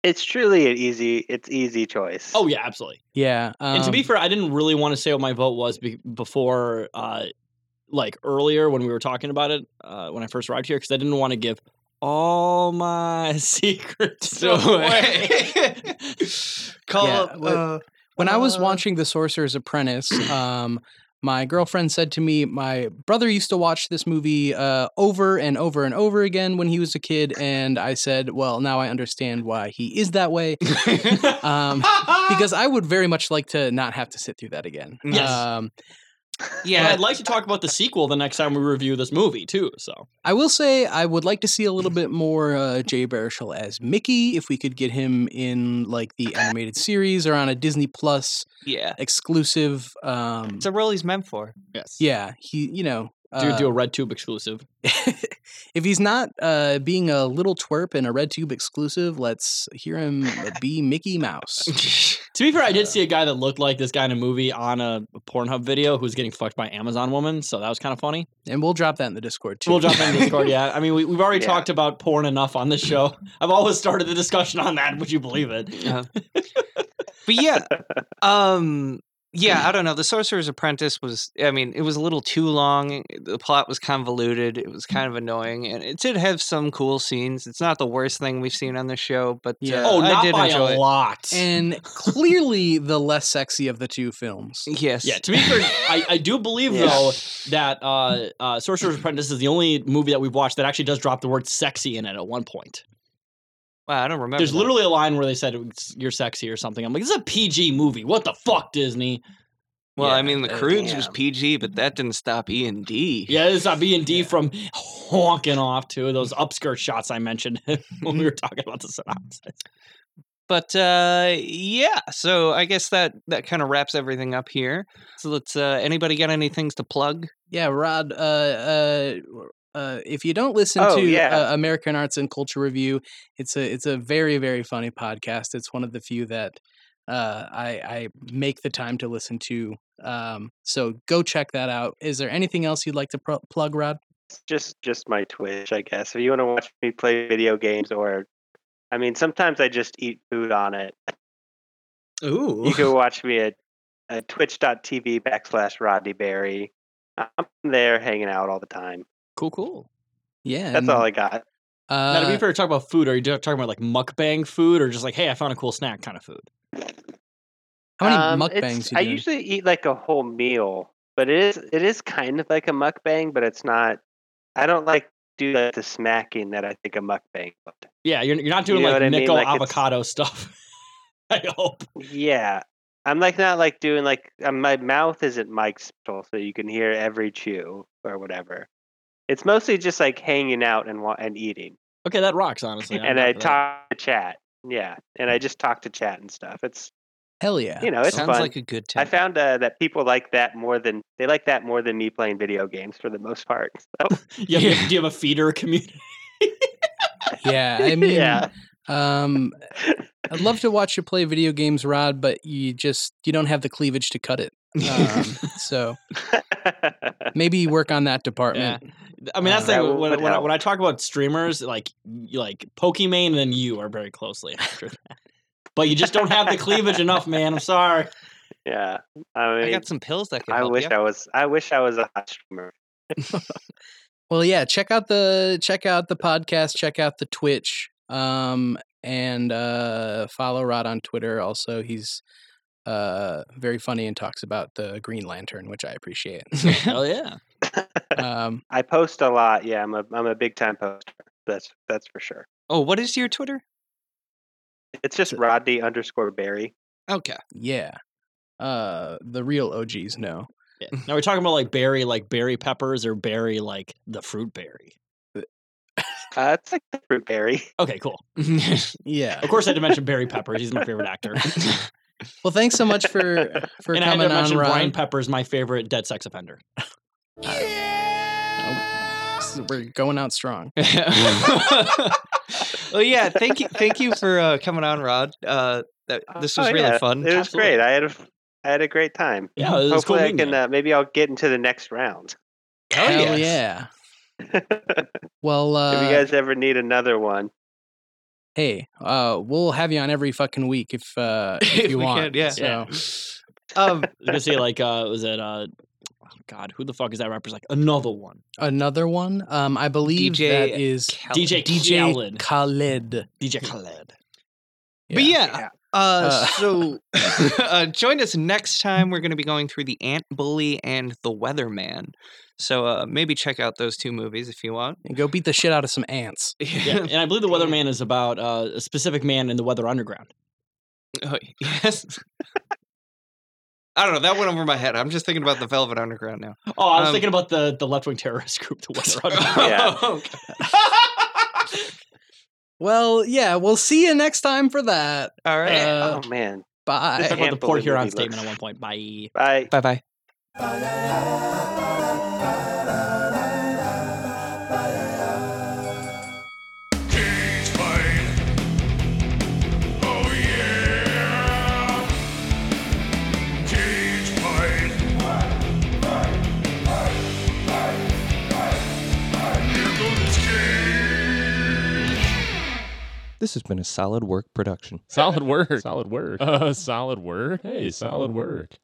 [SPEAKER 5] it's truly an easy it's easy choice.
[SPEAKER 3] Oh, yeah, absolutely.
[SPEAKER 2] Yeah.
[SPEAKER 3] and to be
[SPEAKER 2] um,
[SPEAKER 3] fair, I didn't really want to say what my vote was be- before, uh, like earlier when we were talking about it uh, when I first arrived here, because I didn't want to give all my (laughs) secrets
[SPEAKER 2] (laughs)
[SPEAKER 3] away.
[SPEAKER 1] Call
[SPEAKER 2] Yeah,
[SPEAKER 1] up.
[SPEAKER 2] (laughs)
[SPEAKER 3] (laughs)
[SPEAKER 2] what-
[SPEAKER 1] uh,
[SPEAKER 2] When I was
[SPEAKER 1] Uh,
[SPEAKER 2] watching The Sorcerer's Apprentice, um, my girlfriend said to me, "My brother used to watch this movie uh, over and over and over again when he was a kid," and I said, "Well, now I understand why he is that way,
[SPEAKER 1] (laughs)
[SPEAKER 2] um, because I would very much like to not have to sit through that again."
[SPEAKER 1] Yes.
[SPEAKER 2] Um,
[SPEAKER 3] And
[SPEAKER 1] yeah.
[SPEAKER 3] I'd like to talk about the sequel the next time we review this movie too. So
[SPEAKER 2] I will say I would like to see a little bit more uh, Jay Baruchel as Mickey if we could get him in like the animated series or on a Disney Plus
[SPEAKER 1] Yeah.
[SPEAKER 2] exclusive. Um,
[SPEAKER 1] It's a role he's meant for.
[SPEAKER 3] yes, yeah,
[SPEAKER 2] yeah, he you know.
[SPEAKER 3] do
[SPEAKER 2] uh,
[SPEAKER 3] do a Red Tube exclusive.
[SPEAKER 2] (laughs) if he's not uh, being a little twerp and a red tube exclusive, let's hear
[SPEAKER 3] (laughs)
[SPEAKER 2] him be Mickey Mouse.
[SPEAKER 3] To be fair, I
[SPEAKER 2] Uh
[SPEAKER 3] did see a guy that looked like this guy in a movie on a Pornhub video who was getting fucked by Amazon woman, so that was kind of funny.
[SPEAKER 2] And we'll drop that in the Discord
[SPEAKER 3] (laughs)
[SPEAKER 2] too.
[SPEAKER 3] We'll drop
[SPEAKER 1] (laughs)
[SPEAKER 3] that in Discord. Yeah, I mean we, we've already
[SPEAKER 5] Yeah.
[SPEAKER 3] talked about porn enough on this show. I've always started the discussion on that. Would you believe it?
[SPEAKER 1] Uh, but yeah, um, yeah, I don't know. The Sorcerer's Apprentice was, I mean, it was a little too long. The plot was convoluted. It was kind of annoying, and it did have some cool scenes. It's not the worst thing we've seen on the show, but
[SPEAKER 2] Yeah.
[SPEAKER 1] uh,
[SPEAKER 3] oh,
[SPEAKER 1] I
[SPEAKER 3] not
[SPEAKER 1] did
[SPEAKER 3] by
[SPEAKER 1] enjoy
[SPEAKER 3] a
[SPEAKER 1] it.
[SPEAKER 3] lot.
[SPEAKER 2] (laughs) And clearly the less sexy of the two films.
[SPEAKER 1] Yes.
[SPEAKER 3] Yeah, to be fair, I, I do believe
[SPEAKER 5] Yeah.
[SPEAKER 3] though that uh, uh, Sorcerer's Apprentice is the only movie that we've watched that actually does drop the word "sexy" in it at one point.
[SPEAKER 1] Wow, I don't remember.
[SPEAKER 3] There's
[SPEAKER 1] that.
[SPEAKER 3] literally a line where they said it's, "You're sexy" or something. I'm like, "This is a PG movie. What the fuck, Disney?"
[SPEAKER 1] Well, I
[SPEAKER 3] yeah,
[SPEAKER 1] mean, the
[SPEAKER 3] uh,
[SPEAKER 1] Croods was
[SPEAKER 5] damn.
[SPEAKER 1] PG, but that didn't stop E and D.
[SPEAKER 3] Yeah, this is B and D from honking off to those upskirt shots I mentioned (laughs) when we were talking about the synopsis.
[SPEAKER 1] But uh, yeah, so I guess that that kind of wraps everything up here. So let's. Uh, anybody got any things to plug?
[SPEAKER 2] Yeah, Rod. Uh, uh, uh, if you don't listen
[SPEAKER 5] Oh,
[SPEAKER 2] to
[SPEAKER 5] yeah.
[SPEAKER 2] uh, American Arts and Culture Review, it's a it's a very very funny podcast. It's one of the few that uh, I, I make the time to listen to. Um, so go check that out. Is there anything else you'd like to pro- plug, Rod?
[SPEAKER 5] just just my Twitch, I guess. If you want to watch me play video games or I mean sometimes I just eat food on it.
[SPEAKER 1] Ooh,
[SPEAKER 5] You can watch me at, at twitch.tv backslash Rodney Berry. I'm there hanging out all the time.
[SPEAKER 2] Cool, cool. Yeah.
[SPEAKER 5] That's all I got.
[SPEAKER 3] now, to
[SPEAKER 2] Uh,
[SPEAKER 3] be fair, talk about food. Are you talking about like mukbang food or just like, hey, I found a cool snack kind of food?
[SPEAKER 2] how many
[SPEAKER 5] Um,
[SPEAKER 2] mukbangs
[SPEAKER 5] it's-
[SPEAKER 2] you
[SPEAKER 5] I
[SPEAKER 2] doing?
[SPEAKER 5] usually eat like a whole meal, but it is it is kind of like a mukbang, but it's not. I don't like do like the smacking that I think a mukbang would.
[SPEAKER 3] Yeah, you're, you're not doing
[SPEAKER 5] You know
[SPEAKER 3] like
[SPEAKER 5] what I mean?
[SPEAKER 3] nickel
[SPEAKER 5] Like, it's-
[SPEAKER 3] avocado stuff. (laughs) I hope.
[SPEAKER 5] Yeah, I'm like not like doing like uh, my mouth isn't mic'd so you can hear every chew or whatever. It's mostly just like hanging out and wa- and eating,
[SPEAKER 3] Okay, that rocks, honestly. I'm
[SPEAKER 5] and
[SPEAKER 3] down
[SPEAKER 5] I
[SPEAKER 3] for that.
[SPEAKER 5] talk to chat. Yeah, and I just talk to chat and stuff. It's
[SPEAKER 2] Hell yeah.
[SPEAKER 5] you know it's
[SPEAKER 1] Sounds
[SPEAKER 5] fun.
[SPEAKER 1] like a good
[SPEAKER 5] I
[SPEAKER 1] tip.
[SPEAKER 5] found uh, that people like that more than they like that more than me playing video games for the most part. (laughs) So,
[SPEAKER 1] (laughs)
[SPEAKER 3] You have- Do you have a feeder community?
[SPEAKER 2] Yeah. I mean,
[SPEAKER 5] (laughs) yeah,
[SPEAKER 2] um, I'd love to watch you play video games, Rod, but you just you don't have the cleavage to
[SPEAKER 5] (laughs)
[SPEAKER 2] cut it. Um, so maybe you work on that department.
[SPEAKER 3] I mean, that's the thing.
[SPEAKER 5] Uh, that
[SPEAKER 3] When,
[SPEAKER 5] would
[SPEAKER 3] when, I,
[SPEAKER 5] help.
[SPEAKER 3] when I talk about streamers, like y- like Pokimane and then you are very closely after that. But you just don't have the cleavage enough, man. I'm sorry.
[SPEAKER 5] (laughs) yeah. I
[SPEAKER 1] I
[SPEAKER 5] mean,
[SPEAKER 1] got some pills that could
[SPEAKER 5] I,
[SPEAKER 1] help
[SPEAKER 5] wish
[SPEAKER 1] you.
[SPEAKER 5] I was. I wish I was a hot streamer.
[SPEAKER 2] Well, yeah. Check out the check out the podcast. Check out the Twitch. Um, and uh, follow Rod on Twitter. Also, he's uh very funny and talks about the Green Lantern, which I appreciate. (laughs)
[SPEAKER 3] Hell yeah.
[SPEAKER 2] Um,
[SPEAKER 5] I post a lot. Yeah, I'm a I'm a big time poster. That's that's for sure.
[SPEAKER 1] oh, what is your Twitter?
[SPEAKER 5] It's just Rodney underscore Barry.
[SPEAKER 1] Okay. (laughs)
[SPEAKER 2] yeah. Uh, the real OGs know.
[SPEAKER 3] Yeah. Now we're talking about like berry, like berry peppers or berry, like the fruit berry.
[SPEAKER 5] Uh, it's like the fruit (laughs) berry.
[SPEAKER 3] Okay, cool. (laughs)
[SPEAKER 2] Yeah.
[SPEAKER 3] Of course, I had to mention Barry Peppers. He's my favorite actor.
[SPEAKER 2] Well, thanks so much for for
[SPEAKER 3] and I had
[SPEAKER 2] coming
[SPEAKER 3] to
[SPEAKER 2] on,
[SPEAKER 3] mention
[SPEAKER 2] Rod.
[SPEAKER 3] Brian Peppers, my favorite dead sex offender.
[SPEAKER 2] So We're going out strong.
[SPEAKER 1] well, yeah. Thank you. Thank
[SPEAKER 5] (laughs)
[SPEAKER 1] you for uh, coming on, Rod. Uh, that, this was
[SPEAKER 5] Oh,
[SPEAKER 1] really
[SPEAKER 5] yeah,
[SPEAKER 1] fun.
[SPEAKER 5] It was
[SPEAKER 3] Absolutely.
[SPEAKER 5] great. I had a, I had a great time.
[SPEAKER 3] Yeah, it was cool
[SPEAKER 5] Hopefully, I
[SPEAKER 3] meeting
[SPEAKER 5] can.
[SPEAKER 3] you.
[SPEAKER 5] Uh, maybe I'll get into the next round.
[SPEAKER 1] Hell
[SPEAKER 2] Hell
[SPEAKER 1] yes.
[SPEAKER 2] yeah.
[SPEAKER 5] if
[SPEAKER 2] Well, uh,
[SPEAKER 5] you guys ever need another one,
[SPEAKER 2] hey, uh, we'll have you on every fucking week if (laughs) uh, if,
[SPEAKER 1] If
[SPEAKER 2] you
[SPEAKER 1] we can,
[SPEAKER 2] want.
[SPEAKER 1] yeah.
[SPEAKER 2] So,
[SPEAKER 1] Um,
[SPEAKER 3] I was gonna
[SPEAKER 5] (laughs)
[SPEAKER 3] say like, uh, was it? Uh, oh God, who the fuck is that rapper's like another one?
[SPEAKER 2] another one. Um, I believe
[SPEAKER 1] DJ
[SPEAKER 2] that is
[SPEAKER 1] Cal-
[SPEAKER 3] DJ
[SPEAKER 2] DJ
[SPEAKER 3] Khaled.
[SPEAKER 2] Khaled.
[SPEAKER 3] DJ
[SPEAKER 5] Hmm. (laughs)
[SPEAKER 3] Khaled.
[SPEAKER 1] But yeah, Uh,
[SPEAKER 2] Uh,
[SPEAKER 1] so (laughs) uh, join us next time. We're going to be going through the Ant Bully and the Weatherman. So uh, maybe check out those two movies if you want. (laughs)
[SPEAKER 2] And go beat the shit out of some ants.
[SPEAKER 3] Yeah, and I believe the Weatherman is about uh, a specific man in the Weather Underground.
[SPEAKER 1] Oh, yes. I don't know. That went over my head. I'm just thinking about the Velvet Underground now.
[SPEAKER 3] Oh, I was
[SPEAKER 1] Um,
[SPEAKER 3] thinking about the the left wing terrorist (laughs) group, the Weather Underground.
[SPEAKER 5] (laughs) Yeah.
[SPEAKER 1] Okay.
[SPEAKER 2] Well, yeah, we'll see you next time for that.
[SPEAKER 1] All right.
[SPEAKER 2] Uh,
[SPEAKER 5] oh man,
[SPEAKER 2] Bye.
[SPEAKER 3] Talk about the
[SPEAKER 5] Can't
[SPEAKER 3] Port
[SPEAKER 5] believe
[SPEAKER 3] Huron
[SPEAKER 5] he
[SPEAKER 3] statement
[SPEAKER 5] looks-
[SPEAKER 3] at one point. Bye.
[SPEAKER 5] bye.
[SPEAKER 1] bye bye.
[SPEAKER 7] Cage fight. Oh yeah. Cage fight. Here goes this cage.
[SPEAKER 10] This has been a solid work production.
[SPEAKER 11] Solid work. Solid work. Uh, solid work. Hey, solid work.